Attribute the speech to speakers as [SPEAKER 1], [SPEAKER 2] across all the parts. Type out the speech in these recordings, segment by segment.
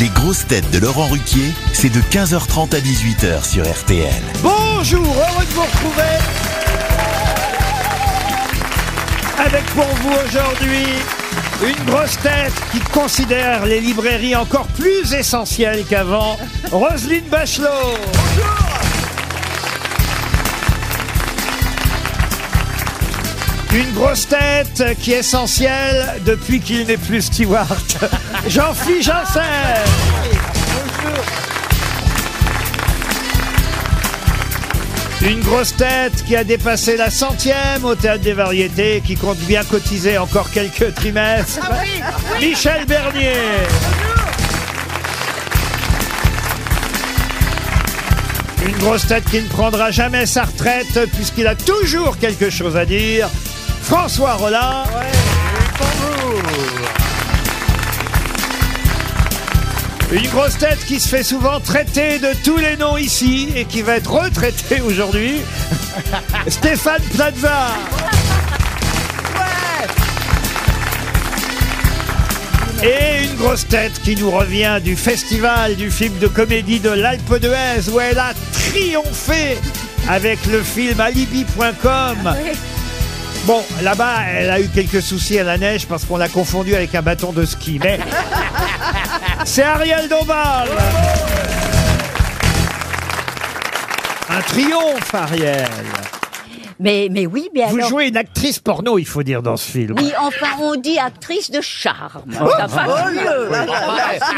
[SPEAKER 1] Les grosses têtes de Laurent Ruquier, c'est de 15h30 à 18h sur RTL.
[SPEAKER 2] Bonjour, heureux de vous retrouver. Avec pour vous aujourd'hui une grosse tête qui considère les librairies encore plus essentielles qu'avant, Roselyne Bachelot. Une grosse tête qui est essentielle depuis qu'il n'est plus Stewart. Jean-Philippe Janssen. Une grosse tête qui a dépassé la centième au théâtre des variétés, qui compte bien cotiser encore quelques trimestres. Michel Bernier. Une grosse tête qui ne prendra jamais sa retraite puisqu'il a toujours quelque chose à dire. François Rollin. Une grosse tête qui se fait souvent traiter de tous les noms ici et qui va être retraité aujourd'hui. Stéphane Plaza. Et une grosse tête qui nous revient du festival du film de comédie de l'Alpe d'Huez où elle a triomphé avec le film Alibi.com. Bon, là-bas, elle a eu quelques soucis à la neige parce qu'on l'a confondue avec un bâton de ski. Mais c'est Ariel Dombal. Un triomphe, Ariel.
[SPEAKER 3] Mais, mais oui, mais
[SPEAKER 2] Vous
[SPEAKER 3] alors...
[SPEAKER 2] jouez une actrice porno, il faut dire, dans ce film.
[SPEAKER 3] Oui, enfin, on dit actrice de charme.
[SPEAKER 4] Oh,
[SPEAKER 2] Oh,
[SPEAKER 3] Enfin,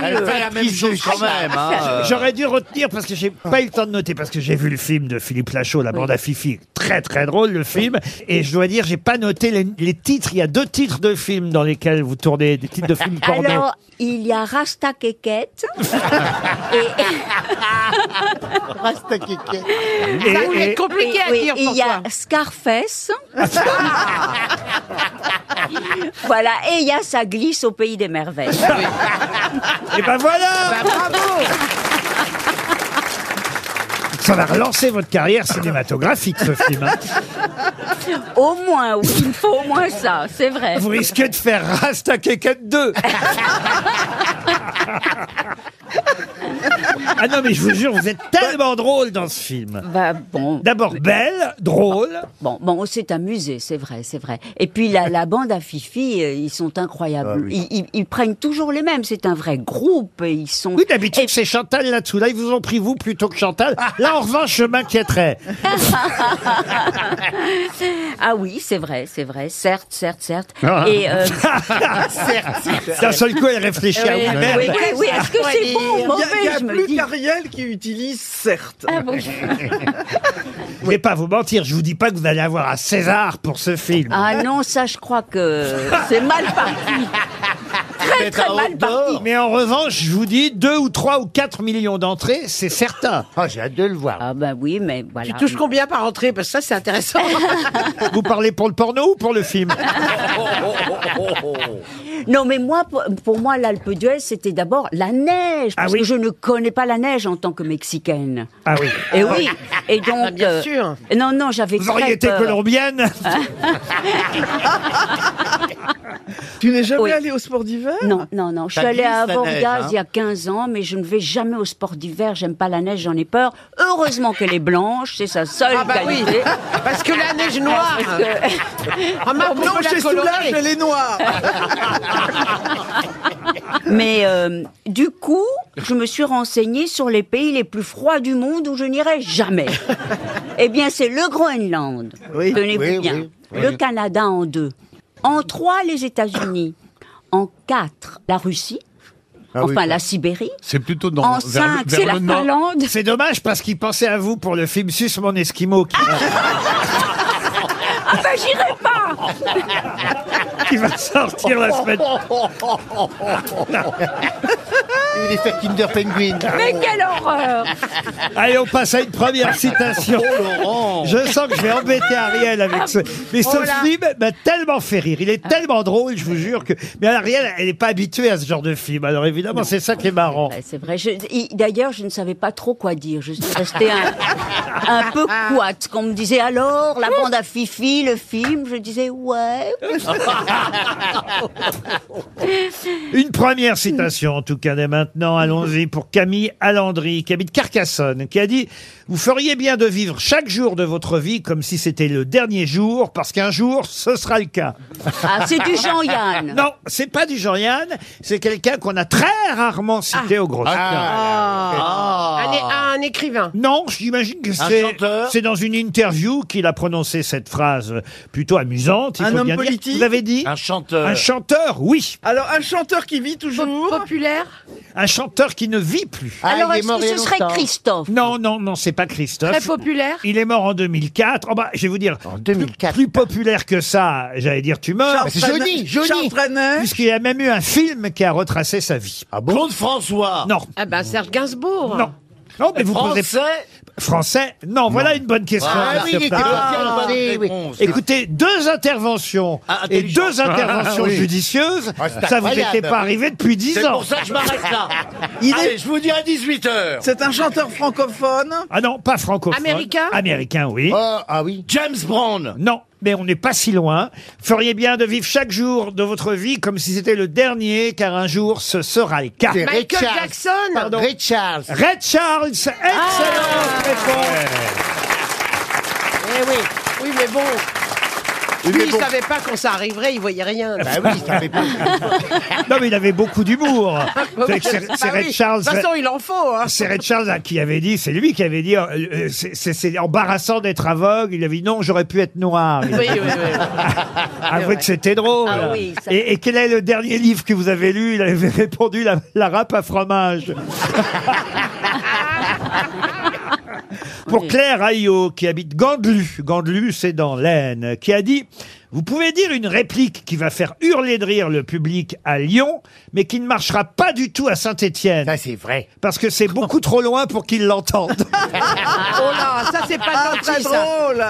[SPEAKER 4] Elle fait la même chose quand même. hein.
[SPEAKER 2] J'aurais dû retenir parce que j'ai pas eu le temps de noter parce que j'ai vu le film de Philippe Lachaud, La bande à Fifi, très très drôle le film. Et je dois dire, j'ai pas noté les, les titres. Il y a deux titres de films dans lesquels vous tournez des titres de films porno.
[SPEAKER 3] Alors, il y a Rasta Keket.
[SPEAKER 2] Et- et-
[SPEAKER 3] compliqué à dire Il y a Scarface. voilà, et il y a Ça glisse au pays des merveilles.
[SPEAKER 2] et ben
[SPEAKER 3] Bah,
[SPEAKER 2] voilà, ça va relancer votre carrière cinématographique ce film. hein.
[SPEAKER 3] Au moins, oui, il me faut au moins ça, c'est vrai.
[SPEAKER 2] Vous risquez de faire Rasta Keket 2. ah non mais je vous jure, vous êtes tellement drôle dans ce film.
[SPEAKER 3] Bah, bon,
[SPEAKER 2] D'abord belle, drôle.
[SPEAKER 3] bon, bon, on s'est amusé, c'est vrai, c'est vrai. Et puis la, la bande à Fifi, euh, ils sont incroyables.
[SPEAKER 2] Ah
[SPEAKER 3] ils, ils- ils prennent toujours les mêmes. C'est un vrai groupe. et Ils sont.
[SPEAKER 2] Oui, d'habitude, c'est Chantal là-dessous. Là, ils vous ont pris vous plutôt que Chantal. Là, en revanche, je m'inquiéterais.
[SPEAKER 3] Ah oui, c'est vrai, c'est vrai. Certes, certes, certes.
[SPEAKER 2] Ah.
[SPEAKER 3] Et euh,
[SPEAKER 2] D'un seul coup, elle réfléchit à
[SPEAKER 3] oui,
[SPEAKER 2] oui,
[SPEAKER 3] oui,
[SPEAKER 2] merde.
[SPEAKER 3] oui, est-ce que c'est bon ou
[SPEAKER 5] Il n'y a,
[SPEAKER 3] mauvais Je me
[SPEAKER 5] plus
[SPEAKER 3] dis.
[SPEAKER 5] qu'Ariel qui utilise certes.
[SPEAKER 3] Ah bon.
[SPEAKER 2] Je vais pas vous mentir, je vous dis pas que vous allez avoir un César pour ce film.
[SPEAKER 3] Ah non, ça, je crois que c'est mal parti. Très, très mal parti.
[SPEAKER 2] Mais en revanche, je vous dis, deux ou trois ou quatre millions d'entrées, c'est certain.
[SPEAKER 4] Ah, j'ai hâte de le voir.
[SPEAKER 3] Ah bah oui, mais voilà.
[SPEAKER 5] Tu touches Ah. combien par entrée Parce que ça, c'est intéressant.
[SPEAKER 2] Vous parlez pour le porno ou pour le film
[SPEAKER 3] Non, mais moi, pour, pour moi, l'Alpe d'Huez, c'était d'abord la neige, parce
[SPEAKER 2] Ah oui.
[SPEAKER 3] que je ne connais pas la neige en tant que mexicaine.
[SPEAKER 2] Ah oui.
[SPEAKER 3] Et Eh oui, et donc.
[SPEAKER 5] Ah, bah, bien
[SPEAKER 3] euh,
[SPEAKER 5] sûr.
[SPEAKER 3] Non, non, j'avais
[SPEAKER 2] Vous
[SPEAKER 3] très
[SPEAKER 2] auriez été
[SPEAKER 3] peur. Hein
[SPEAKER 2] colombienne
[SPEAKER 5] tu n'es jamais
[SPEAKER 3] Oui.
[SPEAKER 5] allé au sport d'hiver
[SPEAKER 3] Non, non, non. Je suis
[SPEAKER 4] Ça
[SPEAKER 3] allée
[SPEAKER 4] glisse,
[SPEAKER 3] à
[SPEAKER 4] la
[SPEAKER 3] Borgas
[SPEAKER 4] neige, hein.
[SPEAKER 3] il y a 15 ans, mais je ne vais jamais au sport d'hiver. J'aime pas la neige, j'en ai peur. Heureusement qu'elle est blanche, c'est sa seule
[SPEAKER 5] Ah bah oui,
[SPEAKER 3] qualité.
[SPEAKER 5] parce que la neige noire.
[SPEAKER 3] Parce que-
[SPEAKER 2] Oh,
[SPEAKER 5] Remarque, on peut la colorer.
[SPEAKER 6] elle est noire.
[SPEAKER 3] Mais euh, du coup, je me suis renseignée sur les pays les plus froids du monde où je n'irai jamais. eh bien, c'est le Groenland.
[SPEAKER 4] Oui,
[SPEAKER 3] Tenez-vous
[SPEAKER 4] oui,
[SPEAKER 3] bien.
[SPEAKER 4] oui, oui.
[SPEAKER 3] Le Canada en deux. En trois, les États-Unis. En quatre, la Russie.
[SPEAKER 4] Ah oui,
[SPEAKER 3] enfin,
[SPEAKER 4] quoi.
[SPEAKER 3] la Sibérie.
[SPEAKER 7] C'est plutôt dans
[SPEAKER 3] En
[SPEAKER 7] vers le-
[SPEAKER 3] cinq,
[SPEAKER 7] vers
[SPEAKER 3] c'est la
[SPEAKER 7] le nord.
[SPEAKER 3] Finlande.
[SPEAKER 2] C'est dommage parce qu'il pensait à vous pour le film Sus mon Esquimau qui,
[SPEAKER 3] Ah ben, j'irai pas
[SPEAKER 2] qui va sortir la semaine.
[SPEAKER 4] Il est fait Kinder Penguin.
[SPEAKER 3] Mais quelle horreur
[SPEAKER 2] Allez, on passe à une première
[SPEAKER 8] Oh,
[SPEAKER 2] citation. Je sens que je vais embêter Ariel avec ce. Mais
[SPEAKER 3] Oh
[SPEAKER 2] ce film m'a tellement fait rire. Il est tellement drôle, je vous jure que. Mais Ariel, elle n'est pas habituée à ce genre de film. Alors évidemment, c'est ça qui est marrant.
[SPEAKER 3] Ouais, C'est vrai. Je- i- D'ailleurs, je ne savais pas trop quoi dire. Je suis restée un, un peu coite. Quand on me disait alors, la bande à Fifi, le film, je disais ouais.
[SPEAKER 2] Une première citation, en tout cas, dès maintenant. Allons-y pour Camille Alandry, qui habite Carcassonne, qui a dit Vous feriez bien de vivre chaque jour de votre vie comme si c'était le dernier jour, parce qu'un jour, ce sera le cas.
[SPEAKER 3] Ah, c'est du Jean-Yann.
[SPEAKER 2] Non, c'est pas du Jean-Yann, c'est quelqu'un qu'on a très rarement
[SPEAKER 3] Ah.
[SPEAKER 2] cité au gros.
[SPEAKER 5] Ah, Un, é- un écrivain.
[SPEAKER 2] Ah. Non, j'imagine que c'est
[SPEAKER 4] chanteur
[SPEAKER 2] c'est dans une interview qu'il a prononcé cette phrase plutôt amusante. il
[SPEAKER 6] Un
[SPEAKER 2] faut
[SPEAKER 6] homme
[SPEAKER 2] bien dire.
[SPEAKER 6] politique
[SPEAKER 2] Vous avez dit
[SPEAKER 4] Un chanteur.
[SPEAKER 2] Un chanteur, oui.
[SPEAKER 6] Alors, un chanteur qui vit toujours.
[SPEAKER 5] Populaire.
[SPEAKER 2] Un chanteur qui ne vit plus.
[SPEAKER 4] Ah, il
[SPEAKER 3] Alors,
[SPEAKER 4] est
[SPEAKER 3] est-ce
[SPEAKER 4] mort
[SPEAKER 3] que
[SPEAKER 4] il y a
[SPEAKER 3] ce serait
[SPEAKER 4] longtemps.
[SPEAKER 3] Christophe
[SPEAKER 2] Non, non, non, c'est pas Christophe.
[SPEAKER 5] populaire.
[SPEAKER 2] Il est mort en 2004. Oh bah, je vais vous dire,
[SPEAKER 4] En
[SPEAKER 2] plus-
[SPEAKER 4] 2004.
[SPEAKER 2] Plus, populaire que ça, j'allais dire tu meurs,
[SPEAKER 6] Charles
[SPEAKER 4] c'est joli,
[SPEAKER 6] Trenet-
[SPEAKER 4] joli.
[SPEAKER 6] Charles Trenet.
[SPEAKER 2] puisqu'il y a même eu un film qui a retracé sa vie.
[SPEAKER 4] Claude François.
[SPEAKER 2] Non,
[SPEAKER 5] Ah ben Serge Gainsbourg.
[SPEAKER 2] non. Non, mais vous posez
[SPEAKER 4] Euh, Français.
[SPEAKER 2] français. Non, voilà une bonne question.
[SPEAKER 4] Ah oui, il était
[SPEAKER 6] Ah,
[SPEAKER 4] pas
[SPEAKER 6] oui, oui.
[SPEAKER 2] Écoutez, deux interventions
[SPEAKER 4] Ah,
[SPEAKER 2] et
[SPEAKER 4] intelligent.
[SPEAKER 2] deux interventions judicieuses,
[SPEAKER 4] Ah, c'est
[SPEAKER 2] ça vous
[SPEAKER 4] incroyable.
[SPEAKER 2] était pas arrivé depuis dix
[SPEAKER 4] C'est
[SPEAKER 2] ans.
[SPEAKER 4] pour ça que je m'arrête là.
[SPEAKER 6] Il est-
[SPEAKER 4] Allez, je vous dis à 18h.
[SPEAKER 6] C'est un chanteur francophone.
[SPEAKER 2] Ah non, pas francophone.
[SPEAKER 5] Américain
[SPEAKER 2] Américain, oui.
[SPEAKER 4] ah oui. James Brown.
[SPEAKER 2] Non, mais on n'est pas si loin. Feriez bien de vivre chaque jour de votre vie comme si c'était le dernier, car un jour ce sera le cas.
[SPEAKER 5] Michael Jackson.
[SPEAKER 4] Ray Charles.
[SPEAKER 2] Red Charles, excellente
[SPEAKER 5] Ah.
[SPEAKER 2] réponse.
[SPEAKER 5] Eh oui. Oui, mais bon. Lui, il savait pas quand ça arriverait, il voyait rien.
[SPEAKER 2] Bah Non, mais il avait beaucoup d'humour.
[SPEAKER 5] Bah oui,
[SPEAKER 2] C'est- C'est
[SPEAKER 5] bah
[SPEAKER 2] c'est
[SPEAKER 5] oui.
[SPEAKER 2] Red Charles.
[SPEAKER 5] De toute façon, il en faut. Hein.
[SPEAKER 2] C'est Red Charles hein, qui avait dit, c'est lui qui avait dit, euh, euh, c'est- c'est c'est embarrassant d'être aveugle. Il avait dit non, j'aurais pu être noir. Il
[SPEAKER 5] Oui, oui, oui.
[SPEAKER 2] Avouez que c'était drôle.
[SPEAKER 3] Ah oui, ça-
[SPEAKER 2] et, et quel est le dernier livre que vous avez lu Il avait répondu la, la râpe à fromage. Pour Claire Ayot, qui habite Gandelu, Gandelu c'est dans l'Aisne, qui a dit « Vous pouvez dire une réplique qui va faire hurler de rire le public à Lyon, mais qui ne marchera pas du tout à Saint-Étienne,
[SPEAKER 4] c'est vrai.
[SPEAKER 2] parce que c'est beaucoup trop loin pour qu'ils l'entendent.
[SPEAKER 5] Oh là, ça c'est pas
[SPEAKER 6] Très
[SPEAKER 5] gentil ça.
[SPEAKER 6] Ah, drôle.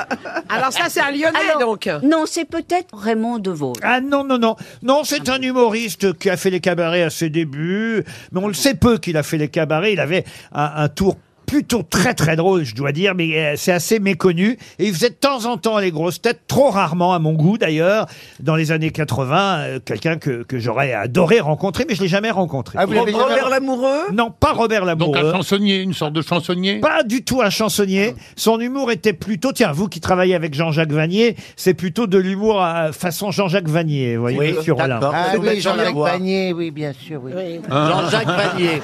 [SPEAKER 5] Alors ça c'est un Lyonnais
[SPEAKER 3] Alors,
[SPEAKER 5] donc.
[SPEAKER 3] Non, c'est peut-être Raymond Devaux. »
[SPEAKER 2] Ah non, non, non. Non, c'est un humoriste qui a fait les cabarets à ses débuts, mais on le sait peu qu'il a fait les cabarets. Il avait un, un tour plutôt très très drôle, je dois dire, mais euh, c'est assez méconnu. Et il faisait de temps en temps les grosses têtes, trop rarement à mon goût d'ailleurs, dans les années 80, euh, quelqu'un que, que j'aurais adoré rencontrer, mais je l'ai jamais rencontré.
[SPEAKER 4] Ah,
[SPEAKER 7] Ah,
[SPEAKER 6] Robert Lamoureux.
[SPEAKER 2] Non, pas Robert Lamoureux.
[SPEAKER 7] Donc un chansonnier, une sorte de chansonnier
[SPEAKER 2] Pas du tout un chansonnier. Son humour était plutôt, tiens, vous qui travaillez avec Jean-Jacques Vanier, c'est plutôt de l'humour à façon Jean-Jacques Vanier, vous voyez, monsieur Rollin.
[SPEAKER 4] Ah Jean-Jacques Panier. Jean-Jacques
[SPEAKER 6] Ah.
[SPEAKER 4] Panier.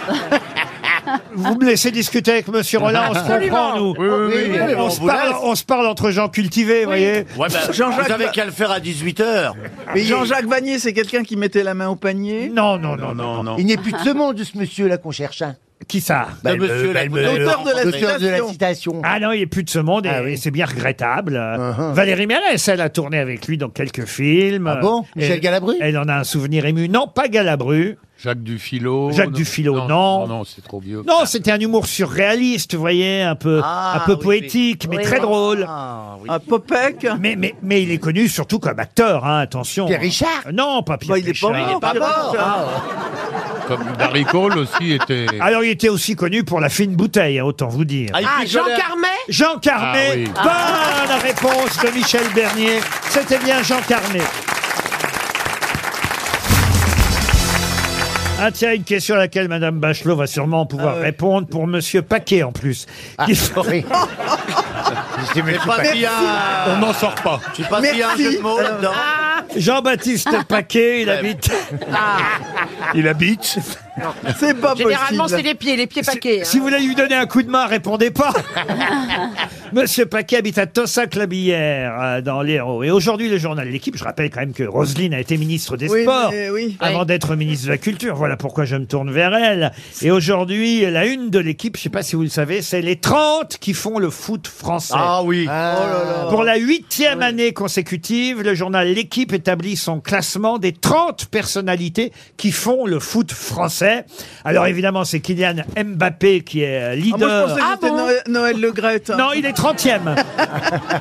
[SPEAKER 2] Vous me laissez discuter avec Monsieur Rollin, on se comprend, nous.
[SPEAKER 4] oui, oui,
[SPEAKER 2] on,
[SPEAKER 4] on
[SPEAKER 2] se
[SPEAKER 4] vous
[SPEAKER 2] parle,
[SPEAKER 4] laisse.
[SPEAKER 2] on se parle entre gens cultivés, vous voyez.
[SPEAKER 4] Ouais, bah,
[SPEAKER 6] Jean-Jacques
[SPEAKER 4] vous savez
[SPEAKER 6] Pa-
[SPEAKER 4] qu'à le faire à 18h.
[SPEAKER 6] Jean-Jacques Vanier, c'est quelqu'un qui mettait la main au panier.
[SPEAKER 2] Non, non, non, non.
[SPEAKER 9] Il n'est plus de ce monde, de ce monsieur-là qu'on cherche. Hein.
[SPEAKER 2] Qui ça
[SPEAKER 6] Ben,
[SPEAKER 4] de monsieur
[SPEAKER 6] L'auteur de la
[SPEAKER 9] L'auteur de la
[SPEAKER 6] citation. Ah
[SPEAKER 9] citation.
[SPEAKER 2] Ah non, il n'est plus de ce monde et, et c'est bien regrettable.
[SPEAKER 6] Uh-huh.
[SPEAKER 2] Valérie Mérès, elle a tourné avec lui dans quelques films.
[SPEAKER 9] Ah bon Michel
[SPEAKER 2] Et-
[SPEAKER 9] Galabru
[SPEAKER 2] Elle en a un souvenir ému. Non, pas Galabru.
[SPEAKER 7] Jacques Dufilo
[SPEAKER 2] Jacques Dufilo, non.
[SPEAKER 7] Oh Non, c'est trop vieux.
[SPEAKER 2] Non, c'était un humour surréaliste, vous voyez, un peu,
[SPEAKER 4] Ah,
[SPEAKER 2] un peu
[SPEAKER 4] oui,
[SPEAKER 2] poétique, mais
[SPEAKER 3] Oui.
[SPEAKER 2] très drôle.
[SPEAKER 6] Ah, Popek.
[SPEAKER 2] Mais, mais, mais il est connu surtout comme acteur, hein, attention. Euh,
[SPEAKER 9] Pierre Richard
[SPEAKER 2] Non, pas Ah, Pierre
[SPEAKER 6] Bah, il est
[SPEAKER 2] Richard.
[SPEAKER 6] pas mort. Pierre Richard.
[SPEAKER 7] Comme Barry Cole aussi était...
[SPEAKER 2] Alors, il était aussi connu pour la fine bouteille, hein, autant vous dire.
[SPEAKER 4] il
[SPEAKER 5] Ah,
[SPEAKER 4] picolait.
[SPEAKER 5] Jean Carmet
[SPEAKER 2] Jean Carmet,
[SPEAKER 7] Ah oui.
[SPEAKER 2] bonne réponse de Michel Bernier. C'était bien Jean Carmet. Ah tiens, une question à laquelle Madame Bachelot va sûrement
[SPEAKER 4] Ah
[SPEAKER 2] pouvoir répondre pour Monsieur Paquet en plus. Qui-
[SPEAKER 9] Oui.
[SPEAKER 4] C'est pas s'il y a-
[SPEAKER 7] On n'en sort pas.
[SPEAKER 4] Je sais pas s'il y a un
[SPEAKER 6] Merci.
[SPEAKER 4] jeu de mots dedans.
[SPEAKER 2] Euh, Jean-Baptiste Paquet, il habite...
[SPEAKER 5] Ah.
[SPEAKER 7] Il habite.
[SPEAKER 6] C'est pas
[SPEAKER 5] Généralement c'est
[SPEAKER 6] possible.
[SPEAKER 5] les pieds, les pieds paquets. hein.
[SPEAKER 2] Si vous voulez lui donner un coup de main, répondez pas. Monsieur Paquet habite à Tossac-la-Billière, euh, dans l'Hérault. Et aujourd'hui, le journal L'équipe, je rappelle quand même que Roselyne a été ministre des
[SPEAKER 6] Oui,
[SPEAKER 2] Sports.
[SPEAKER 6] mais euh, oui.
[SPEAKER 2] Avant d'être ministre de la Culture, voilà pourquoi je me tourne vers elle. Et aujourd'hui, la une de l'équipe, je ne sais pas si vous le savez, c'est les 30 qui font le foot français.
[SPEAKER 4] Ah oui.
[SPEAKER 6] Oh
[SPEAKER 2] Pour la huitième année consécutive, le journal L'équipe établit son classement des 30 personnalités qui font le foot français. Alors évidemment, c'est Kylian Mbappé qui est euh,
[SPEAKER 6] Ah, moi, je
[SPEAKER 2] leader.
[SPEAKER 6] pensais que c'était Noël, Noël Le Graët.
[SPEAKER 2] non, il est 30e.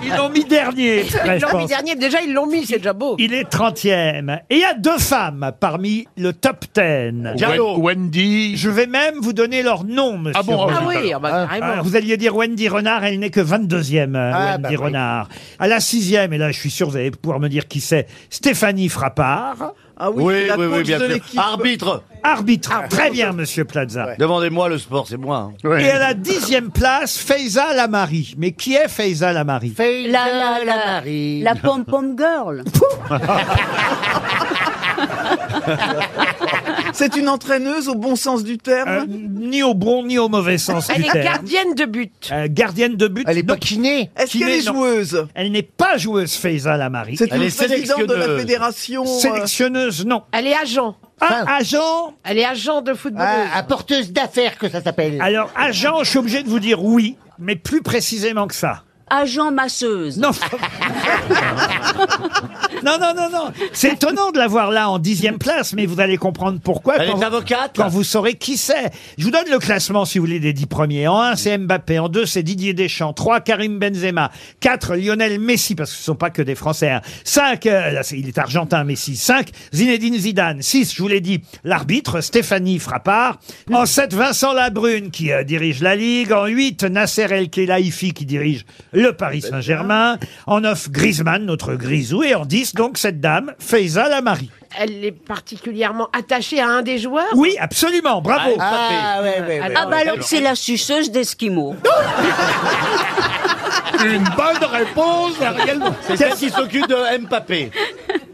[SPEAKER 2] Ils l'ont mis dernier. exprès,
[SPEAKER 5] Ils
[SPEAKER 2] je
[SPEAKER 5] l'ont mis
[SPEAKER 2] pense.
[SPEAKER 5] dernier, déjà ils l'ont mis, c'est déjà beau.
[SPEAKER 2] Il est 30e. Et il y a deux femmes parmi le top 10.
[SPEAKER 4] Diallo.
[SPEAKER 7] Wendy.
[SPEAKER 2] Je vais même vous donner leur nom, monsieur.
[SPEAKER 7] Ah bon,
[SPEAKER 5] Ah
[SPEAKER 7] Ah
[SPEAKER 5] oui, ah bah,
[SPEAKER 2] Ah,
[SPEAKER 5] carrément.
[SPEAKER 2] vous alliez dire Wendy Renard, elle n'est que 22e, euh,
[SPEAKER 9] Ah,
[SPEAKER 2] Wendy
[SPEAKER 9] bah oui.
[SPEAKER 2] Renard. À la sixième, et là je suis sûr vous allez pouvoir me dire qui c'est, Stéphanie Frappard.
[SPEAKER 6] Ah oui, c'est la coach de l'équipe.
[SPEAKER 4] Arbitre,
[SPEAKER 2] Arbitre.
[SPEAKER 5] Ah.
[SPEAKER 2] Très bien, monsieur Plaza.
[SPEAKER 4] demandez-moi le sport, c'est moi. hein.
[SPEAKER 2] Et à la dixième place, Faiza Lamari. Mais qui est Faiza Lamari
[SPEAKER 3] La, la, la, la pom-pom girl.
[SPEAKER 6] C'est une entraîneuse au bon sens du terme.
[SPEAKER 2] Euh, Ni au bon, ni au mauvais sens
[SPEAKER 5] Elle
[SPEAKER 2] du
[SPEAKER 5] est
[SPEAKER 2] terme.
[SPEAKER 5] gardienne de but.
[SPEAKER 2] Euh, gardienne de but.
[SPEAKER 9] Elle est
[SPEAKER 2] non.
[SPEAKER 9] pas kiné.
[SPEAKER 6] Est-ce qu'elle
[SPEAKER 2] Kiné,
[SPEAKER 6] est
[SPEAKER 2] non.
[SPEAKER 6] joueuse
[SPEAKER 2] Elle n'est pas joueuse Faiza Lamari.
[SPEAKER 6] C'est
[SPEAKER 4] Elle
[SPEAKER 6] une
[SPEAKER 4] est
[SPEAKER 6] présidente de la
[SPEAKER 4] sélectionneuse.
[SPEAKER 6] fédération. euh,
[SPEAKER 2] Sélectionneuse, non.
[SPEAKER 5] Elle est agent.
[SPEAKER 2] Ah, agent
[SPEAKER 5] Elle est agent de football.
[SPEAKER 9] Ah, à porteuse d'affaires que ça s'appelle.
[SPEAKER 2] Alors, agent, je suis obligé de vous dire oui, mais plus précisément que ça.
[SPEAKER 3] Agent masseuse.
[SPEAKER 2] Non. non, non, non, non. C'est étonnant de l'avoir là en dixième place, mais vous allez comprendre pourquoi
[SPEAKER 4] Elle
[SPEAKER 2] quand,
[SPEAKER 4] est
[SPEAKER 2] vous,
[SPEAKER 4] avocate.
[SPEAKER 2] quand vous saurez qui c'est. Je vous donne le classement, si vous voulez, des dix premiers. En un, c'est Mbappé. En deux, c'est Didier Deschamps. Trois, Karim Benzema. Quatre, Lionel Messi, parce que ce ne sont pas que des Français. hein. Cinq, euh, là, c'est- il est argentin, Messi. Cinq, Zinedine Zidane. Six, je vous l'ai dit, l'arbitre, Stéphanie Frappard. En sept, Vincent Labrune, qui euh, dirige la Ligue. En huit, Nasser El Khelaifi, qui dirige le Paris Saint-Germain. En neuf, Griezmann, notre grisou. Et en dix, donc, cette dame, Faiza Lamari.
[SPEAKER 9] Ah,
[SPEAKER 5] Elle est particulièrement attachée à un des joueurs.
[SPEAKER 2] Oui, absolument, bravo.
[SPEAKER 9] Ah, ouais, ouais, ouais.
[SPEAKER 3] Ah bah l'autre, c'est la suceuse d'Esquimaux.
[SPEAKER 7] Une bonne réponse, Ariel.
[SPEAKER 4] C'est celle qui s'occupe de Mbappé.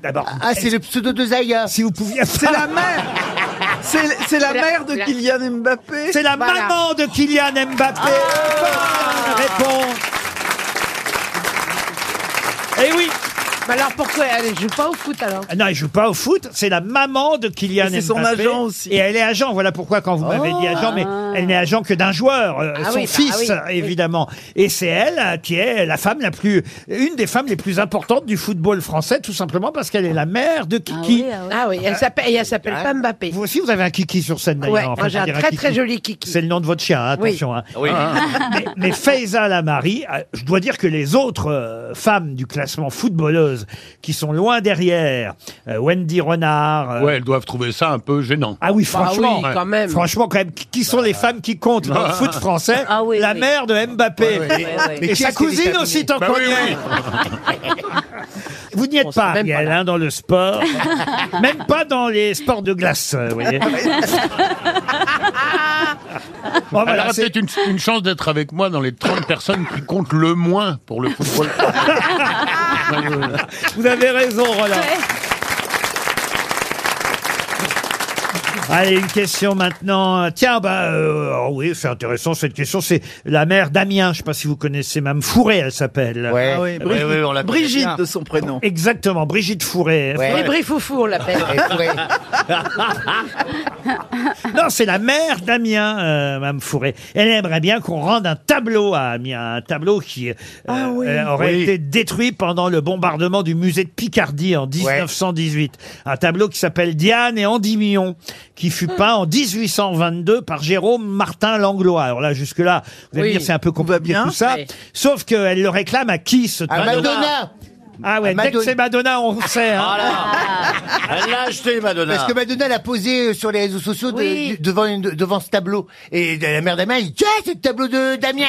[SPEAKER 2] D'abord,
[SPEAKER 9] Ah, c'est le pseudo de Zaya.
[SPEAKER 2] si vous pouviez...
[SPEAKER 6] C'est la mère. C'est c'est la mère de Kylian Mbappé.
[SPEAKER 2] C'est la
[SPEAKER 5] Voilà.
[SPEAKER 2] maman de Kylian Mbappé. Bonne réponse. Eh oui.
[SPEAKER 5] Mais alors pourquoi elle joue pas au foot alors
[SPEAKER 2] Ah Non, elle joue pas au foot. C'est la maman de Kylian
[SPEAKER 6] Et
[SPEAKER 2] Mbappé.
[SPEAKER 6] c'est son agent aussi.
[SPEAKER 2] Et elle est agent. Voilà pourquoi quand vous m'avez dit agent, mais elle n'est agent que d'un joueur, euh,
[SPEAKER 5] Ah
[SPEAKER 2] son
[SPEAKER 5] oui, bah
[SPEAKER 2] fils
[SPEAKER 5] ah oui.
[SPEAKER 2] évidemment. Et c'est elle euh, qui est la femme la plus, une des femmes les plus importantes du football français, tout simplement parce qu'elle est la mère de Kiki.
[SPEAKER 3] Ah oui, ah oui.
[SPEAKER 5] Ah oui, elle s'appelle, et elle s'appelle pas Mbappé.
[SPEAKER 2] Vous aussi, vous avez un Kiki sur scène d'ailleurs.
[SPEAKER 5] Ouais,
[SPEAKER 2] Enfin,
[SPEAKER 5] moi j'ai
[SPEAKER 2] je
[SPEAKER 5] un
[SPEAKER 2] dirais
[SPEAKER 5] très
[SPEAKER 2] Kiki.
[SPEAKER 5] très joli kiki.
[SPEAKER 2] C'est le nom de votre chien, hein,
[SPEAKER 5] Oui.
[SPEAKER 2] attention. hein.
[SPEAKER 4] Oui.
[SPEAKER 7] Ah.
[SPEAKER 2] mais, mais Faiza Lamari, euh, je dois dire que les autres euh, femmes du classement footballeuses qui sont loin derrière, euh, Wendy Renard. euh,
[SPEAKER 7] Ouais, elles doivent trouver ça un peu gênant.
[SPEAKER 2] Ah oui, franchement.
[SPEAKER 5] Bah oui, quand même.
[SPEAKER 2] Franchement, quand même, qui qui
[SPEAKER 7] Bah.
[SPEAKER 2] sont les femmes qui comptent dans le foot français
[SPEAKER 3] Ah oui,
[SPEAKER 2] La
[SPEAKER 3] oui.
[SPEAKER 2] mère de Mbappé. Et sa cousine aussi, tant
[SPEAKER 7] Bah
[SPEAKER 2] qu'on
[SPEAKER 7] oui,
[SPEAKER 2] y est. Vous n'y êtes pas,
[SPEAKER 5] même pas
[SPEAKER 2] Ariel, hein, dans le sport. même pas dans les sports de glace, euh, vous voyez. Bon,
[SPEAKER 7] Elle
[SPEAKER 2] voilà,
[SPEAKER 7] aura
[SPEAKER 2] Oh, c'est-
[SPEAKER 7] peut-être une, une chance d'être avec moi dans les 30 personnes qui comptent le moins pour le football.
[SPEAKER 2] Vous avez raison, Roland. Allez, une question maintenant. Tiens, bah euh, oh oui, c'est intéressant cette question. C'est la mère d'Amiens. Je sais pas si vous connaissez, Mme Fourré, elle s'appelle.
[SPEAKER 9] Ouais.
[SPEAKER 6] Ah oui,
[SPEAKER 4] Ouais,
[SPEAKER 6] Brigitte,
[SPEAKER 4] ouais, on la connaît
[SPEAKER 6] Brigitte
[SPEAKER 4] bien.
[SPEAKER 6] de son prénom.
[SPEAKER 2] Exactement, Brigitte Fourré.
[SPEAKER 9] Ouais.
[SPEAKER 5] Les brifoufous, on l'appelle.
[SPEAKER 9] Elle pourrait-
[SPEAKER 2] Ah Non, c'est la mère d'Amiens, euh, Mme Fourré. Elle aimerait bien qu'on rende un tableau à Amiens, un tableau qui euh, euh, aurait
[SPEAKER 7] Oui.
[SPEAKER 2] été détruit pendant le bombardement du musée de Picardie en 1918. Un tableau qui s'appelle Diane et Andimion, qui fut peint en 1822 par Jérôme Martin Langlois. Alors là, jusque-là, vous allez
[SPEAKER 5] Oui.
[SPEAKER 2] me dire c'est un peu
[SPEAKER 6] va
[SPEAKER 2] compliqué
[SPEAKER 6] bien.
[SPEAKER 2] tout ça.
[SPEAKER 5] Oui.
[SPEAKER 2] Sauf qu'elle le réclame à qui ce
[SPEAKER 9] Ah,
[SPEAKER 2] tableau
[SPEAKER 9] Madonna.
[SPEAKER 2] Ah ouais,
[SPEAKER 9] à
[SPEAKER 2] dès que
[SPEAKER 9] Madonna.
[SPEAKER 2] c'est Madonna, on sait. hein.
[SPEAKER 4] Voilà. Elle l'a acheté, Madonna.
[SPEAKER 9] Parce que Madonna l'a posé euh, sur les réseaux sociaux de-
[SPEAKER 5] Oui.
[SPEAKER 9] du- devant, une- devant ce tableau. Et la mère d'Amiens, elle dit Tiens, c'est le tableau de Damien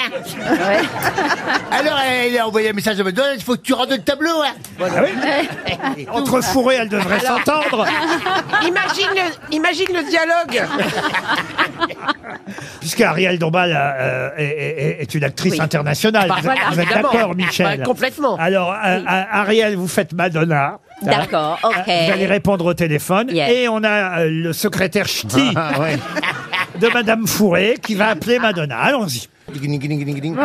[SPEAKER 9] Alors elle a envoyé un message à Madonna Il faut que tu rendes le tableau hein.
[SPEAKER 2] Ah oui Entre Fourré, elle devrait s'entendre.
[SPEAKER 5] Imagine le, imagine le dialogue.
[SPEAKER 2] Puisque Ariel Dombal euh, est, est- est une actrice internationale.
[SPEAKER 5] Bah,
[SPEAKER 2] vous êtes-
[SPEAKER 5] voilà,
[SPEAKER 2] vous êtes
[SPEAKER 5] évidemment.
[SPEAKER 2] d'accord, Michel
[SPEAKER 5] Bah, complètement.
[SPEAKER 2] Alors, euh, euh, Ariel, vous faites Madonna.
[SPEAKER 3] D'accord,
[SPEAKER 2] Euh,
[SPEAKER 9] Ah,
[SPEAKER 3] ok.
[SPEAKER 2] Vous allez répondre au téléphone.
[SPEAKER 3] Yeah.
[SPEAKER 2] Et on a euh, le secrétaire ch'ti
[SPEAKER 7] Ah ouais.
[SPEAKER 2] de Madame Fourré qui va appeler Madonna. Allons-y.
[SPEAKER 9] Ding, ding, ding, ding.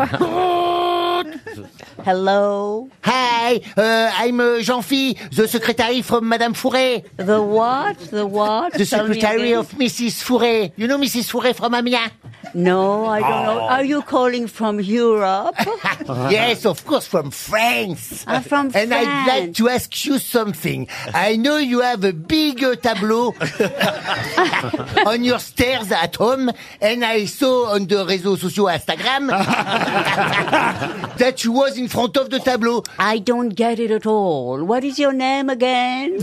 [SPEAKER 3] Hello,
[SPEAKER 9] Hi, euh, I'm euh, Jean-Phi, the secretary from Madame Fourré,
[SPEAKER 3] the what, the what?
[SPEAKER 9] the
[SPEAKER 3] Tell me
[SPEAKER 9] secretary
[SPEAKER 3] again.
[SPEAKER 9] of Mrs. Fourré. You know Mrs. Fourré from Amiens?
[SPEAKER 3] No, I
[SPEAKER 2] Ah.
[SPEAKER 3] don't
[SPEAKER 9] Oh.
[SPEAKER 3] know. Oh, Are you calling from Europe?
[SPEAKER 9] Yes, of course, from France.
[SPEAKER 3] I'm from
[SPEAKER 9] And I'd like
[SPEAKER 3] France.
[SPEAKER 9] to ask you something. I know you have a big uh, tableau on your stairs at home, and I saw on the réseaux sociaux Instagram that you was in front of the tableau.
[SPEAKER 3] I don't get it at all. What is your name again?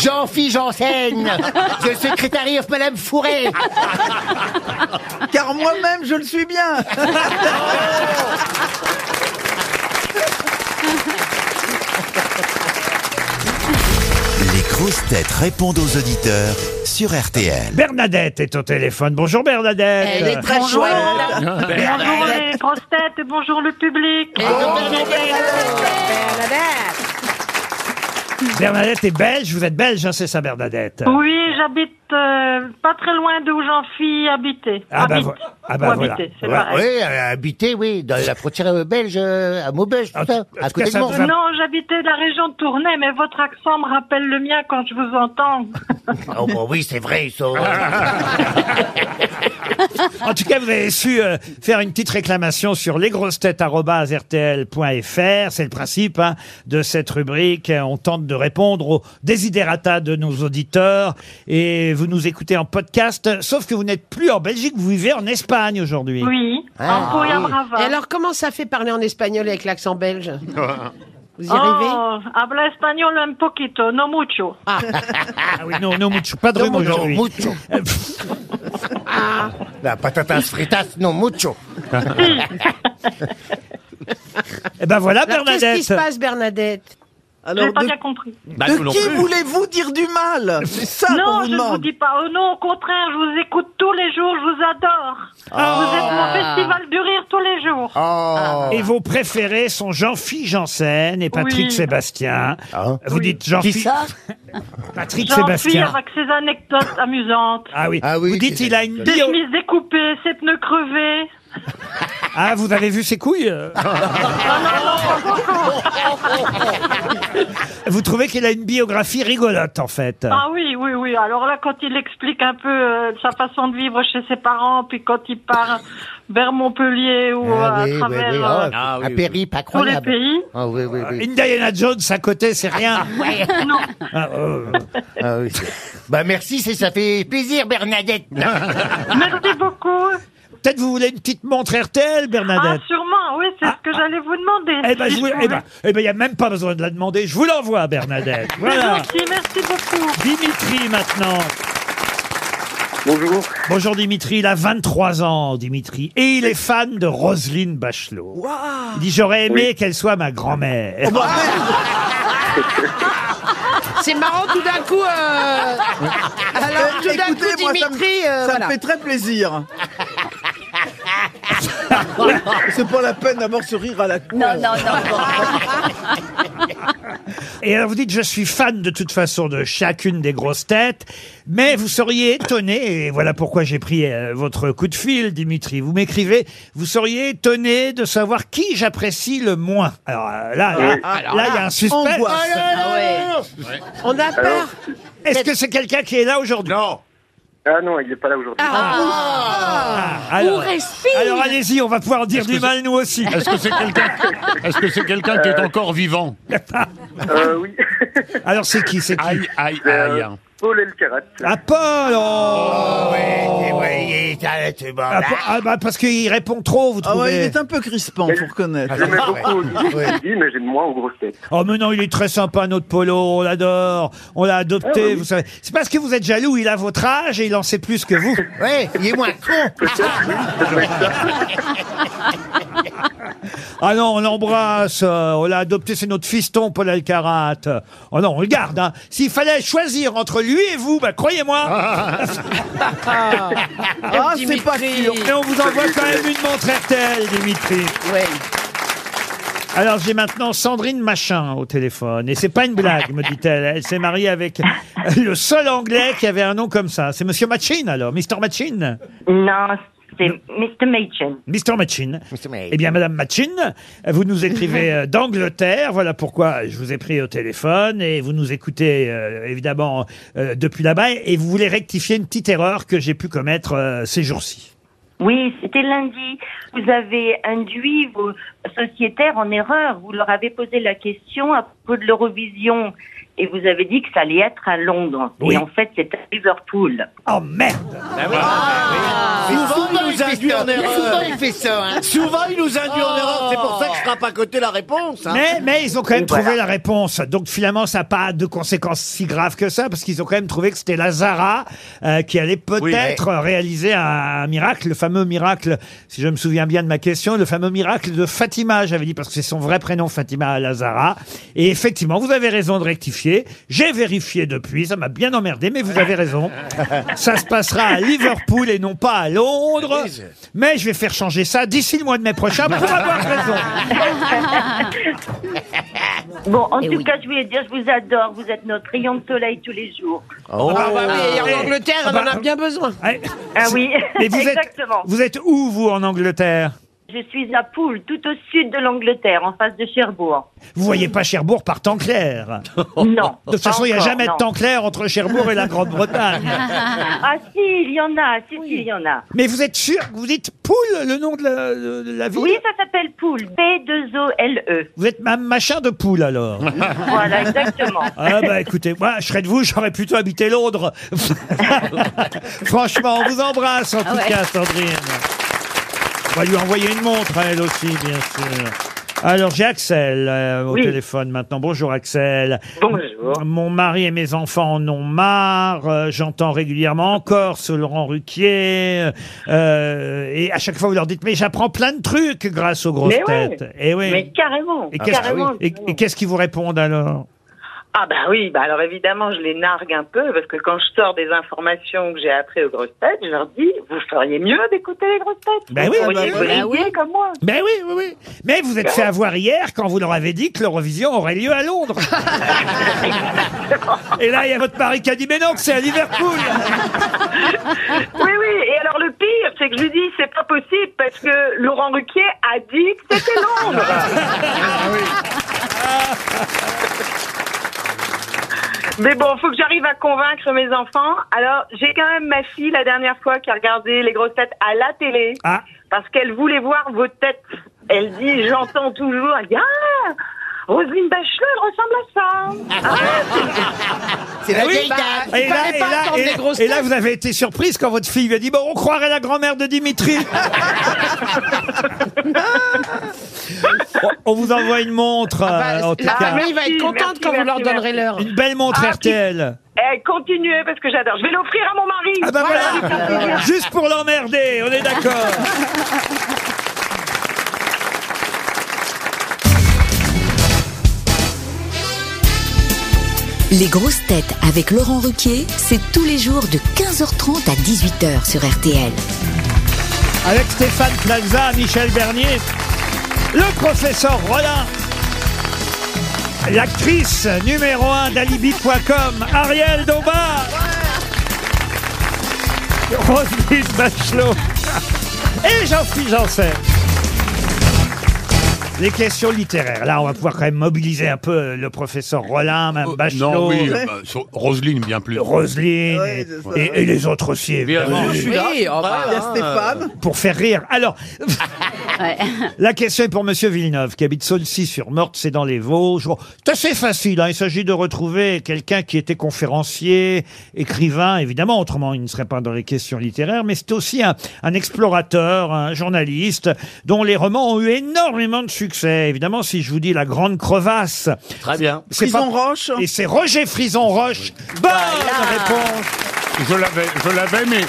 [SPEAKER 9] Jean-Phi Janssen, the secretary of Madame Fourré.
[SPEAKER 6] Car moi-même, je le suis bien.
[SPEAKER 1] grosses têtes répondent aux auditeurs sur RTL.
[SPEAKER 2] Bernadette est au téléphone. Bonjour Bernadette.
[SPEAKER 10] Elle est très
[SPEAKER 2] Bonjour.
[SPEAKER 10] chouette.
[SPEAKER 2] Bernadette.
[SPEAKER 10] Bonjour les grosses têtes, bonjour le public.
[SPEAKER 2] Bernadette est belge, vous êtes belge, hein, c'est ça Bernadette
[SPEAKER 10] Oui, j'habite euh, pas très loin d'où j'en suis habité.
[SPEAKER 2] Ah bah,
[SPEAKER 10] Habite.
[SPEAKER 2] vo- ah bah
[SPEAKER 10] Ou
[SPEAKER 2] voilà.
[SPEAKER 10] habité, c'est
[SPEAKER 9] Oui,
[SPEAKER 10] pareil.
[SPEAKER 9] euh, habiter, oui, dans la frontière euh, belge, euh, à Maubeuge, tout ça, à côté de Mons.
[SPEAKER 10] Non, j'habitais la région de Tournai, mais votre accent me rappelle le mien quand je vous entends.
[SPEAKER 9] Oh, bon, oui, c'est vrai, ils sont...
[SPEAKER 2] En tout cas, vous avez su euh, faire une petite réclamation sur lesgrossetêtes.rtl.fr. C'est le principe hein, de cette rubrique. On tente de répondre aux desiderata de nos auditeurs. Et vous nous écoutez en podcast, sauf que vous n'êtes plus en Belgique, vous vivez en Espagne aujourd'hui.
[SPEAKER 10] Oui,
[SPEAKER 5] Ah, oui. Et alors, comment ça fait parler en espagnol avec l'accent belge Vous y
[SPEAKER 10] Oh,
[SPEAKER 5] arrivez
[SPEAKER 10] habla espagnol un poquito, no mucho.
[SPEAKER 2] Ah oui, non, non, mucho, pas de
[SPEAKER 9] Non,
[SPEAKER 2] rhume
[SPEAKER 9] mucho,
[SPEAKER 2] aujourd'hui.
[SPEAKER 9] mucho. La
[SPEAKER 2] Ah.
[SPEAKER 9] patatas fritas, non mucho.
[SPEAKER 2] Eh ben voilà,
[SPEAKER 5] Alors, Qu'est-ce qui
[SPEAKER 2] Bernadette.
[SPEAKER 5] se passe, Bernadette
[SPEAKER 10] Je n'ai
[SPEAKER 6] Alors,
[SPEAKER 10] pas
[SPEAKER 6] de,
[SPEAKER 10] bien compris.
[SPEAKER 2] Bah,
[SPEAKER 6] de qui voulez-vous dire du mal C'est ça qu'on
[SPEAKER 10] non,
[SPEAKER 6] vous
[SPEAKER 10] je ne vous
[SPEAKER 6] demande.
[SPEAKER 10] dis pas. Oh non, au contraire, je vous écoute tous les jours, je vous adore.
[SPEAKER 6] Ah.
[SPEAKER 10] Vous êtes mon festival du rire tous les jours.
[SPEAKER 9] Oh.
[SPEAKER 10] Ah.
[SPEAKER 2] Et vos préférés sont Jean-Philippe Janssen et Patrick
[SPEAKER 10] Oui.
[SPEAKER 2] Sébastien.
[SPEAKER 9] Ah.
[SPEAKER 2] Vous
[SPEAKER 10] Oui.
[SPEAKER 2] dites Jean-Philippe,
[SPEAKER 9] ça
[SPEAKER 2] Patrick
[SPEAKER 10] J'en suis
[SPEAKER 2] Sébastien.
[SPEAKER 10] avec ses anecdotes amusantes.
[SPEAKER 2] Ah oui.
[SPEAKER 9] Ah oui,
[SPEAKER 2] vous dites
[SPEAKER 9] c'est-
[SPEAKER 2] il a une
[SPEAKER 10] Des
[SPEAKER 2] bio.
[SPEAKER 10] chemises découpées, ses pneus crevés. Ah,
[SPEAKER 2] Ah, vous avez vu ses couilles euh Vous trouvez qu'il a une biographie rigolote, en fait.
[SPEAKER 10] Ah oui, oui, oui. Alors là, quand il explique un peu euh, sa façon de vivre chez ses parents, puis quand il part vers Montpellier ou
[SPEAKER 9] Ah
[SPEAKER 10] à
[SPEAKER 9] oui, oui, oui,
[SPEAKER 10] travers
[SPEAKER 9] oh,
[SPEAKER 10] euh,
[SPEAKER 4] ah oui,
[SPEAKER 9] un
[SPEAKER 4] oui.
[SPEAKER 10] tous
[SPEAKER 9] périple
[SPEAKER 10] les
[SPEAKER 9] incroyable.
[SPEAKER 10] pays.
[SPEAKER 9] Ah oui, oui, oui.
[SPEAKER 2] Indiana Jones à côté, c'est rien.
[SPEAKER 10] Non.
[SPEAKER 2] Ah, euh,
[SPEAKER 9] Ah oui, c'est- bah merci, c'est- ça fait plaisir Bernadette.
[SPEAKER 10] Merci beaucoup.
[SPEAKER 2] Peut-être vous voulez une petite montre RTL,
[SPEAKER 10] Ah,
[SPEAKER 2] Bernadette
[SPEAKER 10] sûrement, oui, c'est
[SPEAKER 2] Ah,
[SPEAKER 10] ce que j'allais vous demander.
[SPEAKER 2] Eh ben,
[SPEAKER 10] Si
[SPEAKER 2] je vous-
[SPEAKER 10] je
[SPEAKER 2] eh ben, eh ben, il n'y a même pas besoin de la demander. Je vous l'envoie, Bernadette.
[SPEAKER 10] pouvais.
[SPEAKER 2] Voilà.
[SPEAKER 10] Merci, merci beaucoup.
[SPEAKER 2] Dimitri maintenant. Bonjour. Bonjour Dimitri, il a 23 ans, Dimitri. Et il est fan de Roselyne Bachelot. Il dit J'aurais aimé qu'elle soit Oh, ma grand-mère.
[SPEAKER 5] C'est marrant tout d'un coup. euh, Alors, tout d'un coup,
[SPEAKER 6] moi, ça, me,
[SPEAKER 5] Dimitri, euh,
[SPEAKER 6] ça me
[SPEAKER 5] voilà.
[SPEAKER 6] fait très plaisir. c'est pas la peine d'avoir ce rire à la con.
[SPEAKER 3] Non, non, non.
[SPEAKER 2] Et alors vous dites, je suis fan de toute façon de chacune des grosses têtes, mais vous seriez étonné, et voilà pourquoi j'ai pris euh, votre coup de fil, Dimitri, vous m'écrivez, vous seriez étonné de savoir qui j'apprécie le moins. Alors euh, là, là, là, il y a un suspect.
[SPEAKER 6] Angoisse.
[SPEAKER 5] Ah ouais. On a peur.
[SPEAKER 2] Est-ce que c'est quelqu'un qui est là aujourd'hui
[SPEAKER 7] Non
[SPEAKER 11] Ah non, il n'est pas là aujourd'hui.
[SPEAKER 2] Ah, alors, alors allez-y, on va pouvoir dire du
[SPEAKER 7] que
[SPEAKER 2] mal nous aussi.
[SPEAKER 7] Est-ce que c'est quelqu'un Est-ce que c'est quelqu'un qui est encore vivant
[SPEAKER 11] Euh, oui. Euh,
[SPEAKER 2] Alors c'est qui, c'est qui
[SPEAKER 7] Aïe, aïe, aïe.
[SPEAKER 11] Paul Elkarat.
[SPEAKER 2] Ah Paul oh
[SPEAKER 9] Ouais, ouais, ça, c'est bon.
[SPEAKER 2] Ah, Paul- ah, bah, parce qu'il répond trop, vous
[SPEAKER 6] Ah ouais, il
[SPEAKER 2] trouvez Ah,
[SPEAKER 6] est un peu crispant, faut reconnaître.
[SPEAKER 11] J'aimais beaucoup
[SPEAKER 9] Ouais.
[SPEAKER 11] Guy, mais j'aime moins en grosse tête.
[SPEAKER 2] Oh mais non, il est très sympa notre Polo, on l'adore, on l'a adopté, vous savez. C'est parce que vous êtes jaloux, il a votre âge et il en sait plus que vous.
[SPEAKER 9] Ouais, il est moins con.
[SPEAKER 2] Ah non, on l'embrasse, euh, on l'a adopté, c'est notre fiston Paul Alcarat. Oh non, on le garde. Hein. S'il fallait choisir entre lui et vous, bah croyez-moi.
[SPEAKER 6] Ah, c'est pas sûr.
[SPEAKER 2] Mais on vous envoie quand même une montre RTL, Dimitri.
[SPEAKER 5] Ouais.
[SPEAKER 2] Alors j'ai maintenant Sandrine Machin au téléphone et c'est pas une blague, me dit-elle. Elle s'est mariée avec le seul Anglais qui avait un nom comme ça. C'est Monsieur Machin alors, Mr Machin.
[SPEAKER 10] Non, c'est Mr. Machen.
[SPEAKER 2] Mr. Machin.
[SPEAKER 9] Mr. Machin.
[SPEAKER 2] Eh bien, Madame Machin, vous nous écrivez euh, d'Angleterre. Voilà pourquoi je vous ai pris au téléphone et vous nous écoutez euh, évidemment euh, depuis là-bas et vous voulez rectifier une petite erreur que j'ai pu commettre euh, ces jours-ci.
[SPEAKER 10] Oui, c'était lundi. Vous avez induit vos sociétaires en erreur. Vous leur avez posé la question à propos de l'Eurovision. Et vous avez dit que ça allait être à Londres.
[SPEAKER 2] Oui.
[SPEAKER 10] Et en fait, c'est à Liverpool.
[SPEAKER 2] Oh merde
[SPEAKER 7] Ben
[SPEAKER 2] Ah.
[SPEAKER 9] Souvent,
[SPEAKER 4] il nous induit
[SPEAKER 9] fait
[SPEAKER 4] en
[SPEAKER 9] ça.
[SPEAKER 4] erreur.
[SPEAKER 9] Souvent, il fait ça. Hein. Oh.
[SPEAKER 4] Souvent, il nous induit en erreur. C'est pour ça que je frappe à côté la réponse. hein.
[SPEAKER 2] mais, mais ils ont quand même
[SPEAKER 10] Et
[SPEAKER 2] trouvé
[SPEAKER 10] voilà.
[SPEAKER 2] la réponse. Donc finalement, ça n'a pas de conséquences si graves que ça, parce qu'ils ont quand même trouvé que c'était Lazara euh, qui allait peut-être réaliser un, un miracle, le fameux miracle, si je me souviens bien de ma question, le fameux miracle de Fatima, j'avais dit, parce que c'est son vrai prénom, Fatima Lazara. Et effectivement, vous avez raison de rectifier. J'ai vérifié depuis, ça m'a bien emmerdé, mais vous avez raison. Ça se passera à Liverpool et non pas à Londres. Mais je vais faire changer ça d'ici le mois de mai prochain pour avoir raison.
[SPEAKER 10] Bon,
[SPEAKER 2] Eh
[SPEAKER 10] en tout cas, je voulais dire, je vous adore. Vous êtes notre rayon de soleil tous les jours.
[SPEAKER 2] Oh. Ah bah oui, en Angleterre, on en a
[SPEAKER 10] bien
[SPEAKER 5] besoin.
[SPEAKER 10] Ah oui,
[SPEAKER 2] Mais vous êtes,
[SPEAKER 10] exactement.
[SPEAKER 2] vous êtes où, vous, en Angleterre
[SPEAKER 10] Je suis à Poole, tout au sud de l'Angleterre, en face de Cherbourg.
[SPEAKER 2] Vous voyez pas Cherbourg par temps clair
[SPEAKER 10] Non.
[SPEAKER 2] De toute façon, il n'y a
[SPEAKER 10] Pas encore,
[SPEAKER 2] jamais
[SPEAKER 10] non.
[SPEAKER 2] de temps clair entre Cherbourg et la Grande-Bretagne.
[SPEAKER 10] ah si, il y en a, si, si, il y en a.
[SPEAKER 2] Mais vous êtes sûr que vous dites Poule, le nom de la, de- de la ville
[SPEAKER 10] Oui, ça s'appelle Poule, P2OLE.
[SPEAKER 2] Vous êtes ma machin de poule, alors
[SPEAKER 10] E. Voilà, exactement.
[SPEAKER 2] Ah bah écoutez, moi je serais de vous, j'aurais plutôt habité Londres. Franchement, on vous embrasse en
[SPEAKER 12] Ah
[SPEAKER 2] tout
[SPEAKER 12] ouais.
[SPEAKER 2] cas, Sandrine. On va lui envoyer une montre à elle aussi, bien sûr. Alors j'ai Axel euh, au
[SPEAKER 12] Oui.
[SPEAKER 2] téléphone maintenant. Bonjour Axel.
[SPEAKER 12] Bonjour.
[SPEAKER 2] Mon mari et mes enfants en ont marre. Euh, J'entends régulièrement encore ce Laurent Ruquier. Euh, et à chaque fois vous leur dites mais j'apprends plein de trucs grâce aux grosses
[SPEAKER 10] Mais ouais.
[SPEAKER 2] têtes. Et Eh oui.
[SPEAKER 10] Mais carrément,
[SPEAKER 2] Et qu'est-ce
[SPEAKER 10] carrément.
[SPEAKER 2] et- et qu'est-ce qu'ils vous répondent alors
[SPEAKER 10] Ah bah oui, bah alors évidemment, je les nargue un peu parce que quand je sors des informations que j'ai apprises aux grosses têtes, je leur dis vous feriez mieux d'écouter les grosses têtes.
[SPEAKER 2] Ben oui,
[SPEAKER 10] vous
[SPEAKER 2] bah
[SPEAKER 10] pourriez
[SPEAKER 2] oui.
[SPEAKER 10] vous aider comme moi.
[SPEAKER 2] Ben oui, oui, oui. Mais vous
[SPEAKER 10] Ben
[SPEAKER 2] êtes fait avoir hier quand vous leur avez dit que l'Eurovision aurait lieu à Londres. Et là, il y a votre mari qui a dit, mais non, que c'est à Liverpool.
[SPEAKER 10] Oui, oui, et alors le pire, c'est que je lui dis c'est pas possible parce que Laurent Ruquier a dit que c'était Londres.
[SPEAKER 2] Ah,
[SPEAKER 10] Mais bon, faut que j'arrive à convaincre mes enfants. Alors, j'ai quand même ma fille la dernière fois qui a regardé les grosses têtes à la télé
[SPEAKER 2] Ah.
[SPEAKER 10] parce qu'elle voulait voir vos têtes. Elle dit j'entends toujours, elle dit ah Roselyne Bachelot, elle ressemble à ça.
[SPEAKER 9] C'est la
[SPEAKER 2] Eh oui.
[SPEAKER 9] vieille dame.
[SPEAKER 2] Et là, et là, et- et là, vous avez été surprise quand votre fille lui a dit, bon, on croirait la grand-mère de Dimitri. on on vous envoie une montre. euh, en
[SPEAKER 5] Ah bah,
[SPEAKER 2] tout
[SPEAKER 5] La
[SPEAKER 2] cas.
[SPEAKER 5] famille va être contente quand vous leur donnerez l'heure.
[SPEAKER 2] Une belle montre RTL.
[SPEAKER 10] Ah, Eh, continuez parce que j'adore. Je vais l'offrir à mon mari.
[SPEAKER 2] Ah bah voilà, juste pour l'emmerder, on est d'accord.
[SPEAKER 13] Les grosses têtes avec Laurent Ruquier, c'est tous les jours de 15h30 à 18h sur RTL.
[SPEAKER 2] avec Stéphane Plaza, Michel Bernier, le professeur Rollin, l'actrice numéro 1 d'alibi.com, Ariel Dombard, Roselyne Bachelot et Jean-Philippe Janssen. Les questions littéraires. Là, on va pouvoir quand même mobiliser un peu le professeur Rollin, même Bachelot.
[SPEAKER 7] Non, oui, euh, bah, sur- Roselyne bien plus.
[SPEAKER 2] Roselyne et- et, et les autres aussi. évidemment.
[SPEAKER 7] Bien sûr, je suis là. Oui, oh, bah, Il y a hein, Stéphane.
[SPEAKER 2] Pour faire rire. Alors, la question est pour Monsieur Villeneuve, qui habite Saulcy-sur-Meurthe, c'est dans les Vosges. Bon, c'est assez facile, hein, il s'agit de retrouver quelqu'un qui était conférencier, écrivain, évidemment, autrement il ne serait pas dans les questions littéraires, mais c'est aussi un, un explorateur, un journaliste, dont les romans ont eu énormément de succès. Évidemment, si je vous dis La Grande Crevasse...
[SPEAKER 4] Très bien.
[SPEAKER 2] Frison Roche Et c'est Roger Frison Roche Bonne réponse
[SPEAKER 7] Je l'avais, je l'avais, mais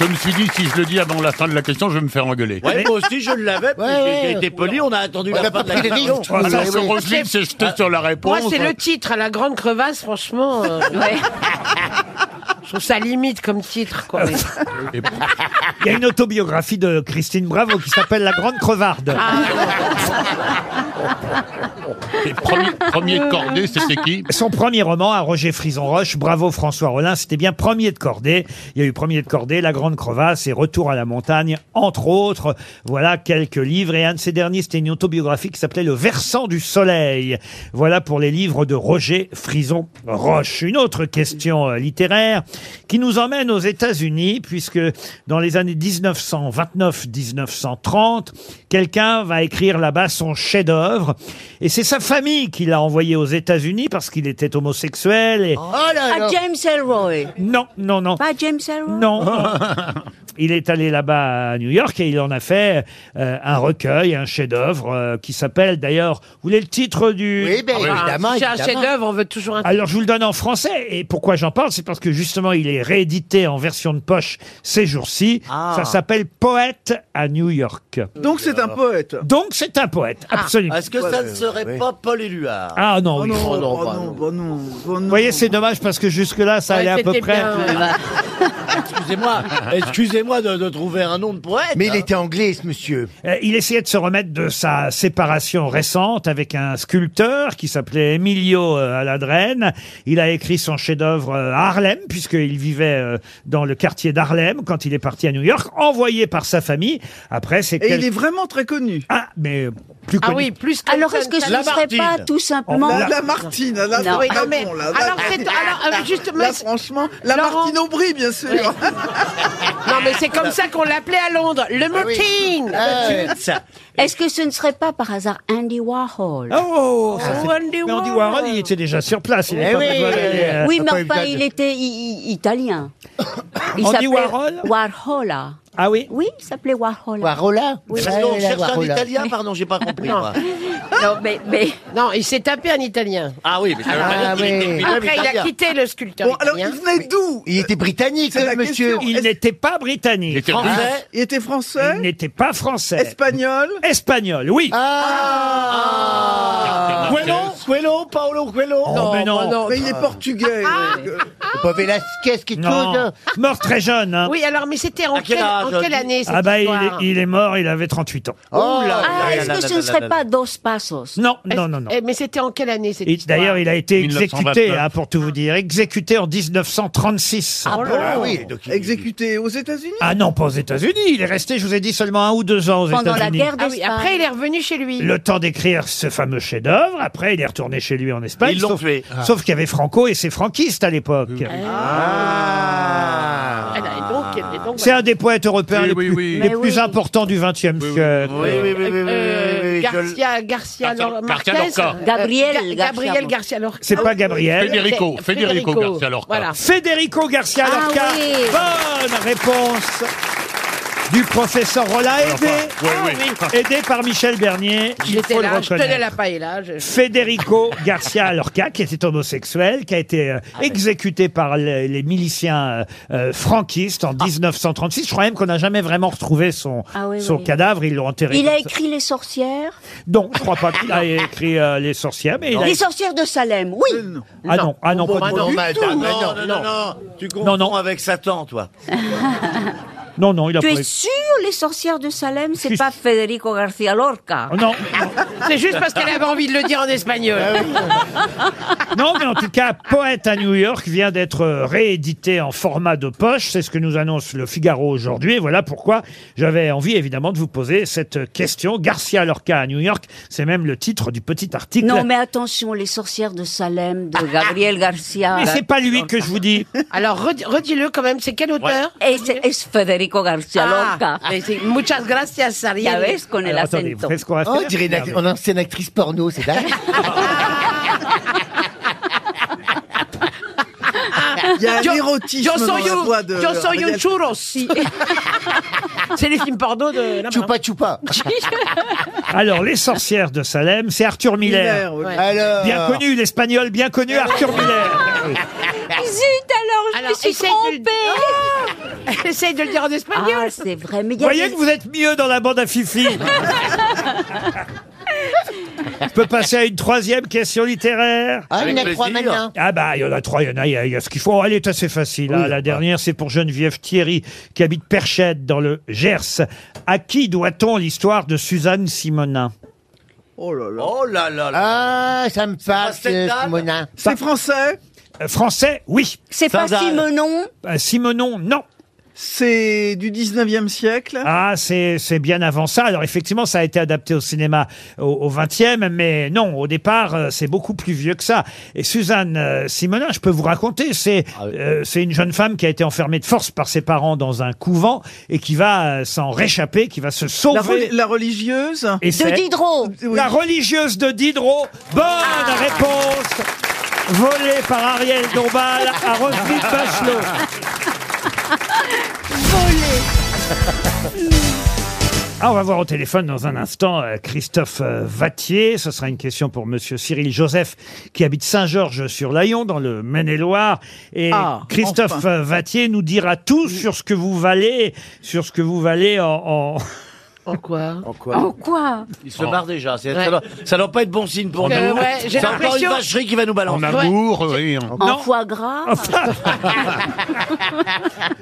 [SPEAKER 7] je me suis dit, si je le dis avant la fin de la question, je vais me faire engueuler.
[SPEAKER 4] Ouais, moi aussi je l'avais, puis
[SPEAKER 5] Ouais,
[SPEAKER 4] j'ai-
[SPEAKER 5] ouais.
[SPEAKER 4] j'ai été poli, on a attendu
[SPEAKER 5] On
[SPEAKER 4] la
[SPEAKER 5] a
[SPEAKER 4] fin
[SPEAKER 5] pas
[SPEAKER 4] de la
[SPEAKER 5] pris de
[SPEAKER 4] question.
[SPEAKER 5] risque.
[SPEAKER 7] Alors que
[SPEAKER 5] Ah, oui.
[SPEAKER 7] Roselyne s'est jetée sur la réponse.
[SPEAKER 5] Moi, c'est
[SPEAKER 2] hein.
[SPEAKER 5] le titre, à la grande crevasse, franchement. euh, Je trouve ça limite comme titre, quoi. mais-
[SPEAKER 2] Il y a une autobiographie de Christine Bravo qui s'appelle La Grande Crevarde.
[SPEAKER 5] Ah.
[SPEAKER 7] Et premier, premier de cordée, c'était qui
[SPEAKER 2] Son premier roman à Roger Frison Roche, Bravo François Rollin, c'était bien Premier de Cordée. Il y a eu Premier de Cordée, La Grande Crevasse et Retour à la montagne, entre autres. Voilà quelques livres. Et un de ces derniers, c'était une autobiographie qui s'appelait Le Versant du Soleil. Voilà pour les livres de Roger Frison Roche. Une autre question euh, littéraire qui nous emmène aux États-Unis, puisque dans les années 1929-1930, quelqu'un va écrire là-bas son chef-d'œuvre. Et c'est sa famille qui l'a envoyé aux États-Unis parce qu'il était homosexuel. Et...
[SPEAKER 3] Ah, James Elroy.
[SPEAKER 2] Non, non, non.
[SPEAKER 3] Pas James Elroy
[SPEAKER 2] Non. Il est allé là-bas à New York et il en a fait euh, un recueil, un chef-d'œuvre euh, qui s'appelle d'ailleurs. Vous voulez le titre du
[SPEAKER 9] Oui, ben, Ah oui. évidemment,
[SPEAKER 5] C'est un chef-d'œuvre, on veut toujours un.
[SPEAKER 2] alors, je vous le donne en français. Et pourquoi j'en parle C'est parce que justement, il est réédité en version de poche ces jours-ci.
[SPEAKER 6] Ah.
[SPEAKER 2] Ça s'appelle Poète à New York.
[SPEAKER 6] Donc c'est un poète.
[SPEAKER 2] Donc c'est un poète,
[SPEAKER 4] Ah.
[SPEAKER 2] absolument.
[SPEAKER 4] Est-ce que ça ne serait pas Paul Éluard
[SPEAKER 2] Ah non,
[SPEAKER 4] Oh
[SPEAKER 2] oui.
[SPEAKER 4] non,
[SPEAKER 2] Oh
[SPEAKER 4] non,
[SPEAKER 2] non,
[SPEAKER 4] bah
[SPEAKER 2] oh
[SPEAKER 4] non.
[SPEAKER 6] Oh non, oh
[SPEAKER 2] Vous
[SPEAKER 6] non.
[SPEAKER 2] voyez, c'est dommage parce que jusque-là, ça allait à peu près.
[SPEAKER 4] Excusez-moi, Ah, excusez-moi de, de trouver un nom de poète.
[SPEAKER 2] Mais il
[SPEAKER 4] était
[SPEAKER 9] anglais, ce monsieur.
[SPEAKER 2] Euh, Il essayait de se remettre de sa séparation récente avec un sculpteur qui s'appelait Emilio euh, Aladrenne. Il a écrit son chef-d'œuvre euh, à Harlem, puisqu'il vivait euh, dans le quartier d'Harlem quand il est parti à New York, envoyé par sa famille. Après, c'est
[SPEAKER 6] Et il
[SPEAKER 2] quel-
[SPEAKER 6] est vraiment très connu.
[SPEAKER 2] Ah, mais euh, plus connu.
[SPEAKER 5] plus
[SPEAKER 3] Alors, est-ce que ce ne serait
[SPEAKER 2] Lamartine.
[SPEAKER 3] pas tout simplement.
[SPEAKER 6] La, la Martine, la, la, la-
[SPEAKER 3] Non. Non,
[SPEAKER 5] Ah, mais-
[SPEAKER 6] bon, la-
[SPEAKER 5] alors
[SPEAKER 6] la- Ah,
[SPEAKER 5] c'est- alors, euh, justement,
[SPEAKER 6] là,
[SPEAKER 5] c'est-
[SPEAKER 6] franchement, la
[SPEAKER 5] Laurent-
[SPEAKER 6] Martine Aubry, bien sûr.
[SPEAKER 5] Non, mais c'est comme ça qu'on l'appelait à Londres, le Martin.
[SPEAKER 2] Ah
[SPEAKER 3] Euh, Est-ce que ce ne serait pas par hasard Andy Warhol
[SPEAKER 2] Oh, ça,
[SPEAKER 3] Oh,
[SPEAKER 2] c'est-
[SPEAKER 3] Andy
[SPEAKER 2] mais Andy
[SPEAKER 3] Warhol.
[SPEAKER 2] Warhol, il était déjà sur place. Il est
[SPEAKER 3] Eh
[SPEAKER 2] pas
[SPEAKER 3] oui,
[SPEAKER 2] besoin d'aller, euh,
[SPEAKER 3] oui, mais enfin, il était i- i- italien.
[SPEAKER 2] Andy
[SPEAKER 3] s'appelait
[SPEAKER 2] Warhol
[SPEAKER 3] Warhola.
[SPEAKER 2] Ah oui
[SPEAKER 3] Oui, il s'appelait Warhol.
[SPEAKER 9] Warhola
[SPEAKER 3] Oui.
[SPEAKER 4] Parce qu'on cherche un italien, Ah, pardon, j'ai pas compris. moi.
[SPEAKER 3] Non, mais, mais...
[SPEAKER 5] Non, il s'est tapé un Italien.
[SPEAKER 4] Ah oui, mais ça veut
[SPEAKER 5] Ah
[SPEAKER 4] pas dire qu'il était lui-même
[SPEAKER 5] Après, il a
[SPEAKER 4] italien.
[SPEAKER 5] quitté le sculpteur
[SPEAKER 6] Bon, alors,
[SPEAKER 5] italien.
[SPEAKER 6] il venait d'où
[SPEAKER 9] Il était britannique,
[SPEAKER 6] C'est la
[SPEAKER 9] monsieur.
[SPEAKER 6] question.
[SPEAKER 2] Il n'était pas britannique. Il était
[SPEAKER 6] Français Il était français
[SPEAKER 2] Il n'était pas français.
[SPEAKER 6] Espagnol
[SPEAKER 2] Espagnol, oui.
[SPEAKER 9] Ah
[SPEAKER 4] Quello, Quello, Paolo Quello.
[SPEAKER 2] Oh, mais non. Ah.
[SPEAKER 6] Mais il est portugais. donc, euh,
[SPEAKER 9] Pas Velasquez qui hein
[SPEAKER 2] Non.
[SPEAKER 9] chose
[SPEAKER 2] Mort très jeune. hein.
[SPEAKER 5] Oui, alors, mais c'était en,
[SPEAKER 4] À quel
[SPEAKER 5] quelle-
[SPEAKER 4] âge,
[SPEAKER 5] en quelle
[SPEAKER 4] dis-
[SPEAKER 5] année cette
[SPEAKER 2] Ah bah il est,
[SPEAKER 5] histoire
[SPEAKER 2] il est mort, il avait 38 ans.
[SPEAKER 9] Oh là
[SPEAKER 3] Ah,
[SPEAKER 4] là,
[SPEAKER 3] est-ce
[SPEAKER 4] là,
[SPEAKER 3] que ce
[SPEAKER 4] là, là,
[SPEAKER 3] ne
[SPEAKER 4] là,
[SPEAKER 3] serait
[SPEAKER 4] là,
[SPEAKER 3] pas Dos Passos
[SPEAKER 2] Non, non, non, non.
[SPEAKER 5] Eh, Mais c'était en quelle année cette
[SPEAKER 2] Et
[SPEAKER 5] histoire
[SPEAKER 2] D'ailleurs, il a été exécuté,
[SPEAKER 7] 1929.
[SPEAKER 2] hein, pour tout vous dire, exécuté en 1936.
[SPEAKER 3] Oh
[SPEAKER 2] Ah,
[SPEAKER 9] Ah oui, donc il-
[SPEAKER 6] Oh Exécuté aux États-Unis
[SPEAKER 2] non, pas aux États-Unis. Il est resté, je vous ai dit, seulement un ou deux ans aux États-Unis.
[SPEAKER 3] Pendant la guerre
[SPEAKER 5] Ah oui,
[SPEAKER 3] d'Espagne.
[SPEAKER 5] après, il est revenu chez lui.
[SPEAKER 2] Le temps d'écrire ce fameux chef-d'œuvre. Après, il est retourné chez lui en Espagne.
[SPEAKER 4] Ils l'ont
[SPEAKER 2] sauf, Ah.
[SPEAKER 4] fait.
[SPEAKER 2] sauf qu'il y avait Franco et ses franquistes à l'époque.
[SPEAKER 5] Ah, et donc, et donc,
[SPEAKER 2] C'est un des poètes européens
[SPEAKER 7] Oui,
[SPEAKER 2] les,
[SPEAKER 7] oui,
[SPEAKER 2] plus,
[SPEAKER 7] oui.
[SPEAKER 2] les
[SPEAKER 3] Mais
[SPEAKER 2] plus
[SPEAKER 3] oui.
[SPEAKER 2] importants du XXe siècle.
[SPEAKER 4] Oui, oui, oui, oui, oui, oui, oui,
[SPEAKER 5] Euh,
[SPEAKER 4] oui, je-
[SPEAKER 5] Garcia, Garcia,
[SPEAKER 7] Garcia-
[SPEAKER 5] Lor-
[SPEAKER 7] Garcia
[SPEAKER 5] Marquez,
[SPEAKER 7] Lorca.
[SPEAKER 3] Gabriel
[SPEAKER 5] euh,
[SPEAKER 3] Garcia
[SPEAKER 5] Gabriel
[SPEAKER 3] Lorca.
[SPEAKER 5] Garcia Lorca.
[SPEAKER 2] C'est pas Gabriel.
[SPEAKER 7] Federico,
[SPEAKER 5] Fe-
[SPEAKER 7] Federico Garcia Lorca.
[SPEAKER 5] Ah Voilà.
[SPEAKER 2] Federico Garcia
[SPEAKER 3] Ah
[SPEAKER 2] Lorca.
[SPEAKER 3] oui.
[SPEAKER 2] Bonne réponse du professeur
[SPEAKER 9] Ah,
[SPEAKER 2] Rolla, aidé,
[SPEAKER 7] ouais, ouais.
[SPEAKER 2] aidé par Michel Bernier. Il
[SPEAKER 5] J'étais
[SPEAKER 2] faut le
[SPEAKER 5] là, je tenais
[SPEAKER 2] reconnaître.
[SPEAKER 5] la paille là. je-
[SPEAKER 2] Federico Garcia Lorca, qui était homosexuel, qui a été
[SPEAKER 3] Ah,
[SPEAKER 2] euh, exécuté par les, les miliciens euh, euh, franquistes en 1936. Je crois même qu'on n'a jamais vraiment retrouvé son,
[SPEAKER 3] Ah oui,
[SPEAKER 2] son
[SPEAKER 3] oui.
[SPEAKER 2] cadavre. Ils l'ont enterré.
[SPEAKER 3] Il
[SPEAKER 2] comme
[SPEAKER 3] a
[SPEAKER 2] ça.
[SPEAKER 3] écrit Les sorcières.
[SPEAKER 2] Non, je crois pas qu'il a écrit euh, Les sorcières, mais il a...
[SPEAKER 3] Les sorcières de Salem, oui.
[SPEAKER 2] Ah non, ah non, pas
[SPEAKER 4] Ah
[SPEAKER 2] du
[SPEAKER 4] non,
[SPEAKER 2] tout.
[SPEAKER 4] madame, non, non, non, non, tu confonds
[SPEAKER 2] non.
[SPEAKER 4] avec Satan, toi.
[SPEAKER 2] Non, non, il a
[SPEAKER 3] Tu
[SPEAKER 2] pas
[SPEAKER 3] es
[SPEAKER 2] écrit.
[SPEAKER 3] sûr, Les sorcières de Salem,
[SPEAKER 2] Je
[SPEAKER 3] c'est
[SPEAKER 2] suis-
[SPEAKER 3] pas Federico Garcia Lorca.
[SPEAKER 2] Oh, Non, Ah non.
[SPEAKER 5] C'est juste parce qu'elle avait envie de le dire en espagnol.
[SPEAKER 2] Non, mais en tout cas, Poète à New York vient d'être euh, réédité en format de poche. C'est ce que nous annonce le Figaro aujourd'hui. Et voilà pourquoi j'avais envie, évidemment, de vous poser cette question. Garcia Lorca à New York, c'est même le titre du petit article.
[SPEAKER 3] Non, mais attention, Les sorcières de Salem de Gabriel Garcia.
[SPEAKER 2] Ah. Mais c'est pas lui que je vous dis.
[SPEAKER 5] Alors redi- redis-le quand même, c'est quel auteur Ah,
[SPEAKER 3] Es, es Federico Garcia Lorca.
[SPEAKER 5] mais c'est- Muchas gracias,
[SPEAKER 3] Ya
[SPEAKER 5] Ariel.
[SPEAKER 3] ves, con el
[SPEAKER 2] Alors, attendez, vous
[SPEAKER 3] acento.
[SPEAKER 2] savez ce qu'on va faire
[SPEAKER 9] Oh, on dirait une, act- une ancienne actrice porno, c'est dingue.
[SPEAKER 6] Il y a un
[SPEAKER 5] Ah, Yo-
[SPEAKER 6] érotisme
[SPEAKER 5] Yo
[SPEAKER 6] dans
[SPEAKER 5] soy
[SPEAKER 6] la
[SPEAKER 5] you,
[SPEAKER 6] voix de...
[SPEAKER 5] yo soy
[SPEAKER 6] Ariel.
[SPEAKER 5] un churros. c'est les films porno de... là-bas.
[SPEAKER 9] Chupa chupa.
[SPEAKER 2] Alors, Les Sorcières de Salem, c'est Arthur Miller.
[SPEAKER 6] Miller, oui.
[SPEAKER 5] Ouais.
[SPEAKER 9] Alors.
[SPEAKER 2] Bien connu, l'espagnol bien connu, Arthur Miller.
[SPEAKER 3] Zut, alors, je
[SPEAKER 5] Alors,
[SPEAKER 3] me suis
[SPEAKER 5] essaye de le-
[SPEAKER 3] trompée.
[SPEAKER 5] Essaye de le dire en espagnol.
[SPEAKER 3] Ah, c'est vrai. Mais il y
[SPEAKER 2] Vous
[SPEAKER 3] a
[SPEAKER 2] voyez
[SPEAKER 3] des-
[SPEAKER 2] que vous êtes mieux dans la bande à Fifi. Je peux passer à une troisième question littéraire.
[SPEAKER 9] Ah, il y en a
[SPEAKER 4] Avec
[SPEAKER 9] trois
[SPEAKER 4] plaisir.
[SPEAKER 9] maintenant.
[SPEAKER 2] Ah bah, il y en a trois, il y en a, il y a, il y a ce qu'il faut. Elle est assez facile. hein. La dernière, c'est pour Geneviève Thierry, qui habite Perchette, dans le Gers. À qui doit-on l'histoire de Suzanne Simonin
[SPEAKER 6] Oh là là.
[SPEAKER 4] Oh là là là.
[SPEAKER 9] Ah, ça me
[SPEAKER 4] pas
[SPEAKER 9] parle,
[SPEAKER 4] cette dame
[SPEAKER 9] ce Monin.
[SPEAKER 6] C'est français
[SPEAKER 2] Euh, Français, oui.
[SPEAKER 3] C'est pas
[SPEAKER 4] Stendhal.
[SPEAKER 3] Simonon.
[SPEAKER 2] Euh, Simonon, non.
[SPEAKER 6] C'est du 19e siècle
[SPEAKER 2] Ah, c'est c'est bien avant ça. Alors effectivement, ça a été adapté au cinéma au, au 20e, mais non, au départ, euh, c'est beaucoup plus vieux que ça. Et Suzanne euh, Simonin, je peux vous raconter, c'est euh, c'est une jeune femme qui a été enfermée de force par ses parents dans un couvent et qui va euh, s'en réchapper, qui va se
[SPEAKER 6] la,
[SPEAKER 2] sauver.
[SPEAKER 6] reli- la religieuse
[SPEAKER 2] Et
[SPEAKER 3] De
[SPEAKER 2] c'est
[SPEAKER 3] Diderot.
[SPEAKER 6] Oui.
[SPEAKER 2] la religieuse de Diderot. Bonne réponse volée par Ariel Dombal à Roselyne Bachelot.
[SPEAKER 3] Volé.
[SPEAKER 2] Ah, on va voir au téléphone dans un instant euh, Christophe euh, Vattier. Ce sera une question pour Monsieur Cyril Joseph qui habite Saint-Georges-sur-Layon dans le Maine-et-Loire. Et
[SPEAKER 12] Ah,
[SPEAKER 2] Christophe
[SPEAKER 12] enfin.
[SPEAKER 2] euh, Vattier nous dira tout sur ce que vous valez, sur ce que vous valez en... en...
[SPEAKER 5] quoi
[SPEAKER 4] En quoi
[SPEAKER 3] Quoi
[SPEAKER 4] Il se
[SPEAKER 2] En-
[SPEAKER 4] barre déjà. c'est-
[SPEAKER 2] Ouais.
[SPEAKER 4] Ça doit, ça doit pas être bon signe pour
[SPEAKER 2] En
[SPEAKER 4] nous.
[SPEAKER 2] amour. Ouais, j'ai
[SPEAKER 4] c'est encore une
[SPEAKER 2] l'impression-
[SPEAKER 4] vacherie qui va nous balancer.
[SPEAKER 2] En amour,
[SPEAKER 4] euh, oui.
[SPEAKER 3] En foie gras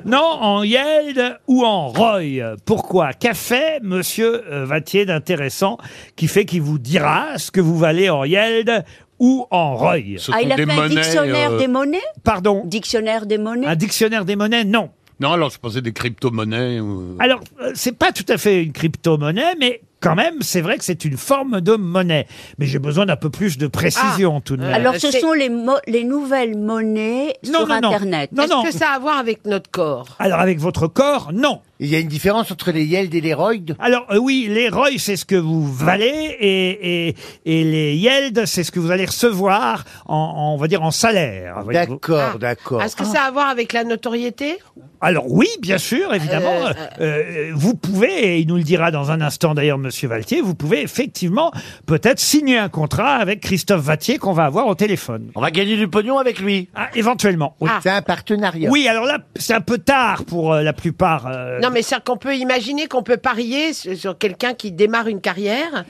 [SPEAKER 2] Non, en Yeld ou en Roy. Pourquoi Qu'a fait Monsieur euh, Vattier d'intéressant qui fait qu'il vous dira ce que vous valez en Yeld ou en Roy
[SPEAKER 3] Ah, il a fait un dictionnaire des monnaies
[SPEAKER 2] euh, Pardon
[SPEAKER 3] Dictionnaire des monnaies
[SPEAKER 2] Un dictionnaire des monnaies, non.
[SPEAKER 7] Non, alors je pensais des crypto-monnaies. Ou...
[SPEAKER 2] Alors, euh, c'est pas tout à fait une crypto-monnaie, mais quand même, c'est vrai que c'est une forme de monnaie. Mais j'ai besoin d'un peu plus de
[SPEAKER 5] Ah.
[SPEAKER 2] précision tout de même.
[SPEAKER 3] Ah, euh,
[SPEAKER 5] Euh,
[SPEAKER 3] Alors, ce sont les, mo- les nouvelles monnaies
[SPEAKER 2] Non,
[SPEAKER 3] sur
[SPEAKER 2] non, non.
[SPEAKER 3] Internet.
[SPEAKER 2] Non, Est-ce non. que ça
[SPEAKER 5] a à voir avec notre corps
[SPEAKER 2] Alors avec votre corps, non.
[SPEAKER 9] Il y a une différence entre les Yeld et les Royd
[SPEAKER 2] Alors euh, oui, les Roy, c'est ce que vous valez et, et, et les Yeld, c'est ce que vous allez recevoir en, en- on va dire en salaire. voyez-vous.
[SPEAKER 9] D'accord, d'accord.
[SPEAKER 5] Ah, Est-ce que
[SPEAKER 3] Ah.
[SPEAKER 5] ça a à voir avec la notoriété
[SPEAKER 2] Alors oui, bien sûr, évidemment.
[SPEAKER 5] Euh,
[SPEAKER 2] euh, euh, vous pouvez, et il nous le dira dans un instant d'ailleurs, Monsieur Valtier, vous pouvez effectivement peut-être signer un contrat avec Christophe Vattier qu'on va avoir au téléphone.
[SPEAKER 4] On va gagner du pognon avec lui.
[SPEAKER 2] Ah, éventuellement. Oui.
[SPEAKER 9] C'est un partenariat.
[SPEAKER 2] Oui, alors là, c'est un peu tard pour euh, la plupart. euh,
[SPEAKER 5] Non, mais c'est qu'on peut imaginer qu'on peut parier sur, sur quelqu'un qui démarre une carrière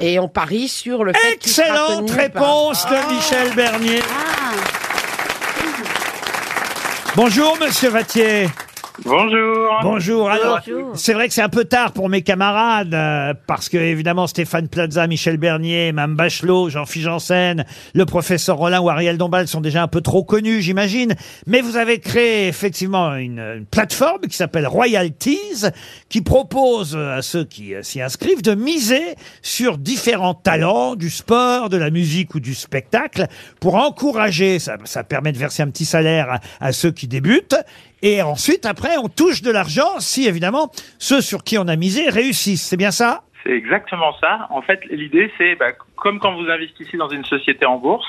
[SPEAKER 5] et on parie sur le fait qu'il sera
[SPEAKER 2] Excellente
[SPEAKER 5] tenu par- Ah.
[SPEAKER 2] réponse de Michel Bernier. Bonjour, monsieur Vattier.
[SPEAKER 14] Bonjour.
[SPEAKER 2] Bonjour. Alors,
[SPEAKER 14] Bonjour.
[SPEAKER 2] c'est vrai que c'est un peu tard pour mes camarades, euh, parce que évidemment Stéphane Plaza, Michel Bernier, Mme Bachelot, Jean-Philippe Janssen, le professeur Rollin ou Ariel Dombal sont déjà un peu trop connus, j'imagine. Mais vous avez créé effectivement une, une plateforme qui s'appelle Royalties, qui propose à ceux qui euh, s'y inscrivent de miser sur différents talents du sport, de la musique ou du spectacle pour encourager. Ça, ça permet de verser un petit salaire à, à ceux qui débutent. Et ensuite, après, on touche de l'argent si, évidemment, ceux sur qui on a misé réussissent. C'est bien ça
[SPEAKER 14] C'est exactement ça. En fait, l'idée, c'est bah, comme quand vous investissez dans une société en bourse,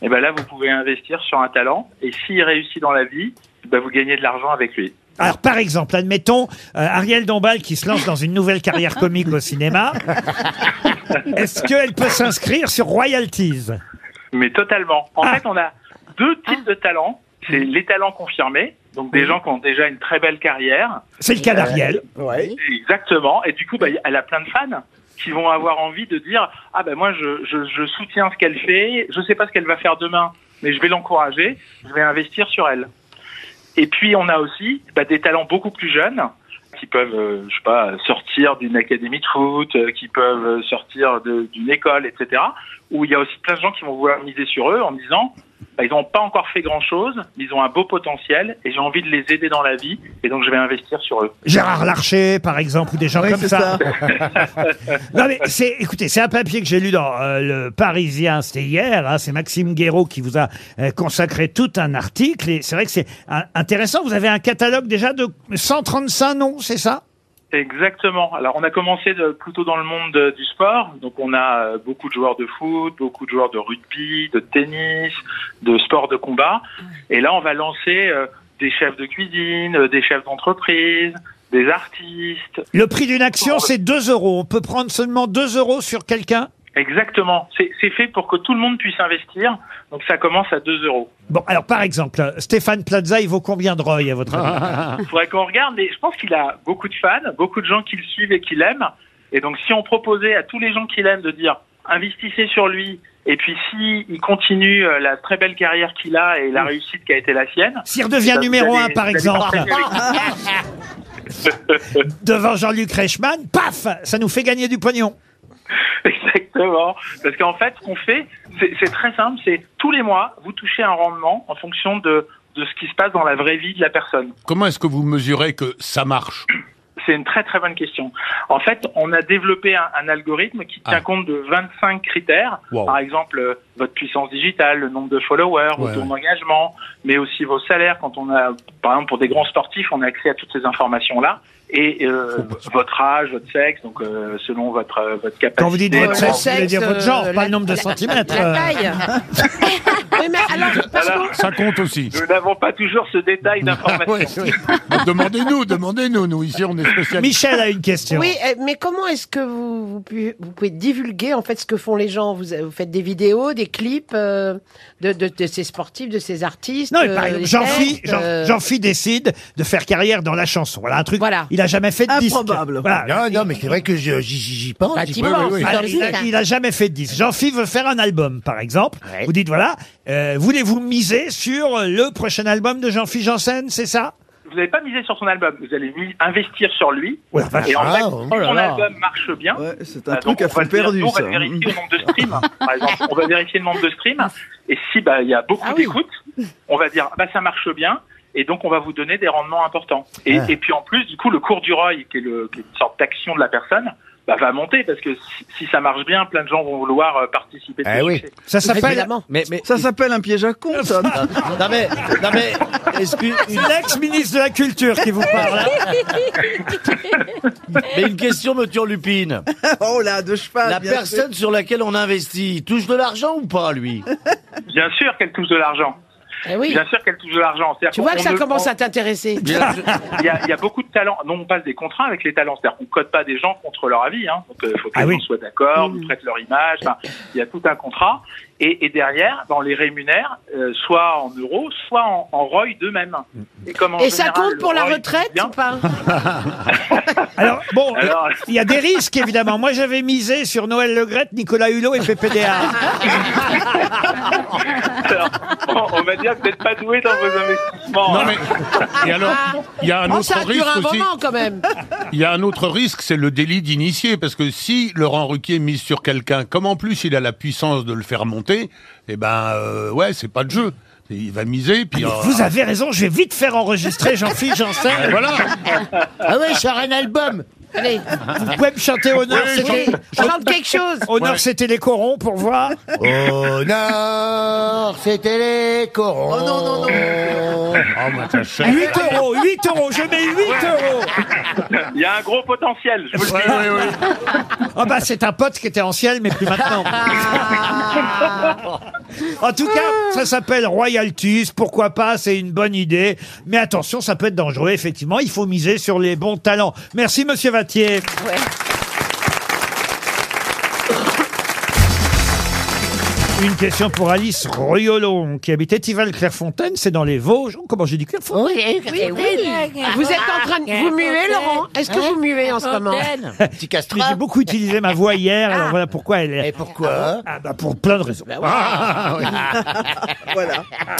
[SPEAKER 14] et ben là, vous pouvez investir sur un talent, et s'il réussit dans la vie, bah, vous gagnez de l'argent avec lui.
[SPEAKER 2] Alors, par exemple, admettons euh, Ariel Dombal qui se lance dans une nouvelle carrière comique au cinéma. Est-ce qu'elle peut s'inscrire sur Royalties
[SPEAKER 14] Mais totalement.
[SPEAKER 2] Ah.
[SPEAKER 14] En fait, on a deux types de talents. C'est
[SPEAKER 2] Hmm.
[SPEAKER 14] les talents confirmés, donc des gens qui ont déjà une très belle carrière. Euh,
[SPEAKER 2] C'est le cas d'Ariel.
[SPEAKER 14] Exactement. Et du coup, bah, elle a plein de fans qui vont avoir envie de dire ah ben moi je, je, je soutiens ce qu'elle fait, je sais pas ce qu'elle va faire demain, mais je vais l'encourager, je vais investir sur elle. Et puis on a aussi bah, des talents beaucoup plus jeunes qui peuvent euh, je sais pas sortir d'une académie de foot, euh, qui peuvent euh, sortir de- d'une école, etc. Où il y a aussi plein de gens qui vont vouloir miser sur eux en disant bah, ils n'ont pas encore fait grand chose, mais ils ont un beau potentiel et j'ai envie de les aider dans la vie et donc je vais investir sur eux.
[SPEAKER 2] Gérard Larcher, par exemple, ou des gens
[SPEAKER 14] Oui,
[SPEAKER 2] comme
[SPEAKER 14] c'est
[SPEAKER 2] ça.
[SPEAKER 14] ça.
[SPEAKER 2] non mais c'est, écoutez, c'est un papier que j'ai lu dans euh, le Parisien, c'était hier. hein, c'est Maxime Guéraud qui vous a euh, consacré tout un article et c'est vrai que c'est euh, intéressant. Vous avez un catalogue déjà de 135 noms, c'est ça
[SPEAKER 14] Exactement. Alors on a commencé de- plutôt dans le monde de- du sport, donc on a euh, beaucoup de joueurs de foot, beaucoup de joueurs de rugby, de tennis, de sport de combat, et là on va lancer euh, des chefs de cuisine, euh, des chefs d'entreprise, des artistes.
[SPEAKER 2] Le prix d'une action, c'est 2 euros. On peut prendre seulement 2 euros sur quelqu'un.
[SPEAKER 14] Exactement. C'est c'est fait pour que tout le monde puisse investir, donc ça commence à 2 euros.
[SPEAKER 2] Bon, alors par exemple, euh, Stéphane Plaza, il vaut combien de Roy à votre avis
[SPEAKER 14] Il faudrait qu'on regarde, mais je pense qu'il a beaucoup de fans, beaucoup de gens qui le suivent et qui l'aiment. Et donc, si on proposait à tous les gens qui l'aiment de dire investissez sur lui, et puis si il continue euh, la très belle carrière qu'il a et la réussite qui a été la sienne.
[SPEAKER 2] S'il redevient
[SPEAKER 14] eh ben,
[SPEAKER 2] numéro
[SPEAKER 14] vous
[SPEAKER 2] un,
[SPEAKER 14] allez-
[SPEAKER 2] par
[SPEAKER 14] vous allez
[SPEAKER 2] exemple.
[SPEAKER 14] partager avec-
[SPEAKER 2] Devant Jean-Luc Reichmann, paf, ça nous fait gagner du pognon.
[SPEAKER 14] Exactement. Parce qu'en fait, ce qu'on fait, c'est c'est très simple c'est tous les mois, vous touchez un rendement en fonction de, de ce qui se passe dans la vraie vie de la personne.
[SPEAKER 7] Comment est-ce que vous mesurez que ça marche
[SPEAKER 14] C'est une très très bonne question. En
[SPEAKER 2] Ah.
[SPEAKER 14] fait, on a développé un, un algorithme qui tient compte de 25 critères.
[SPEAKER 7] Wow.
[SPEAKER 14] Par exemple, euh, votre puissance digitale, le nombre de followers,
[SPEAKER 12] Ouais,
[SPEAKER 14] votre
[SPEAKER 12] ouais.
[SPEAKER 14] engagement, mais aussi vos salaires. Quand on a, par exemple, pour des grands sportifs, on a accès à toutes ces informations-là. Et euh, votre âge, votre sexe, donc euh, selon votre, euh, votre capacité.
[SPEAKER 2] Quand vous dites votre sexe, euh, vous voulez dire votre genre, pas le nombre de
[SPEAKER 14] euh, la-
[SPEAKER 2] centimètres. euh.
[SPEAKER 14] la
[SPEAKER 5] Taille. Oui, mais alors,
[SPEAKER 14] Voilà.
[SPEAKER 7] Ça compte aussi. Ah,
[SPEAKER 14] Nous n'avons pas toujours ce détail d'information.
[SPEAKER 7] Demandez-nous, demandez-nous. Nous, ici, on est spécialistes.
[SPEAKER 2] Michel a une question.
[SPEAKER 5] Oui, euh, mais comment est-ce que vous, vous, pu- vous pouvez divulguer en fait ce que font les gens vous, vous faites des vidéos, des clips euh, de, de- de ces sportifs, de ces artistes
[SPEAKER 2] Non, mais par
[SPEAKER 5] euh,
[SPEAKER 2] exemple,
[SPEAKER 5] les
[SPEAKER 2] Jean-Phi
[SPEAKER 5] textes,
[SPEAKER 2] Jean,
[SPEAKER 5] euh,
[SPEAKER 2] Jean-Phi décide de faire carrière dans la chanson. Voilà un truc. Il a jamais fait de disque.
[SPEAKER 9] Improbable.
[SPEAKER 2] Voilà.
[SPEAKER 9] Non, non, mais c'est vrai que je- j'y j'y pense.
[SPEAKER 5] Bah,
[SPEAKER 2] Ah,
[SPEAKER 9] j'y
[SPEAKER 2] oui,
[SPEAKER 9] pense.
[SPEAKER 2] oui, oui.
[SPEAKER 9] Alors,
[SPEAKER 2] Il
[SPEAKER 5] hein.
[SPEAKER 2] a- Il a jamais fait de disque. Jean-Phi veut faire un album, par exemple. Vous dites voilà, euh, voulez-vous miser sur le prochain album de Jean-Phi Janssen, c'est ça
[SPEAKER 14] Vous n'avez pas misé sur son album, vous allez mi- investir sur lui.
[SPEAKER 2] Ouais, la vache.
[SPEAKER 14] et en
[SPEAKER 2] Ah,
[SPEAKER 14] fait,
[SPEAKER 2] ouais.
[SPEAKER 14] si
[SPEAKER 2] Oh là
[SPEAKER 14] son
[SPEAKER 2] là.
[SPEAKER 14] album marche bien,
[SPEAKER 6] C'est un
[SPEAKER 14] bah,
[SPEAKER 6] truc
[SPEAKER 14] donc
[SPEAKER 6] à
[SPEAKER 14] on va
[SPEAKER 6] fond
[SPEAKER 14] le dire,
[SPEAKER 6] perdu,
[SPEAKER 14] nous, on va
[SPEAKER 6] ça.
[SPEAKER 14] le vérifier au nombre de streams, par exemple. On va vérifier le nombre de
[SPEAKER 5] Ah.
[SPEAKER 14] streams. Et si bah, il y a beaucoup d'écoutes, on va dire bah, ça marche bien. Et donc, on va vous donner des rendements importants. Et,
[SPEAKER 12] Ah.
[SPEAKER 14] et puis, en plus, du coup, le cours du ROI, qui est, le, qui est une sorte d'action de la personne, bah, va monter parce que si, si ça marche bien, plein de gens vont vouloir euh, participer. de ce succès.
[SPEAKER 2] Eh Ça s'appelle.
[SPEAKER 6] ça s'appelle un piège à con, ça. non mais, non mais,
[SPEAKER 2] L'ex-ministre de la Culture qui vous parle.
[SPEAKER 4] Mais une question me turlupine.
[SPEAKER 6] oh là, de cheval.
[SPEAKER 4] La
[SPEAKER 6] bien sûr.
[SPEAKER 4] personne sur laquelle on investit touche de l'argent ou pas, lui
[SPEAKER 14] Bien sûr qu'elle touche de l'argent. Bien sûr qu'elle touche de l'argent.
[SPEAKER 5] Eh Tu vois que ça commence à t'intéresser.
[SPEAKER 14] Il y, a, euh, il y a- il y a beaucoup de talents. Non, on passe des contrats avec les talents. C'est-à-dire qu'on code pas des gens contre leur avis. Hein. Donc, il faut que les gens soient d'accord,
[SPEAKER 5] Mhm.
[SPEAKER 14] nous prêtent leur image. Enfin, il y a tout un contrat. Et, et derrière, ben, on les rémunère, euh, soit en euros, soit en, en ROI d'eux-mêmes. Et, comme en
[SPEAKER 5] Et ça
[SPEAKER 14] général,
[SPEAKER 5] compte
[SPEAKER 14] le
[SPEAKER 5] pour la
[SPEAKER 14] ROI
[SPEAKER 5] retraite hein. ou pas
[SPEAKER 2] Alors, bon, euh,
[SPEAKER 14] Alors-
[SPEAKER 2] il y a des risques, évidemment. Moi, j'avais misé sur Noël Legrette, Nicolas Hulot et PPDA.
[SPEAKER 14] Alors, on, on va dire que vous n'êtes pas doué dans vos investissements.
[SPEAKER 7] Non, mais- Et alors, il y a un
[SPEAKER 5] Oh,
[SPEAKER 7] autre
[SPEAKER 5] ça dure
[SPEAKER 7] risque
[SPEAKER 5] un
[SPEAKER 7] aussi.
[SPEAKER 5] moment quand même.
[SPEAKER 7] Il y a un autre risque, c'est le délit d'initié, parce que si Laurent Ruquier mise sur quelqu'un, comme en plus il a la puissance de le faire monter, eh ben euh, ouais, c'est pas de jeu. Il va miser, puis. euh,
[SPEAKER 2] Ah, Vous avez raison, je vais vite faire enregistrer Jean-Philippe Janssen.
[SPEAKER 7] Et voilà.
[SPEAKER 9] Ah ouais, je sors un album.
[SPEAKER 5] Allez.
[SPEAKER 2] Vous pouvez me chanter Honneur,
[SPEAKER 9] Ouais,
[SPEAKER 2] c'était...
[SPEAKER 9] je- je- Chante
[SPEAKER 5] quelque chose.
[SPEAKER 2] Honneur,
[SPEAKER 9] Ouais.
[SPEAKER 2] c'était les corons pour voir.
[SPEAKER 9] Honneur, c'était les corons. Oh non, non, non.
[SPEAKER 7] Oh, moi, ça
[SPEAKER 2] 8
[SPEAKER 7] chèque.
[SPEAKER 2] euros, 8 euros, je mets 8 euros.
[SPEAKER 14] Il y a un gros potentiel, je vous le dis.
[SPEAKER 2] Ah bah c'est un pote qui était en ciel, mais plus maintenant. en tout cas, ça s'appelle royalties. Pourquoi pas C'est une bonne idée. Mais attention, ça peut être dangereux. Effectivement, il faut miser sur les bons talents. Merci, Monsieur Vatier. Une question pour Alice Royolon, qui habitait Tival Clairefontaine, c'est dans les Vosges. Oh, Comment j'ai dit Clairefontaine
[SPEAKER 5] Oui, oui. Vous êtes en train de... Vous muez, Laurent Est-ce que vous Hein muez en ce moment
[SPEAKER 2] Petit J'ai beaucoup utilisé ma voix hier, alors voilà pourquoi elle est. Et
[SPEAKER 9] pourquoi
[SPEAKER 2] ah, bah Pour plein de raisons. Ah, oui.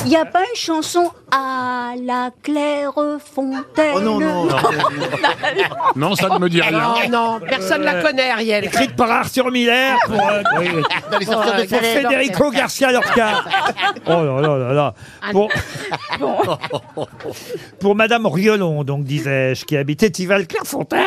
[SPEAKER 3] Il n'y a pas une chanson à la claire fontaine.
[SPEAKER 2] Oh non, non, non.
[SPEAKER 7] Non, ça ne me dit rien.
[SPEAKER 5] Non, non, personne la connaît, Ariel.
[SPEAKER 2] Écrite par Arthur Miller pour, euh,
[SPEAKER 5] Dans les sorcières de
[SPEAKER 2] pour
[SPEAKER 5] Salem.
[SPEAKER 2] Federico Garcia Lorca. Oh là là là là. Pour, pour Madame Riolon, donc disais-je, qui habitait Tival Clairefontaine.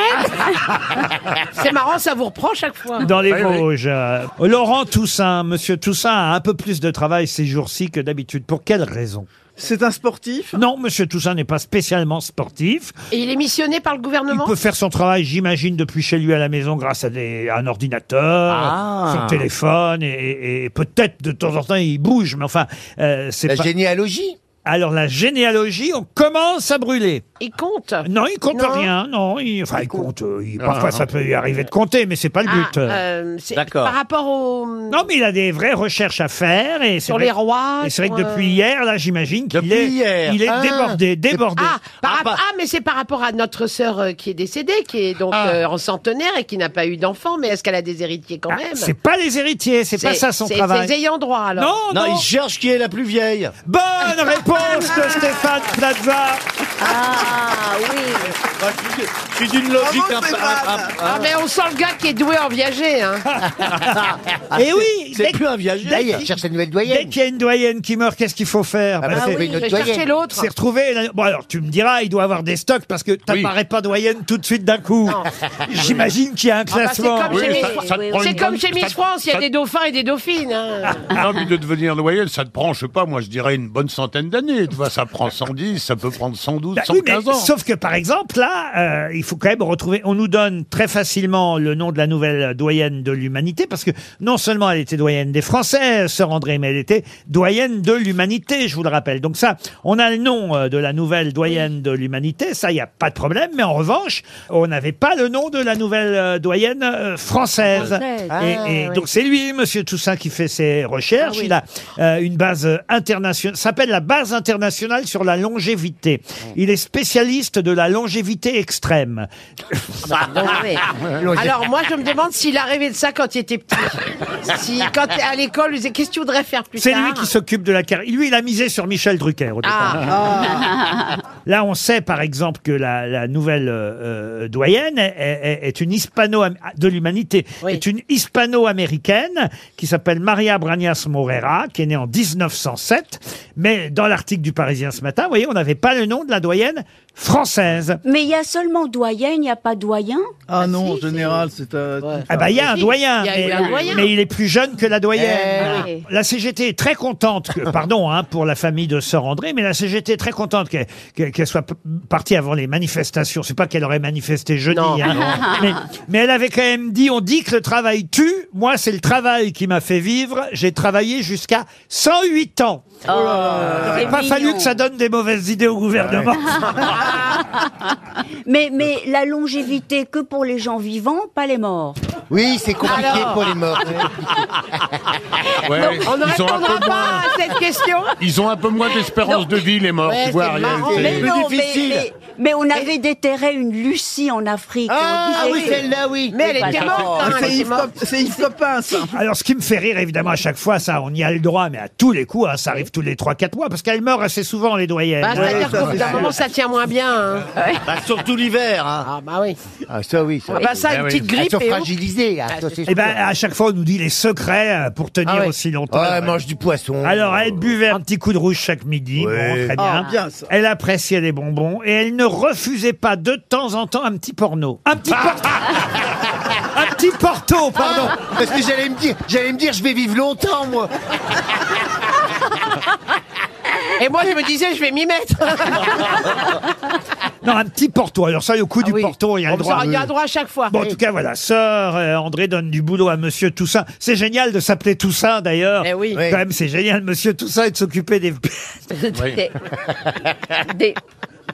[SPEAKER 5] C'est marrant, ça vous reprend chaque fois.
[SPEAKER 2] Dans les Vosges. Euh, Laurent Toussaint, Monsieur Toussaint a un peu plus de travail ces jours-ci que d'habitude. Pour quelle raison
[SPEAKER 6] C'est un sportif
[SPEAKER 2] Non, Monsieur Toussaint n'est pas spécialement sportif.
[SPEAKER 5] Et il est missionné par le
[SPEAKER 2] Il
[SPEAKER 5] gouvernement
[SPEAKER 2] peut faire son travail, j'imagine, depuis chez lui à la maison grâce à, des, à un ordinateur,
[SPEAKER 5] Ah.
[SPEAKER 2] son téléphone, et, et- et peut-être de temps en temps il bouge, mais enfin, euh, c'est
[SPEAKER 9] La
[SPEAKER 2] pas-
[SPEAKER 9] généalogie
[SPEAKER 2] Alors la généalogie, on commence à brûler.
[SPEAKER 5] Il compte
[SPEAKER 2] Non, il compte
[SPEAKER 5] Non.
[SPEAKER 2] rien, non. il- enfin, il compte. euh, il- parfois,
[SPEAKER 12] Ah.
[SPEAKER 2] ça peut lui arriver de compter, mais c'est pas le
[SPEAKER 5] Ah,
[SPEAKER 2] but.
[SPEAKER 5] euh, c'est Par rapport au...
[SPEAKER 2] Non, mais il a des vraies recherches à faire. Et c'est
[SPEAKER 5] Sur
[SPEAKER 2] vrai-
[SPEAKER 5] les rois,
[SPEAKER 2] Et c'est vrai
[SPEAKER 5] sur,
[SPEAKER 2] que depuis
[SPEAKER 5] euh,
[SPEAKER 2] hier, là, j'imagine qu'il est,
[SPEAKER 5] Hier.
[SPEAKER 2] il est
[SPEAKER 5] Ah.
[SPEAKER 2] débordé, débordé.
[SPEAKER 5] Ah, par rap- ah, mais c'est par rapport à notre sœur euh, qui est décédée, qui est donc
[SPEAKER 2] Ah.
[SPEAKER 5] euh, en centenaire et qui n'a pas eu d'enfant, mais est-ce qu'elle a des héritiers quand même
[SPEAKER 2] Ah, C'est pas les héritiers, c'est pas ça son
[SPEAKER 5] c'est-
[SPEAKER 2] travail.
[SPEAKER 5] C'est les ayants droit Oh, alors.
[SPEAKER 2] Non, non,
[SPEAKER 4] Il cherche qui est la plus vieille.
[SPEAKER 2] Bonne réponse de Stéphane Plaza.
[SPEAKER 3] Ah oui.
[SPEAKER 4] Je suis d'une logique
[SPEAKER 5] Bravo,
[SPEAKER 4] imp-
[SPEAKER 5] Stéphane.
[SPEAKER 4] imp-
[SPEAKER 5] Ah, mais on sent le gars qui est doué en viager. Hein.
[SPEAKER 2] Et Eh oui
[SPEAKER 4] C'est plus un viager.
[SPEAKER 2] D'ailleurs, cherche une nouvelle doyenne. Dès qu'il y a une doyenne qui meurt, qu'est-ce qu'il faut faire
[SPEAKER 5] bah,
[SPEAKER 2] c'est-
[SPEAKER 5] trouver une autre je vais chercher doyenne. l'autre.
[SPEAKER 2] C'est retrouver. la- Bon, alors, tu me diras, il doit avoir des stocks parce que t'apparais pas doyenne tout de suite d'un coup. J'imagine qu'il y a un
[SPEAKER 5] Ah bah, c'est
[SPEAKER 2] classement.
[SPEAKER 5] comme chez Miss- c'est comme chez Miss France, il y a des dauphins et des dauphines. hein.
[SPEAKER 7] Non, mais de devenir loyal, ça te prend, je sais pas, moi je dirais une bonne centaine d'années. Tu vois, ça prend 110, ça peut prendre 112,
[SPEAKER 2] Bah oui, mais
[SPEAKER 7] 115 ans.
[SPEAKER 2] sauf que par exemple, là, euh, il faut quand même retrouver. On nous donne très facilement le nom de la nouvelle doyenne de l'humanité parce que non seulement elle était doyenne des Français, Sœur André, mais elle était doyenne de l'humanité, je vous le rappelle. Donc ça, on a le nom euh, de la nouvelle doyenne de l'humanité, ça, il n'y a pas de problème. Mais en revanche, on n'avait pas le nom de la nouvelle euh, doyenne euh, française.
[SPEAKER 12] Française.
[SPEAKER 2] Et-
[SPEAKER 12] Ah,
[SPEAKER 2] et
[SPEAKER 12] oui. Ah,
[SPEAKER 2] donc c'est lui, Monsieur Toussaint, qui fait ses recherches. Il a euh, une base euh, internationale, s'appelle la base internationale sur la longévité. Il est spécialiste de la longévité extrême.
[SPEAKER 5] Ah, Alors moi, je me demande s'il a rêvé de ça quand il était petit. Si quand à l'école, il disait qu'est-ce que tu voudrais faire plus
[SPEAKER 2] C'est
[SPEAKER 5] tard
[SPEAKER 2] lui qui s'occupe de la carrière. Lui, il a misé sur Michel Drucker au départ.
[SPEAKER 5] Ah.
[SPEAKER 2] Là, on sait par exemple que la, la nouvelle euh, euh, doyenne est, est- est une hispano de l'humanité, est une hispano-américaine qui s'appelle Maria Branias Morera, qui est née en 1907. Mais dans l'article du Parisien ce matin, vous voyez, on n'avait pas le nom de la doyenne française.
[SPEAKER 3] Mais il y a seulement doyen, il n'y a pas doyen
[SPEAKER 6] Ah non, en général, c'est à.
[SPEAKER 2] Ah bah il y a un doyen, mais, mais il est plus jeune que la doyenne. Ah.
[SPEAKER 3] Eh oui.
[SPEAKER 2] La CGT est très contente, que- pardon hein, pour la famille de Sœur André, mais la CGT est très contente qu'elle qu'elle- qu'elle soit p- partie avant les manifestations. C'est pas qu'elle aurait manifesté jeudi, hein.
[SPEAKER 12] Non.
[SPEAKER 2] mais, mais elle avait quand même dit, on dit que le travail tue, moi c'est le travail qui m'a fait vivre, j'ai travaillé jusqu'à 108 ans.
[SPEAKER 5] Oh,
[SPEAKER 2] Il
[SPEAKER 8] Euh,
[SPEAKER 2] n'aurait
[SPEAKER 3] c'est
[SPEAKER 2] Oh, pas
[SPEAKER 3] mignon.
[SPEAKER 2] fallu que ça donne des mauvaises idées au gouvernement.
[SPEAKER 3] Mais, mais la longévité que pour les gens vivants, pas les morts.
[SPEAKER 9] Oui, c'est compliqué
[SPEAKER 3] Alors.
[SPEAKER 9] pour les morts.
[SPEAKER 7] Ouais,
[SPEAKER 3] Non,
[SPEAKER 5] on ne
[SPEAKER 7] ils ont un peu
[SPEAKER 5] répondra pas
[SPEAKER 7] moins-
[SPEAKER 5] à cette question.
[SPEAKER 7] Ils ont un peu moins d'espérance de vie, les morts,
[SPEAKER 3] Ouais,
[SPEAKER 7] tu vois, Ariel, c'est-
[SPEAKER 3] mais, non, mais- mais- mais on avait déterré une Lucie en Afrique.
[SPEAKER 9] Ah,
[SPEAKER 3] On
[SPEAKER 9] oui,
[SPEAKER 3] disait que-
[SPEAKER 9] celle-là, oui.
[SPEAKER 3] hein, elle
[SPEAKER 6] C'est
[SPEAKER 3] était
[SPEAKER 6] Yves
[SPEAKER 3] morte.
[SPEAKER 6] Cop- c'est Yves Copin, ça.
[SPEAKER 2] Alors, ce qui me fait rire, évidemment, à chaque fois, ça, on y a le droit, mais à tous les coups, hein, ça arrive tous les 3-4 mois, parce qu'elles meurent assez souvent, les doyennes.
[SPEAKER 5] Bah, C'est-à-dire qu'au bout d'un
[SPEAKER 2] Ouais.
[SPEAKER 5] moment, ça tient moins bien. hein.
[SPEAKER 4] surtout l'hiver.
[SPEAKER 5] Ah bah oui.
[SPEAKER 9] Ah, ça oui.
[SPEAKER 5] Ah bah ça, une petite grippe.
[SPEAKER 9] Elles sont
[SPEAKER 5] et hop.
[SPEAKER 9] fragilisées. ah, ça, c'est
[SPEAKER 2] Eh ben,
[SPEAKER 9] sûr.
[SPEAKER 2] à chaque fois, on nous dit les secrets euh, pour tenir
[SPEAKER 9] Ah ouais.
[SPEAKER 2] aussi longtemps.
[SPEAKER 9] Ouais, elle mange du poisson.
[SPEAKER 2] Alors, elle buvait un petit coup de rouge chaque midi. Bon, très bien.
[SPEAKER 6] Ah, bien, ça.
[SPEAKER 2] Elle appréciait les bonbons et elle ne refusait pas de temps en temps un petit porno. Un petit porno Un petit porto, pardon
[SPEAKER 9] Parce que j'allais me dire, j'allais me dire, je vais vivre longtemps, moi.
[SPEAKER 5] Et moi, je me disais, je vais m'y mettre.
[SPEAKER 2] Non, un petit porto. Alors ça, au
[SPEAKER 5] Ah
[SPEAKER 2] coup du porto, il y a le
[SPEAKER 5] On
[SPEAKER 2] droit.
[SPEAKER 5] aura bien droit à chaque fois.
[SPEAKER 2] Bon, en tout cas, voilà, sœur euh, André donne du boulot à Monsieur Toussaint. C'est génial de s'appeler Toussaint, d'ailleurs.
[SPEAKER 5] Eh oui.
[SPEAKER 2] Quand même, c'est génial, Monsieur Toussaint, et de s'occuper des...
[SPEAKER 7] Oui.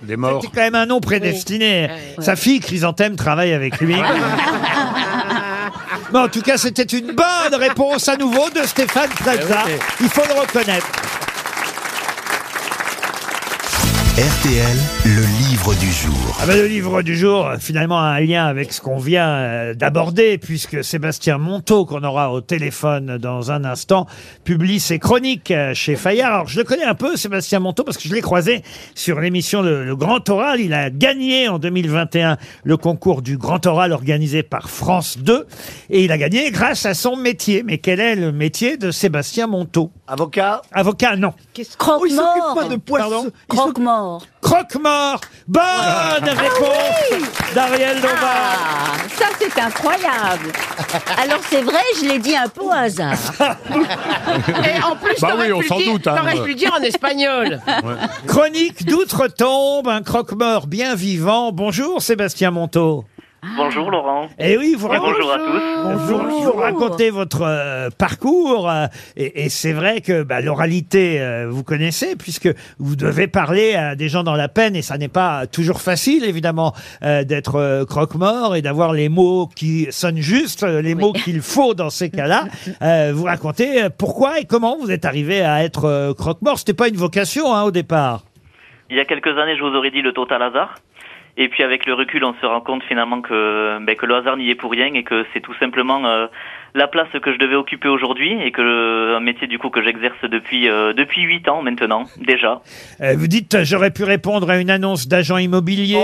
[SPEAKER 7] Des morts.
[SPEAKER 2] C'est quand même un nom prédestiné. Sa fille, Chrysanthème, travaille avec lui. Mais en tout cas, c'était une bonne réponse à nouveau de Stéphane Plaza.
[SPEAKER 1] Eh oui.
[SPEAKER 2] Il faut le reconnaître.
[SPEAKER 1] RTL, le livre du jour.
[SPEAKER 2] Ah ben, le livre du jour, euh, finalement, a un lien avec ce qu'on vient euh, d'aborder, puisque Sébastien Monteau, qu'on aura au téléphone dans un instant, publie ses chroniques euh, chez Fayard. Alors, je le connais un peu, Sébastien Monteau, parce que je l'ai croisé sur l'émission le, le Grand Oral. Il a gagné en 2021 le concours du Grand Oral organisé par France 2, et il a gagné grâce à son métier. Mais quel est le métier de Sébastien Monteau
[SPEAKER 4] Avocat
[SPEAKER 2] Avocat, non.
[SPEAKER 6] Oh, il s'occupe pas de poissons. Il s'occupe-
[SPEAKER 3] Croque-mort.
[SPEAKER 2] Croque-mort Bonne réponse d'Ariel Dombal
[SPEAKER 3] Ah, ça c'est incroyable. Alors c'est vrai, je l'ai dit un peu au hasard.
[SPEAKER 5] Et en plus,
[SPEAKER 7] Bah
[SPEAKER 5] t'aurais
[SPEAKER 7] oui, on
[SPEAKER 5] pu
[SPEAKER 7] s'en
[SPEAKER 5] le dire-
[SPEAKER 7] doute, hein.
[SPEAKER 5] t'aurais pu le dire en espagnol.
[SPEAKER 2] Chronique d'outre-tombe, un croque-mort bien vivant. Bonjour Sébastien Monteau.
[SPEAKER 15] Bonjour Laurent.
[SPEAKER 2] Eh oui, vous
[SPEAKER 15] Et bonjour à
[SPEAKER 2] Vous-
[SPEAKER 15] tous.
[SPEAKER 2] vous racontez votre euh, parcours euh, et, et c'est vrai que bah, l'oralité euh, vous connaissez puisque vous devez parler à des gens dans la peine et ça n'est pas toujours facile évidemment euh, d'être euh, croque-mort et d'avoir les mots qui sonnent juste, euh, les mots qu'il faut dans ces cas-là. Euh, vous racontez euh, pourquoi et comment vous êtes arrivé à être euh, croque-mort. C'était pas une vocation hein, au départ.
[SPEAKER 15] Il y a quelques années, je vous aurais dit le total hasard.
[SPEAKER 12] Et puis avec le recul, on se rend compte finalement que, ben, que le hasard n'y est pour rien et que c'est tout simplement euh, la place que je devais occuper aujourd'hui et que euh, un métier du coup que j'exerce depuis euh, depuis huit ans maintenant déjà.
[SPEAKER 2] Euh, vous dites, j'aurais pu répondre à une annonce d'agent immobilier.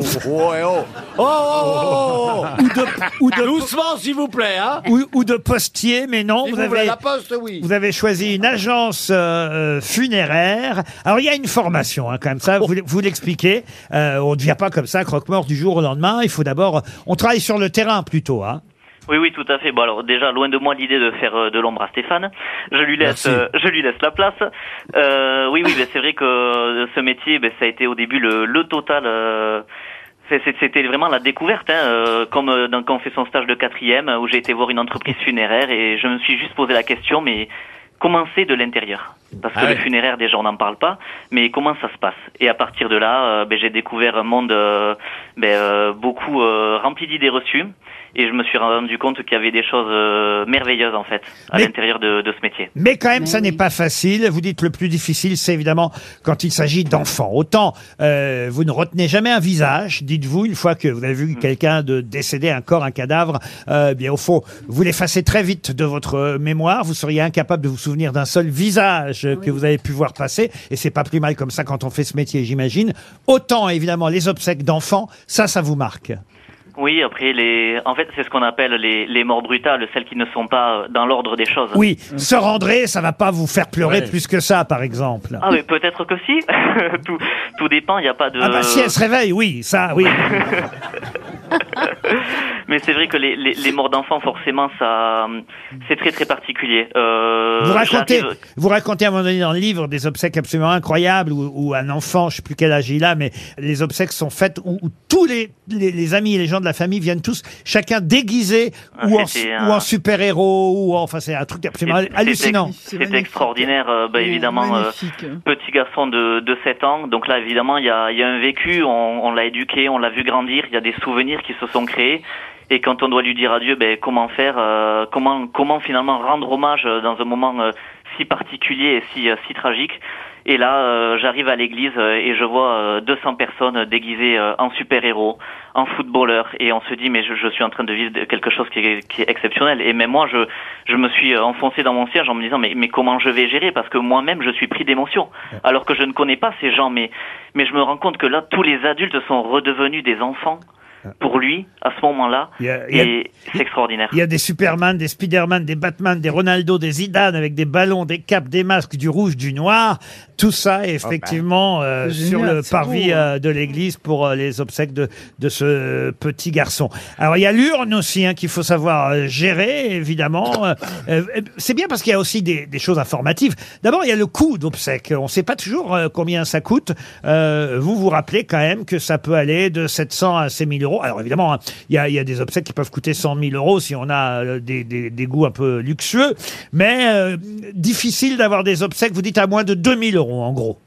[SPEAKER 4] Oh, oh, oh, oh.
[SPEAKER 2] Ou de, ou de-
[SPEAKER 4] Doucement, s'il vous plaît, hein
[SPEAKER 2] ou, ou de postier, mais non,
[SPEAKER 4] S'il
[SPEAKER 2] vous,
[SPEAKER 4] vous plaît,
[SPEAKER 2] avez,
[SPEAKER 4] la poste, oui.
[SPEAKER 2] vous avez choisi une agence euh, euh, funéraire. Alors, il y a une formation, hein, quand même, ça, vous, l- vous l'expliquez. Euh, on ne devient pas comme ça, croque-mort du jour au lendemain. Il faut d'abord... On travaille sur le terrain, plutôt. Hein.
[SPEAKER 12] Oui, oui, tout à fait. Bon, alors déjà, loin de moi l'idée de faire euh, de l'ombre à Stéphane. Je lui laisse,
[SPEAKER 2] Merci.
[SPEAKER 12] euh, je lui laisse la place. Euh, oui, oui, ben, c'est vrai que euh, ce métier, ben, ça a été au début le, le total. euh, c'est- c'est- c'était vraiment la découverte, hein, euh, comme euh, dans- quand on fait son stage de quatrième, euh, où j'ai été voir une entreprise funéraire et je me suis juste posé la question, mais comment c'est de l'intérieur Parce que
[SPEAKER 15] Ah ouais.
[SPEAKER 12] le funéraire, déjà, on n'en parle pas, mais comment ça se passe Et à partir de là, euh, ben, j'ai découvert un monde euh, ben, euh, beaucoup euh, rempli d'idées reçues et je me suis rendu compte qu'il y avait des choses euh, merveilleuses en fait à
[SPEAKER 2] Mais-
[SPEAKER 12] l'intérieur de, de ce métier.
[SPEAKER 2] Mais quand même, ça n'est pas facile. Vous dites le plus difficile, c'est évidemment quand il s'agit d'enfants. Autant, euh, vous ne retenez jamais un visage, dites-vous, une fois que vous avez
[SPEAKER 12] Mm.
[SPEAKER 2] vu quelqu'un de décédé, un corps, un cadavre, euh, bien au fond, vous l'effacez très vite de votre euh, mémoire. Vous seriez incapable de vous souvenir d'un seul visage euh, que vous avez pu voir passer. Et c'est pas plus mal comme ça quand on fait ce métier, j'imagine. Autant, évidemment, les obsèques d'enfants, ça, ça vous marque.
[SPEAKER 12] Oui, après les, en fait, c'est ce qu'on appelle les, les morts brutales, celles qui ne sont pas euh, dans l'ordre des choses.
[SPEAKER 2] Oui, se rendre, ça va pas vous faire pleurer
[SPEAKER 12] Ouais.
[SPEAKER 2] plus que ça, par exemple.
[SPEAKER 12] Ah mais peut-être que si. tout, tout dépend. Il n'y a pas de.
[SPEAKER 2] Ah bah si elle se réveille, oui, ça, oui.
[SPEAKER 12] Mais c'est vrai que les, les, les morts d'enfants, forcément, ça, c'est très très particulier. Euh,
[SPEAKER 2] Vous racontez,
[SPEAKER 12] j'arrive-
[SPEAKER 2] vous racontez à un moment donné dans le livre des obsèques absolument incroyables où, où un enfant, je sais plus quel âge il a, mais les obsèques sont faites où, où tous les, les, les amis et les gens de la famille viennent tous, chacun déguisé
[SPEAKER 12] Ah,
[SPEAKER 2] ou, en,
[SPEAKER 12] c'était
[SPEAKER 2] su-
[SPEAKER 12] un-
[SPEAKER 2] ou en super-héros ou en- enfin c'est un truc absolument
[SPEAKER 12] C'est-
[SPEAKER 2] hallucinant.
[SPEAKER 12] c'est- C'est extraordinaire, euh, bah, évidemment. euh, petit garçon de, de 7 ans, donc là, évidemment, il y a, il y a un vécu, on, on l'a éduqué, on l'a vu grandir, il y a des souvenirs qui se sont créés. Et quand on doit lui dire adieu, ben, comment faire, euh, comment, comment finalement rendre hommage euh, dans un moment euh, si particulier et si, euh, si tragique. Et là, euh, j'arrive à l'église euh, et je vois euh, 200 personnes déguisées euh, en super-héros, en footballeurs, et on se dit mais je, je suis en train de vivre quelque chose qui est, qui est exceptionnel. Et même moi, je, je me suis euh, enfoncé dans mon siège en me disant mais, mais comment je vais gérer parce que moi-même je suis pris d'émotion, alors que je ne connais pas ces gens. Mais, mais je me rends compte que là, tous les adultes sont redevenus des enfants pour lui à ce moment-là,
[SPEAKER 2] Il y a- il y a-
[SPEAKER 12] et c'est extraordinaire.
[SPEAKER 2] Il y a des Superman, des Spiderman, des Batman, des Ronaldo, des Zidane avec des ballons, des capes, des masques, du rouge, du noir. Tout ça est effectivement euh,
[SPEAKER 16] c'est
[SPEAKER 2] sur
[SPEAKER 16] génial,
[SPEAKER 2] le
[SPEAKER 16] c'est
[SPEAKER 2] parvis
[SPEAKER 16] beau, hein.
[SPEAKER 2] euh, de l'église pour euh, les obsèques de, de ce petit garçon. Alors il y a l'urne aussi hein, qu'il faut savoir euh, gérer, évidemment. Euh, euh, c'est bien parce qu'il y a aussi des, des choses informatives. D'abord, il y a le coût d'obsèques. On ne sait pas toujours euh, combien ça coûte. Euh, vous vous rappelez quand même que ça peut aller de 700 à 6000 euros. Alors évidemment, hein, il y, a, il y a des obsèques qui peuvent coûter 100 000 euros si on a euh, des, des- des goûts un peu luxueux. Mais euh, difficile d'avoir des obsèques, vous dites, à moins de 2000 euros en gros.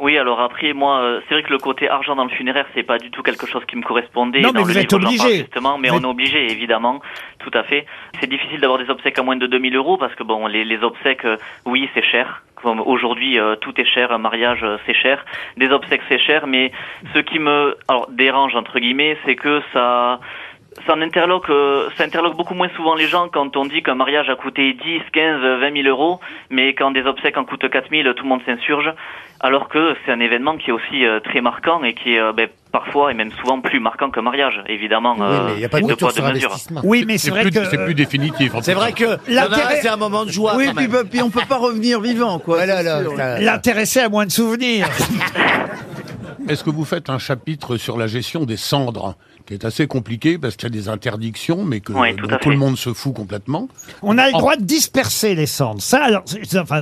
[SPEAKER 12] Oui, alors après, moi, euh, c'est vrai que le côté argent dans le funéraire, c'est pas du tout quelque chose qui me correspondait.
[SPEAKER 2] Non,
[SPEAKER 12] dans le
[SPEAKER 2] mais vous
[SPEAKER 12] livre,
[SPEAKER 2] êtes
[SPEAKER 12] j'en parle
[SPEAKER 2] obligé.
[SPEAKER 12] Justement, mais
[SPEAKER 2] Vous
[SPEAKER 12] on
[SPEAKER 2] êtes-
[SPEAKER 12] est obligé, évidemment, tout à fait. C'est difficile d'avoir des obsèques à moins de 2000 euros parce que bon, les, les obsèques, euh, oui, c'est cher. Comme aujourd'hui, euh, tout est cher, un mariage, euh, c'est cher, des obsèques, c'est cher, mais ce qui me alors, dérange, entre guillemets, c'est que ça, ça en interloque, euh, ça interloque beaucoup moins souvent les gens quand on dit qu'un mariage a coûté 10, 15, 20 000 euros, mais quand des obsèques en coûtent 4 000, tout le monde s'insurge, alors que c'est un événement qui est aussi euh, très marquant et qui est euh, ben, parfois et même souvent plus marquant qu'un mariage, évidemment. euh, de poids, de mesure.
[SPEAKER 2] Oui, mais c'est vrai
[SPEAKER 7] plus,
[SPEAKER 2] que-
[SPEAKER 7] C'est plus définitif. en
[SPEAKER 4] C'est
[SPEAKER 7] fait.
[SPEAKER 4] vrai que
[SPEAKER 6] L'intérêt-
[SPEAKER 4] c'est un moment de joie.
[SPEAKER 6] Oui,
[SPEAKER 4] quand
[SPEAKER 6] puis,
[SPEAKER 4] même.
[SPEAKER 6] bah, puis on peut pas revenir vivant, quoi. c'est sûr.
[SPEAKER 2] L'intéressé a moins de souvenirs.
[SPEAKER 7] Est-ce que vous faites un chapitre sur la gestion des cendres qui est assez compliqué parce qu'il y a des interdictions, mais que
[SPEAKER 12] Ouais, tout
[SPEAKER 7] dont
[SPEAKER 12] à
[SPEAKER 7] tout
[SPEAKER 12] fait.
[SPEAKER 7] le monde se fout complètement.
[SPEAKER 2] On a le
[SPEAKER 7] En-
[SPEAKER 2] droit de disperser les cendres. Ça, alors,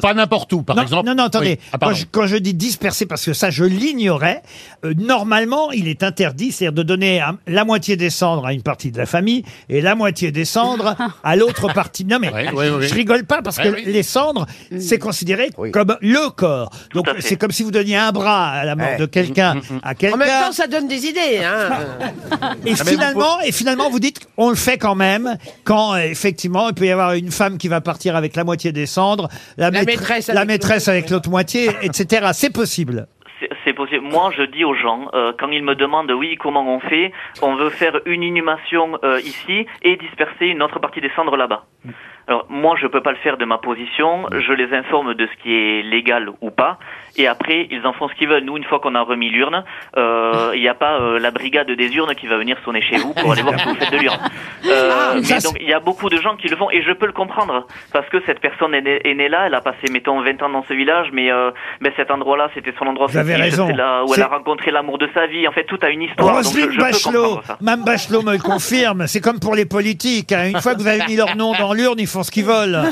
[SPEAKER 2] pas
[SPEAKER 7] n'importe où, par
[SPEAKER 2] exemple. Non, non, attendez.
[SPEAKER 7] Oui. Ah,
[SPEAKER 2] quand,
[SPEAKER 7] pardon.
[SPEAKER 2] je, quand je dis disperser, parce que ça, je l'ignorais. euh, normalement, il est interdit, c'est-à-dire de donner un- la moitié des cendres à une partie de la famille et la moitié des cendres à l'autre partie. Non, mais
[SPEAKER 7] Ouais, ouais, ouais.
[SPEAKER 2] je rigole pas parce que
[SPEAKER 7] Ouais, oui.
[SPEAKER 2] les cendres,
[SPEAKER 5] Mm.
[SPEAKER 2] c'est considéré comme le corps. Donc,
[SPEAKER 7] à fait. Mm,
[SPEAKER 2] c'est comme si vous donniez un bras à la mort
[SPEAKER 5] Ouais.
[SPEAKER 2] de quelqu'un, à
[SPEAKER 5] En même
[SPEAKER 2] quelqu'un.
[SPEAKER 5] temps, ça donne des idées. Hein.
[SPEAKER 2] Et finalement, et finalement, vous dites on le fait quand même quand euh, effectivement il peut y avoir une femme qui va partir avec la moitié des cendres, la, maître-
[SPEAKER 5] maîtresse
[SPEAKER 2] la
[SPEAKER 5] avec
[SPEAKER 2] maîtresse avec l'autre moitié, etc. C'est possible.
[SPEAKER 12] C'est- c'est possible. Moi, je dis aux gens, euh, quand ils me demandent, oui, comment on fait, on veut faire une inhumation euh, ici et disperser une autre partie des cendres là-bas.
[SPEAKER 15] Mm.
[SPEAKER 12] Alors, moi, je peux pas le faire de ma position, je les informe de ce qui est légal ou pas, et après, ils en font ce qu'ils veulent. Nous, une fois qu'on a remis l'urne, euh, il n'y a pas euh, la brigade des urnes qui va venir sonner chez vous pour aller voir ce que vous faites de l'urne. Euh,
[SPEAKER 15] Ah,
[SPEAKER 12] mais
[SPEAKER 15] ça,
[SPEAKER 12] donc, il y a beaucoup de gens qui le font, et je peux le comprendre, parce que cette personne est née, est née là, elle a passé, mettons, 20 ans dans ce village, mais euh, mais cet endroit-là, c'était son endroit
[SPEAKER 2] Vous avez
[SPEAKER 12] fétiche,
[SPEAKER 2] raison.
[SPEAKER 12] c'est là où elle a
[SPEAKER 2] C'est-
[SPEAKER 12] rencontré l'amour de sa vie. En fait, tout a une histoire, donc je,
[SPEAKER 2] Roselyne
[SPEAKER 12] je peux
[SPEAKER 2] Bachelot,
[SPEAKER 12] comprendre ça.
[SPEAKER 2] Mme Bachelot me le confirme, c'est comme pour les politiques. hein. Une fois que vous avez mis leur nom dans l'urne, ils font ce qu'ils veulent.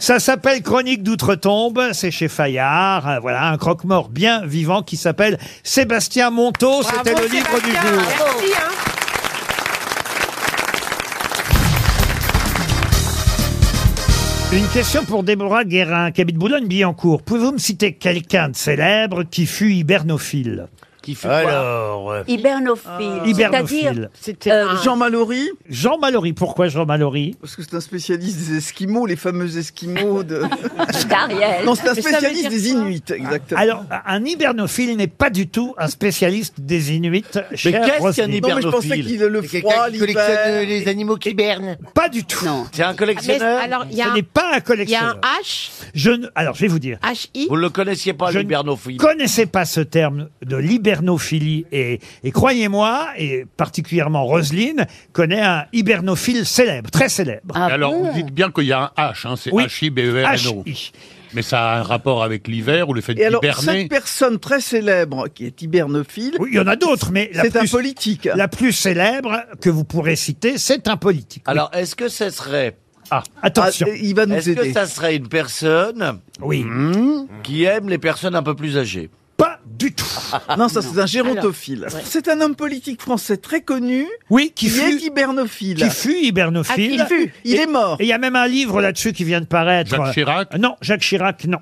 [SPEAKER 2] Ça s'appelle Chronique d'outre-tombe, c'est chez Fayard. Euh, Voilà, un croque-mort bien vivant qui s'appelle Sébastien Monteau. Oh, C'était le livre du jour. Une question pour Déborah Guérin, qui habite Boulogne-Billancourt. Pouvez-vous me citer quelqu'un de célèbre qui fut hibernophile Qui fut
[SPEAKER 4] Alors, euh,
[SPEAKER 3] Hibernophile.
[SPEAKER 2] Ah. Hibernophile.
[SPEAKER 3] C'est-à-dire, euh,
[SPEAKER 6] Jean Mallory
[SPEAKER 2] Jean Mallory, pourquoi Jean Mallory
[SPEAKER 6] Parce que c'est un spécialiste des Esquimaux, les fameux Esquimaux de...
[SPEAKER 3] Ariel.
[SPEAKER 6] Non, c'est un
[SPEAKER 3] Mais ça veut
[SPEAKER 6] spécialiste
[SPEAKER 3] dire
[SPEAKER 6] des
[SPEAKER 3] quoi
[SPEAKER 6] Inuits, exactement.
[SPEAKER 2] Alors, un hibernophile n'est pas du tout un spécialiste des Inuits. Mais
[SPEAKER 6] Non, mais je pensais qu'il le
[SPEAKER 9] C'est quelqu'un
[SPEAKER 6] froid,
[SPEAKER 9] qui
[SPEAKER 6] l'hiver...
[SPEAKER 9] collectionne les animaux qui hibernent.
[SPEAKER 2] Pas du tout.
[SPEAKER 4] C'est un collectionneur.
[SPEAKER 5] Ah, Mais alors, il y a
[SPEAKER 2] Ce
[SPEAKER 5] un-
[SPEAKER 2] n'est
[SPEAKER 5] Il
[SPEAKER 2] pas un
[SPEAKER 5] y a un
[SPEAKER 2] collectionneur.
[SPEAKER 5] H,
[SPEAKER 2] Je ne- Alors, je vais vous dire.
[SPEAKER 5] H-I.
[SPEAKER 4] Vous le connaissiez pas,
[SPEAKER 2] Je ne
[SPEAKER 4] l'hibernophile
[SPEAKER 2] connaissez pas ce terme de l'hibernophilie et, et croyez-moi, et particulièrement Roselyne, connaît un hibernophile célèbre, très célèbre.
[SPEAKER 7] Alors, vous dites bien qu'il y a un H, hein, c'est
[SPEAKER 2] Oui.
[SPEAKER 7] H-I-B-E-R-N-O. Mais ça a un rapport avec l'hiver ou le fait
[SPEAKER 6] Et alors,
[SPEAKER 7] d'hiberner
[SPEAKER 6] cette personne très célèbre qui est hibernophile...
[SPEAKER 2] Oui, il y en a d'autres, mais la
[SPEAKER 6] C'est un
[SPEAKER 2] plus-
[SPEAKER 6] politique.
[SPEAKER 2] La plus célèbre que vous pourrez citer, c'est un politique.
[SPEAKER 4] Alors, est-ce que ce serait.
[SPEAKER 2] Ah, attention.
[SPEAKER 4] Est-ce que ça serait une personne. Hmm
[SPEAKER 2] Oui.
[SPEAKER 4] Qui aime les personnes un peu plus âgées
[SPEAKER 2] Pas du tout.
[SPEAKER 6] Non, ça c'est un gérontophile. C'est un homme politique français très connu.
[SPEAKER 2] Oui, qui
[SPEAKER 6] est
[SPEAKER 2] fut-
[SPEAKER 6] hibernophile.
[SPEAKER 2] Qui fut hibernophile.
[SPEAKER 6] Ah, qui fut. Il
[SPEAKER 2] Et-
[SPEAKER 6] est mort.
[SPEAKER 2] Et il y a même un livre là-dessus qui vient de paraître.
[SPEAKER 7] Jacques Chirac
[SPEAKER 2] Euh, Non, Jacques Chirac, non.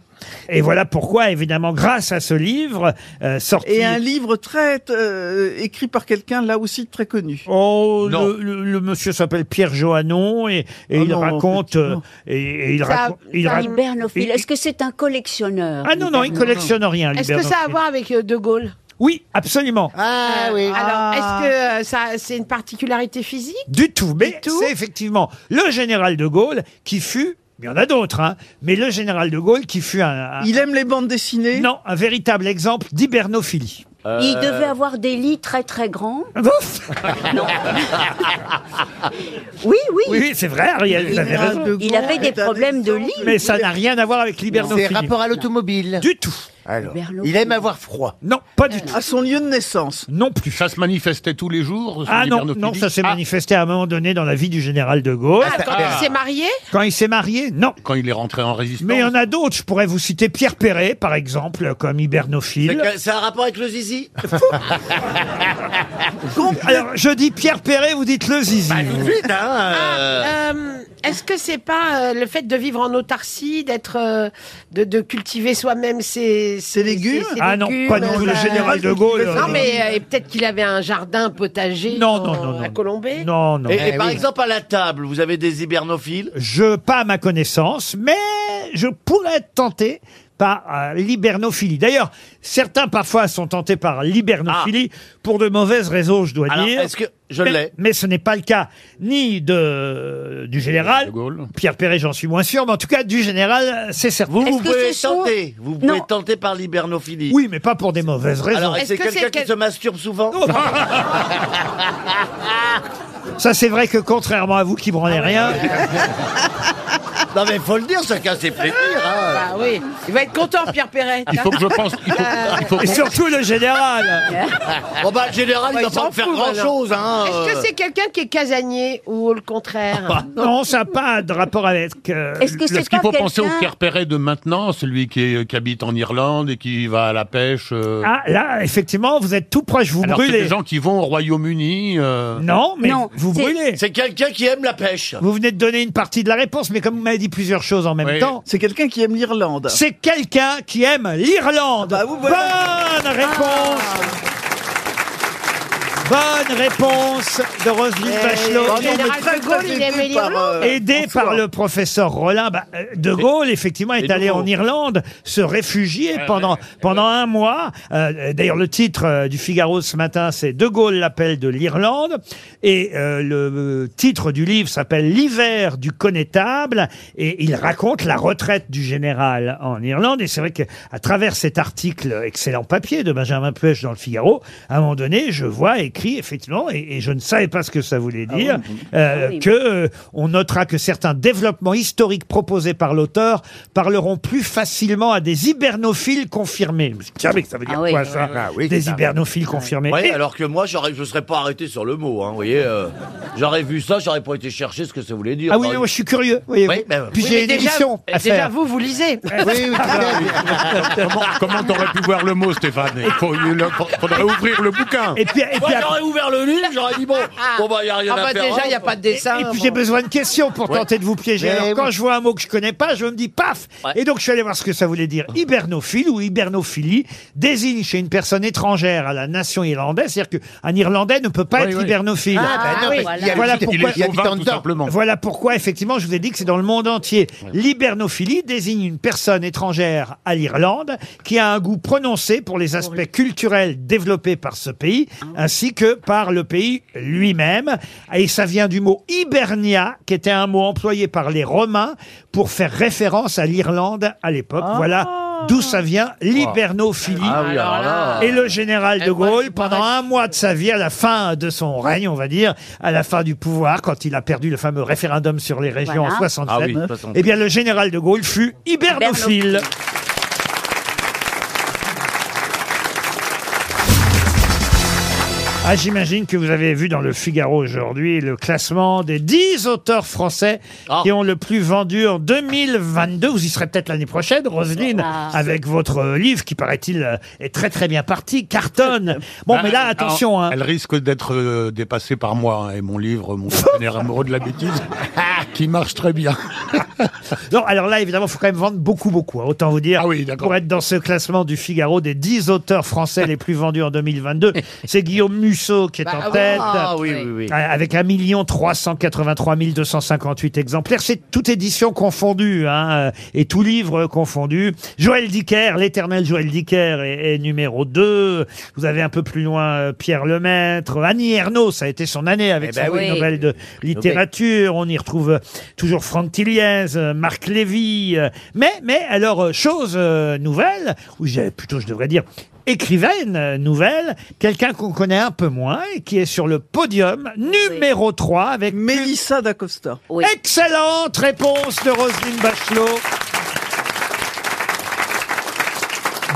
[SPEAKER 2] Et voilà pourquoi, évidemment, grâce à ce livre, euh, sorti...
[SPEAKER 6] Et un livre très euh, écrit par quelqu'un là aussi très connu.
[SPEAKER 2] Oh, le, le- le monsieur s'appelle Pierre Johannon et,
[SPEAKER 6] Ah
[SPEAKER 2] et il raconte... euh, et, et il
[SPEAKER 3] Ça-
[SPEAKER 2] raconte... il
[SPEAKER 3] ça,
[SPEAKER 2] raconte-
[SPEAKER 3] hibernophile.
[SPEAKER 2] il-
[SPEAKER 3] Est-ce que c'est un collectionneur
[SPEAKER 2] Ah non, non, il
[SPEAKER 3] l'hibernophile
[SPEAKER 2] collectionne rien,
[SPEAKER 5] Est-ce que ça a à voir avec euh, De Gaulle
[SPEAKER 2] Oui, absolument.
[SPEAKER 5] Ah oui. Alors,
[SPEAKER 6] Ah.
[SPEAKER 5] est-ce que euh, ça, c'est une particularité physique
[SPEAKER 2] Du tout. Mais c'est effectivement le général de Gaulle qui fut, il y en a d'autres, hein, mais le général de Gaulle qui fut un.
[SPEAKER 6] Il aime les bandes dessinées
[SPEAKER 2] Non, un véritable exemple d'hibernophilie. Ah,
[SPEAKER 3] Il devait avoir des lits très très grands. Oui, oui.
[SPEAKER 2] Oui, c'est vrai, Ariel, vous avez raison.
[SPEAKER 3] Il avait des
[SPEAKER 2] ben.
[SPEAKER 3] problèmes de lit.
[SPEAKER 2] Mais ça n'a rien à voir avec l'hibernophilie.
[SPEAKER 9] C'est rapport à l'automobile.
[SPEAKER 2] Du tout.
[SPEAKER 5] Ah,
[SPEAKER 9] Alors,
[SPEAKER 3] Hibernophile.
[SPEAKER 9] il aime avoir froid.
[SPEAKER 2] Non, pas du tout.
[SPEAKER 6] À son lieu de naissance.
[SPEAKER 2] Non plus.
[SPEAKER 7] Ça se manifestait tous les jours son
[SPEAKER 2] Ah non,
[SPEAKER 7] hibernophilie
[SPEAKER 2] non, ça s'est manifesté à un moment donné dans la vie du général de Gaulle.
[SPEAKER 5] Ah, quand il s'est marié
[SPEAKER 2] Quand il s'est marié, non.
[SPEAKER 7] Quand il est rentré en résistance
[SPEAKER 2] Mais il y en a d'autres. Je pourrais vous citer Pierre Perret, par exemple, comme hibernophile.
[SPEAKER 4] C'est un rapport avec le zizi
[SPEAKER 2] Alors, je dis Pierre Perret, vous dites le zizi.
[SPEAKER 7] Bah, hein, euh.
[SPEAKER 5] Euh, Est-ce que c'est pas euh, le fait de vivre en autarcie, d'être, euh, de, de cultiver soi-même ses, ses
[SPEAKER 6] légumes
[SPEAKER 5] ses- ses
[SPEAKER 2] Ah non,
[SPEAKER 5] légumes,
[SPEAKER 2] pas du tout, le
[SPEAKER 5] sa-
[SPEAKER 2] général de Gaulle, euh,
[SPEAKER 5] Non, mais euh, et peut-être qu'il avait un jardin potager
[SPEAKER 2] Non,
[SPEAKER 5] dans-
[SPEAKER 2] non, non, non,
[SPEAKER 5] à
[SPEAKER 2] non.
[SPEAKER 5] Colombay.
[SPEAKER 2] Non, non.
[SPEAKER 4] Et,
[SPEAKER 6] Eh
[SPEAKER 4] et par exemple, à la table, vous avez des hibernophiles
[SPEAKER 2] Je, pas à ma connaissance, mais je pourrais être tenté par euh, l'hibernophilie. D'ailleurs, certains parfois sont tentés par l'hibernophilie pour de mauvaises raisons, je dois
[SPEAKER 4] Ah. Alors,
[SPEAKER 2] dire.
[SPEAKER 4] est-ce que- je
[SPEAKER 2] Mais-
[SPEAKER 4] l'ai.
[SPEAKER 2] Mais ce n'est pas le cas ni de du général,
[SPEAKER 7] De Gaulle.
[SPEAKER 2] Pierre Perret, j'en suis moins sûr, mais en tout cas du général, c'est certain.
[SPEAKER 4] Vous, vous
[SPEAKER 3] que
[SPEAKER 4] pouvez
[SPEAKER 3] ce sont-
[SPEAKER 4] tenter. Vous
[SPEAKER 3] Non.
[SPEAKER 4] pouvez tenter par l'hibernophilie.
[SPEAKER 2] Oui, mais pas pour des mauvaises raisons.
[SPEAKER 4] Alors,
[SPEAKER 5] Est-ce
[SPEAKER 4] c'est
[SPEAKER 5] que
[SPEAKER 4] quelqu'un
[SPEAKER 5] c'est
[SPEAKER 4] qui
[SPEAKER 5] quel-
[SPEAKER 4] se masturbe souvent
[SPEAKER 2] Ça, c'est vrai que contrairement à vous qui branlez rien,
[SPEAKER 4] Non, mais faut le dire, chacun ses plaisirs. hein.
[SPEAKER 5] Ah oui, il va être content, Pierre Perret.
[SPEAKER 7] Il faut que je pense. Il faut, il faut
[SPEAKER 2] Euh, et surtout le général.
[SPEAKER 4] Bon, bah, le général,
[SPEAKER 5] Ouais,
[SPEAKER 4] il va
[SPEAKER 5] il
[SPEAKER 4] pas
[SPEAKER 5] s'en
[SPEAKER 4] me faire
[SPEAKER 5] fout,
[SPEAKER 4] grand chose. Hein,
[SPEAKER 5] Est-ce
[SPEAKER 4] euh.
[SPEAKER 5] que c'est quelqu'un qui est casanier ou au contraire
[SPEAKER 2] Ah. Non, ça n'a pas de rapport avec. euh,
[SPEAKER 3] Est-ce que c'est
[SPEAKER 7] Est-ce qu'il
[SPEAKER 3] pas
[SPEAKER 7] faut penser au
[SPEAKER 3] quelqu'un-
[SPEAKER 7] Pierre Perret de maintenant, celui qui, est- euh, qui habite en Irlande et qui va à la pêche euh,
[SPEAKER 2] Ah, là, effectivement, vous êtes tout proche, vous
[SPEAKER 7] Alors que
[SPEAKER 2] brûlez.
[SPEAKER 7] des gens qui vont au Royaume-Uni. euh,
[SPEAKER 2] Non, mais
[SPEAKER 3] Non,
[SPEAKER 2] vous
[SPEAKER 3] c'est-
[SPEAKER 2] brûlez.
[SPEAKER 4] C'est quelqu'un qui aime la pêche.
[SPEAKER 2] Vous venez de donner une partie de la réponse, mais comme vous m'avez dit plusieurs choses en même
[SPEAKER 7] Oui.
[SPEAKER 2] temps,
[SPEAKER 6] C'est quelqu'un qui aime l'Irlande.
[SPEAKER 2] c'est quelqu'un qui aime l'Irlande.
[SPEAKER 6] Ah bah, vous voilà.
[SPEAKER 2] Bonne réponse Bonne réponse de Roselyne
[SPEAKER 5] Eh,
[SPEAKER 2] Bachelot.
[SPEAKER 5] le général de Gaulle, il aimait les
[SPEAKER 6] euh,
[SPEAKER 5] blancs.
[SPEAKER 2] Aidé par le professeur Rollin, bah, euh, De Gaulle, effectivement, est
[SPEAKER 4] et
[SPEAKER 2] allé
[SPEAKER 4] nouveau.
[SPEAKER 2] en Irlande se réfugier
[SPEAKER 4] Ouais,
[SPEAKER 2] pendant, pendant un mois. Euh, D'ailleurs, le titre euh, du Figaro ce matin, c'est De Gaulle, l'appel de l'Irlande. Et euh, le titre du livre s'appelle L'hiver du connétable. Et il raconte la retraite du général en Irlande. Et c'est vrai qu'à travers cet article, euh, excellent papier de Benjamin Puech dans le Figaro, à un moment donné, je vois écrit, effectivement, et, et je ne savais pas ce que ça voulait
[SPEAKER 4] Ah
[SPEAKER 2] dire, euh, que euh, on notera que certains développements historiques proposés par l'auteur parleront plus facilement à des hibernophiles confirmés. Je me suis dit, Tiens, mais ça veut
[SPEAKER 4] Ah
[SPEAKER 2] dire quoi ça Des hibernophiles confirmés.
[SPEAKER 4] Ouais,
[SPEAKER 2] Et- Ah
[SPEAKER 4] alors que moi, j'aurais- je ne serais pas arrêté sur le mot. Hein, vous voyez, euh, j'aurais vu ça, j'aurais pas été chercher ce que ça voulait dire.
[SPEAKER 2] Ah oui, moi, je suis curieux. voyez-vous.
[SPEAKER 4] Oui, ben,
[SPEAKER 2] Puis
[SPEAKER 4] oui,
[SPEAKER 2] j'ai
[SPEAKER 4] mais
[SPEAKER 2] une
[SPEAKER 4] déjà-
[SPEAKER 2] émission à
[SPEAKER 5] Déjà,
[SPEAKER 2] faire.
[SPEAKER 5] vous, vous lisez.
[SPEAKER 7] comment comment t'aurais pu voir le mot, Stéphane Il faut- il le- faudrait ouvrir le bouquin.
[SPEAKER 2] Et puis, et
[SPEAKER 4] Moi,
[SPEAKER 2] puis-
[SPEAKER 4] j'aurais ouvert le livre, j'aurais dit bon, bon bah, il n'y a rien
[SPEAKER 5] Ah
[SPEAKER 4] à
[SPEAKER 5] bah,
[SPEAKER 4] faire.
[SPEAKER 5] déjà,
[SPEAKER 4] hein.
[SPEAKER 5] il n'y a pas de dessin.
[SPEAKER 2] Et puis
[SPEAKER 5] bon.
[SPEAKER 2] j'ai besoin de questions pour
[SPEAKER 4] Ouais.
[SPEAKER 2] tenter de vous piéger.
[SPEAKER 4] Mais
[SPEAKER 9] Eh
[SPEAKER 2] Alors,
[SPEAKER 4] oui.
[SPEAKER 2] quand je vois un mot que je connais pas, je me dis paf. Et donc je suis allé voir ce que ça voulait dire. Hibernophile ou hibernophilie désigne chez une personne étrangère à la nation irlandaise, c'est-à-dire qu'un Irlandais ne peut pas
[SPEAKER 9] Oui,
[SPEAKER 2] être
[SPEAKER 9] oui.
[SPEAKER 2] hibernophile.
[SPEAKER 9] Ah, bah non, Ah, oui. parce qu'il y a
[SPEAKER 2] voilà
[SPEAKER 9] habite- il est
[SPEAKER 2] pourquoi.
[SPEAKER 9] chauvin, tout
[SPEAKER 2] dedans.
[SPEAKER 9] simplement.
[SPEAKER 2] Voilà pourquoi effectivement je vous ai dit que c'est dans le monde entier. L'hibernophilie désigne une personne étrangère à l'Irlande qui a un goût prononcé pour les aspects culturels développés par ce pays ainsi que par le pays lui-même. Et ça vient du mot hibernia qui était un mot employé par les Romains pour faire référence à l'Irlande à l'époque. Voilà d'où ça vient l'hibernophilie.
[SPEAKER 4] Ah oui, alors là.
[SPEAKER 2] Et le général de Gaulle, pendant un mois de sa vie, à la fin de son règne, on va dire, à la fin du pouvoir, quand il a perdu le fameux référendum sur les régions
[SPEAKER 4] Voilà.
[SPEAKER 2] en 67,
[SPEAKER 4] Ah oui, 67.
[SPEAKER 2] eh bien, le général de Gaulle fut hibernophile. Ah, j'imagine que vous avez vu dans le Figaro aujourd'hui le classement des 10 auteurs français
[SPEAKER 4] Ah.
[SPEAKER 2] qui ont le plus vendu en 2022. Vous y serez peut-être l'année prochaine, Roselyne, avec votre euh, livre qui, paraît-il, euh, est très très bien parti, cartonne. Bon,
[SPEAKER 7] Bah,
[SPEAKER 2] mais là,
[SPEAKER 7] elle-
[SPEAKER 2] attention,
[SPEAKER 7] alors,
[SPEAKER 2] hein.
[SPEAKER 7] Elle risque d'être euh, dépassée par moi hein, et mon livre, mon partenaire amoureux de la bêtise, qui marche très bien.
[SPEAKER 2] Non, alors là, évidemment, il faut quand même vendre beaucoup, beaucoup. hein. Autant vous dire,
[SPEAKER 7] Ah
[SPEAKER 2] pour être dans ce classement du Figaro des 10 auteurs français les plus vendus en 2022, c'est Guillaume Musso qui est
[SPEAKER 4] Bah,
[SPEAKER 2] en
[SPEAKER 4] ah,
[SPEAKER 2] tête.
[SPEAKER 4] ah oui, oui, oui.
[SPEAKER 2] Euh, Avec 1 383 258 exemplaires. C'est toute édition confondue hein, euh, et tout livre euh, confondu. Joël Dicker, l'éternel Joël Dicker est, est numéro 2. Vous avez un peu plus loin euh, Pierre Lemaître. Annie Ernaux, ça a été son année avec
[SPEAKER 4] Eh
[SPEAKER 2] sa
[SPEAKER 4] ben
[SPEAKER 2] prix
[SPEAKER 4] oui.
[SPEAKER 2] Nobel de littérature. On y retrouve euh, toujours Franck Tilliez, euh, Marc Lévy. euh, Mais, mais alors, euh, chose euh, nouvelle, ou j'ai- plutôt je devrais dire écrivaine euh, nouvelle, quelqu'un qu'on connaît un peu moins et qui est sur le podium numéro 3 avec... Mélissa D'Acosta. Excellente réponse de Roselyne Bachelot.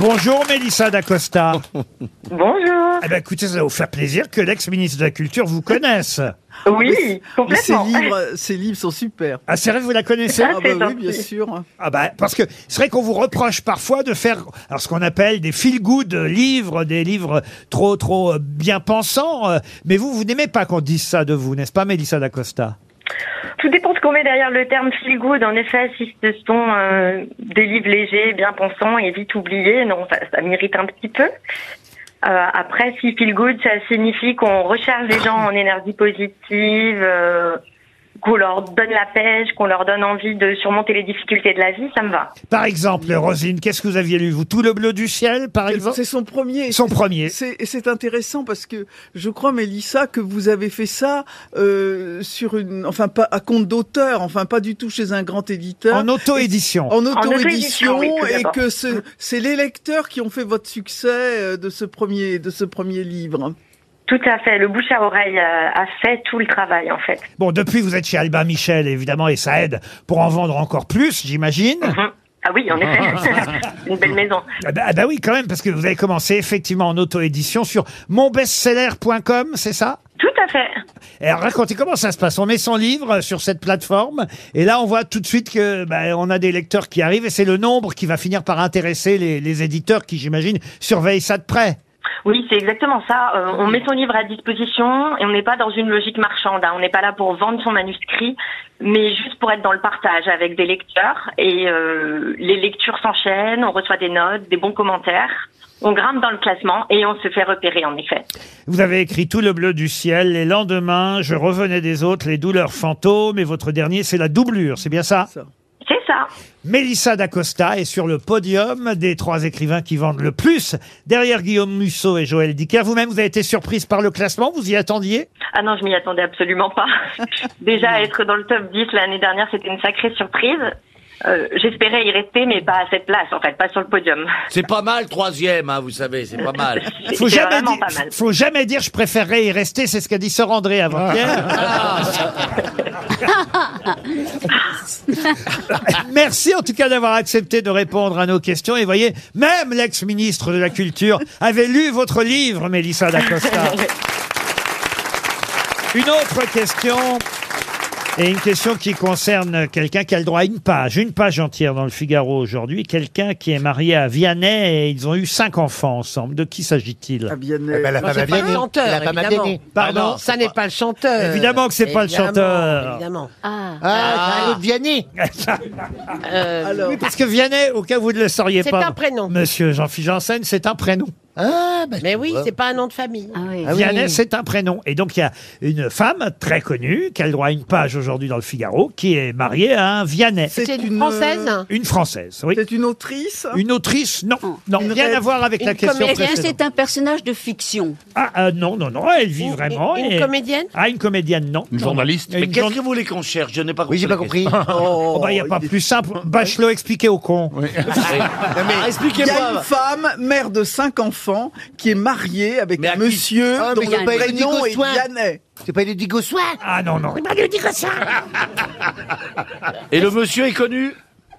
[SPEAKER 2] Bonjour Mélissa D'Acosta.
[SPEAKER 10] Bonjour.
[SPEAKER 2] Eh ben écoutez, ça va vous faire plaisir que l'ex-ministre de la Culture vous connaisse.
[SPEAKER 10] Oui, complètement.
[SPEAKER 6] Mais ces livres, ces livres sont super.
[SPEAKER 2] Ah, c'est vrai, vous la connaissez
[SPEAKER 6] Ah, bah oui, bien sûr.
[SPEAKER 2] Ah bah, parce que c'est vrai qu'on vous reproche parfois de faire alors ce qu'on appelle des feel-good livres, des livres trop, trop euh, bien pensants. euh, Mais vous, vous n'aimez pas qu'on dise ça de vous, n'est-ce pas, Mélissa D'Acosta
[SPEAKER 10] Tout dépend ce qu'on met derrière le terme feel good. En effet, si ce sont euh, des livres légers, bien pensants et vite oubliés, non, ça, ça mérite un petit peu. Euh, après, si feel good, ça signifie qu'on recharge les gens en énergie positive, euh, qu'on leur donne la pêche, qu'on leur donne envie de surmonter les difficultés de la vie, ça me va.
[SPEAKER 2] Par exemple, Rosine, qu'est-ce que vous aviez lu Vous, Tout le bleu du ciel, par exemple
[SPEAKER 6] C'est son premier.
[SPEAKER 2] Son premier.
[SPEAKER 6] C'est et c'est intéressant parce que je crois, Mélissa, que vous avez fait ça euh, sur une, enfin pas à compte d'auteur, enfin pas du tout chez un grand éditeur.
[SPEAKER 2] En auto-édition.
[SPEAKER 6] Et- En
[SPEAKER 2] En
[SPEAKER 6] auto-édition
[SPEAKER 2] auto-édition, oui, tout
[SPEAKER 6] et
[SPEAKER 2] d'abord.
[SPEAKER 6] que ce- c'est les lecteurs qui ont fait votre succès euh, de ce premier de ce premier livre.
[SPEAKER 10] Tout à fait. Le bouche à oreille euh, a fait tout le travail, en fait.
[SPEAKER 2] Bon, depuis, vous êtes chez Albin Michel, évidemment, et ça aide pour en vendre encore plus, j'imagine.
[SPEAKER 6] Uh-huh.
[SPEAKER 10] Ah oui, en effet. Une belle maison.
[SPEAKER 2] Ah bah, ah bah oui, quand même, parce que vous avez commencé effectivement en auto-édition sur monbestseller.com, c'est ça
[SPEAKER 10] Tout à fait.
[SPEAKER 2] Et alors, racontez comment ça se passe. On met son livre sur cette plateforme et là, on voit tout de suite que bah, on a des lecteurs qui arrivent et c'est le nombre qui va finir par intéresser les, les éditeurs qui, j'imagine, surveillent ça de près.
[SPEAKER 10] Oui, c'est exactement ça. Euh, on met son livre à disposition et on n'est pas dans une logique marchande. hein. On n'est pas là pour vendre son manuscrit, mais juste pour être dans le partage avec des lecteurs. Et euh, les lectures s'enchaînent, on reçoit des notes, des bons commentaires. On grimpe dans le classement et on se fait repérer en effet.
[SPEAKER 2] Vous avez écrit Tout le bleu du ciel, les lendemains, je revenais des autres, les douleurs fantômes, et votre dernier, c'est la doublure, c'est bien ça
[SPEAKER 10] C'est ça.
[SPEAKER 2] Mélissa d'Acosta est sur le podium des trois écrivains qui vendent le plus, derrière Guillaume Musso et Joël Dicker. Vous-même, vous avez été surprise par le classement, vous y attendiez
[SPEAKER 10] Ah non, je m'y attendais absolument pas. Déjà, être dans le top 10 l'année dernière, c'était une sacrée surprise. Euh, J'espérais y rester, mais pas à cette place, en fait, pas sur le podium.
[SPEAKER 4] C'est pas mal, troisième, hein, vous savez, c'est pas mal.
[SPEAKER 2] Faut jamais, dire, faut jamais dire je préférerais y rester, c'est ce qu'a dit Sir André avant-hier.
[SPEAKER 3] Ah.
[SPEAKER 2] Merci en tout cas d'avoir accepté de répondre à nos questions. Et voyez, même l'ex-ministre de la Culture avait lu votre livre, Mélissa Dacosta. Une autre question. Et une question qui concerne quelqu'un qui a le droit à une page, une page entière dans le Figaro aujourd'hui, quelqu'un qui est marié à Vianney et ils ont eu cinq enfants ensemble. De qui s'agit-il
[SPEAKER 6] Vianney.
[SPEAKER 5] Ah, Non, c'est pas le chanteur, évidemment.
[SPEAKER 2] Pardon
[SPEAKER 5] ça n'est pas le chanteur.
[SPEAKER 2] Ah Évidemment que c'est pas le
[SPEAKER 5] Évidemment,
[SPEAKER 2] chanteur.
[SPEAKER 5] Évidemment.
[SPEAKER 13] Ah,
[SPEAKER 5] Ah.
[SPEAKER 9] Vianney.
[SPEAKER 5] Euh,
[SPEAKER 2] Oui, parce que Vianney, au cas où vous ne le sauriez
[SPEAKER 5] C'est
[SPEAKER 2] pas.
[SPEAKER 5] un prénom.
[SPEAKER 2] Monsieur Jean-Philippe Janssen, c'est un prénom.
[SPEAKER 5] Hein mais oui, c'est pas un nom de famille.
[SPEAKER 2] Vianney, c'est un prénom. Et donc, il y a une femme très connue, qui a le droit à une page aujourd'hui dans le Figaro, qui est mariée à un Vianney.
[SPEAKER 5] C'est une Française
[SPEAKER 2] Une Française, oui.
[SPEAKER 6] C'est une autrice
[SPEAKER 2] Une autrice, non. Non, rien à voir avec la question
[SPEAKER 3] Eh bien,
[SPEAKER 2] précédente.
[SPEAKER 3] c'est un personnage de fiction.
[SPEAKER 2] Ah, euh, non, non, non, elle vit vraiment.
[SPEAKER 3] une comédienne
[SPEAKER 2] Ah, une comédienne, non. Une
[SPEAKER 7] journaliste
[SPEAKER 4] Mais qu'est-ce que vous voulez qu'on cherche Je n'ai pas compris.
[SPEAKER 2] j'ai
[SPEAKER 4] la
[SPEAKER 2] pas compris.
[SPEAKER 4] question.
[SPEAKER 2] Oh, bah, il n'y a pas plus simple. Bachelot expliqué au con.
[SPEAKER 9] Ah,
[SPEAKER 6] Il y a une femme, mère de cinq enfants, qui est mariée avec un monsieur
[SPEAKER 9] Ah, mais
[SPEAKER 6] dont
[SPEAKER 9] il y a
[SPEAKER 6] le
[SPEAKER 9] pas eu
[SPEAKER 6] prénom est
[SPEAKER 9] Digo Soin.
[SPEAKER 6] Vianney.
[SPEAKER 9] C'est pas Elodie Gossuin
[SPEAKER 2] Ah non, non.
[SPEAKER 4] Et le monsieur est connu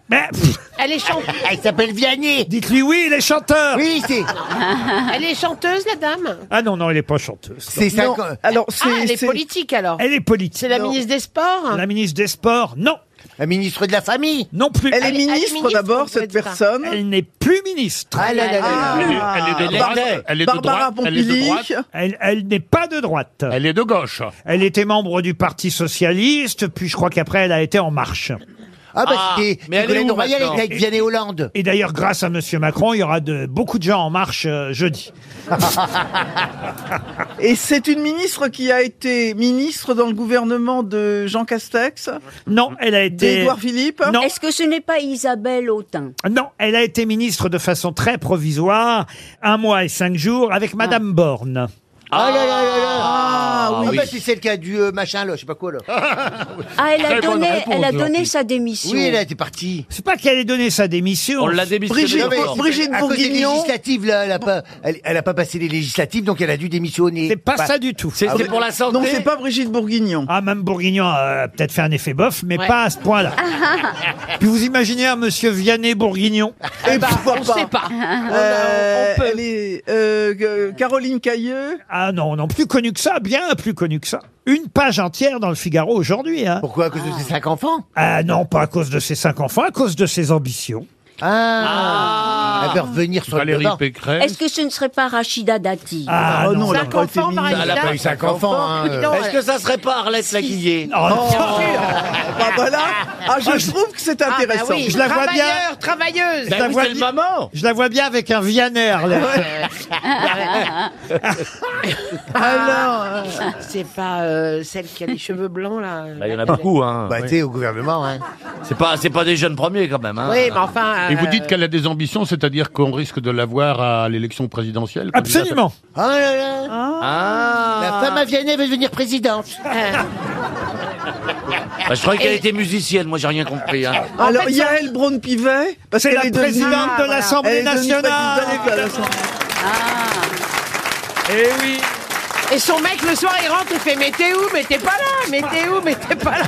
[SPEAKER 2] Mais
[SPEAKER 5] Elle est chanteuse.
[SPEAKER 9] Elle s'appelle Vianney.
[SPEAKER 2] Dites-lui oui, il est chanteur.
[SPEAKER 9] Oui, c'est.
[SPEAKER 5] Elle est chanteuse, la dame
[SPEAKER 2] Ah non, non, elle n'est pas chanteuse.
[SPEAKER 9] C'est ça
[SPEAKER 2] Non.
[SPEAKER 9] que-
[SPEAKER 6] Alors,
[SPEAKER 5] Ah, elle est politique, alors.
[SPEAKER 2] Elle est politique.
[SPEAKER 5] C'est la ministre des Sports
[SPEAKER 2] La ministre des Sports, non.
[SPEAKER 9] La ministre de la Famille
[SPEAKER 2] Non plus.
[SPEAKER 6] Elle est Elle- elle est ministre, ministre, d'abord, on peut cette être pas. personne.
[SPEAKER 2] Elle n'est plus ministre.
[SPEAKER 9] Ah là là là là.
[SPEAKER 7] Elle est- elle est de droite, elle est de
[SPEAKER 6] Barbara
[SPEAKER 7] droite, elle est de
[SPEAKER 6] Pompili.
[SPEAKER 7] droite.
[SPEAKER 2] Elle, elle n'est pas de droite.
[SPEAKER 7] Elle est de gauche.
[SPEAKER 2] Elle était membre du Parti Socialiste, puis je crois qu'après elle a été En Marche.
[SPEAKER 9] Ah,
[SPEAKER 4] Ah,
[SPEAKER 9] parce que
[SPEAKER 4] mais elle est
[SPEAKER 9] Ségolène
[SPEAKER 4] où
[SPEAKER 9] Royal
[SPEAKER 4] maintenant
[SPEAKER 9] est avec Vianney Hollande.
[SPEAKER 2] Et d'ailleurs, grâce à Monsieur Macron, il y aura de, beaucoup de gens En Marche euh, jeudi.
[SPEAKER 6] Et c'est une ministre qui a été ministre dans le gouvernement de Jean Castex,
[SPEAKER 2] Non, elle a été...
[SPEAKER 6] d'Édouard Philippe.
[SPEAKER 2] Non.
[SPEAKER 3] Est-ce que ce n'est pas Isabelle Autain
[SPEAKER 2] Non, elle a été ministre de façon très provisoire, un mois et cinq jours, avec Madame Borne.
[SPEAKER 9] Ah là là là là
[SPEAKER 6] Ah,
[SPEAKER 9] Ah,
[SPEAKER 6] oui.
[SPEAKER 9] bah, c'est celle qui a du euh, machin, là, je sais pas quoi, là.
[SPEAKER 3] Ah, elle a
[SPEAKER 9] Très bonne
[SPEAKER 3] donné,
[SPEAKER 9] réponse,
[SPEAKER 3] elle a
[SPEAKER 9] Jean-Philippe.
[SPEAKER 3] donné sa démission.
[SPEAKER 9] Oui, là, t'es parti.
[SPEAKER 2] C'est pas qu'elle ait donné sa démission.
[SPEAKER 4] On l'a démissionné.
[SPEAKER 9] Brigitte,
[SPEAKER 4] d'abord.
[SPEAKER 9] Brigitte, à cause des
[SPEAKER 6] Bourguignon.
[SPEAKER 9] législatives, là, elle a pas, elle, elle a pas passé les législatives, donc elle a dû démissionner.
[SPEAKER 2] C'est pas
[SPEAKER 9] Bah,
[SPEAKER 2] ça du tout.
[SPEAKER 4] C'est c'est pour la santé.
[SPEAKER 6] Donc c'est pas Brigitte Bourguignon.
[SPEAKER 2] Ah, même Bourguignon a peut-être fait un effet bof, mais
[SPEAKER 5] Ouais.
[SPEAKER 2] pas à ce point-là.
[SPEAKER 4] Ah.
[SPEAKER 2] Puis vous imaginez un monsieur Vianney Bourguignon
[SPEAKER 6] Et
[SPEAKER 9] Eh ben,
[SPEAKER 6] pourquoi
[SPEAKER 5] On sait pas.
[SPEAKER 6] Euh, elle est, euh, euh, Caroline Cailleux.
[SPEAKER 2] Ah non, non, plus connu que ça, bien plus connu que ça. Une page entière dans le Figaro aujourd'hui. Hein.
[SPEAKER 9] Pourquoi À cause de ses cinq enfants
[SPEAKER 2] Ah non, pas à cause de ses cinq enfants, à cause de ses ambitions.
[SPEAKER 9] Ah, Elle veut revenir sur le
[SPEAKER 7] Valérie
[SPEAKER 9] devant.
[SPEAKER 7] Pécresse.
[SPEAKER 3] Est-ce que ce ne serait pas Rachida Dati
[SPEAKER 2] Ah
[SPEAKER 6] Oh
[SPEAKER 2] non.
[SPEAKER 6] non, elle a
[SPEAKER 5] Cinq
[SPEAKER 6] pas été
[SPEAKER 5] enfants,
[SPEAKER 6] ministre.
[SPEAKER 5] Marie-
[SPEAKER 9] Elle a pas eu cinq enfants, hein. euh.
[SPEAKER 5] Non,
[SPEAKER 4] Est-ce que ça serait pas Arlette Laguillier
[SPEAKER 2] Oh, non. Oh.
[SPEAKER 6] Ah, bah là, ah, je trouve que c'est
[SPEAKER 5] Ah, bah
[SPEAKER 6] intéressant.
[SPEAKER 5] oui.
[SPEAKER 2] Je la vois bien.
[SPEAKER 5] Travailleur, travailleuse.
[SPEAKER 2] Je la
[SPEAKER 4] Bah Ben oui,
[SPEAKER 2] vois
[SPEAKER 4] c'est le
[SPEAKER 2] bien-
[SPEAKER 4] maman.
[SPEAKER 2] Je la vois bien avec un Vianer. là.
[SPEAKER 6] Alors, euh,
[SPEAKER 5] C'est pas euh, celle qui a les cheveux blancs, là.
[SPEAKER 4] Bah, Il y en a beaucoup, hein. Bah,
[SPEAKER 9] Bah, tu sais, au gouvernement, hein.
[SPEAKER 4] C'est pas, c'est pas des jeunes premiers quand même. Hein.
[SPEAKER 5] Oui, mais enfin...
[SPEAKER 7] Et vous
[SPEAKER 5] euh,
[SPEAKER 7] dites qu'elle a des ambitions, c'est-à-dire qu'on risque de l'avoir à l'élection présidentielle candidate à-
[SPEAKER 2] Absolument.
[SPEAKER 9] Oh là là
[SPEAKER 4] Ah.
[SPEAKER 9] La femme à Vianney veut devenir présidente.
[SPEAKER 4] Bah, je croyais qu'elle était musicienne. Moi, j'ai rien compris. Hein.
[SPEAKER 2] Ah.
[SPEAKER 6] alors Yael Braun-Pivet, parce
[SPEAKER 2] C'est
[SPEAKER 6] qu'elle
[SPEAKER 2] la
[SPEAKER 6] est devenue-
[SPEAKER 2] présidente
[SPEAKER 5] Ah, voilà.
[SPEAKER 2] de
[SPEAKER 6] elle est
[SPEAKER 2] l'Assemblée
[SPEAKER 6] devenue
[SPEAKER 2] nationale.
[SPEAKER 6] présidente à l'Assemblée.
[SPEAKER 2] Eh oui.
[SPEAKER 5] Ah. Et son mec, le soir, il rentre et fait « Mais t'es où Mais t'es pas là Mais t'es où Mais t'es pas là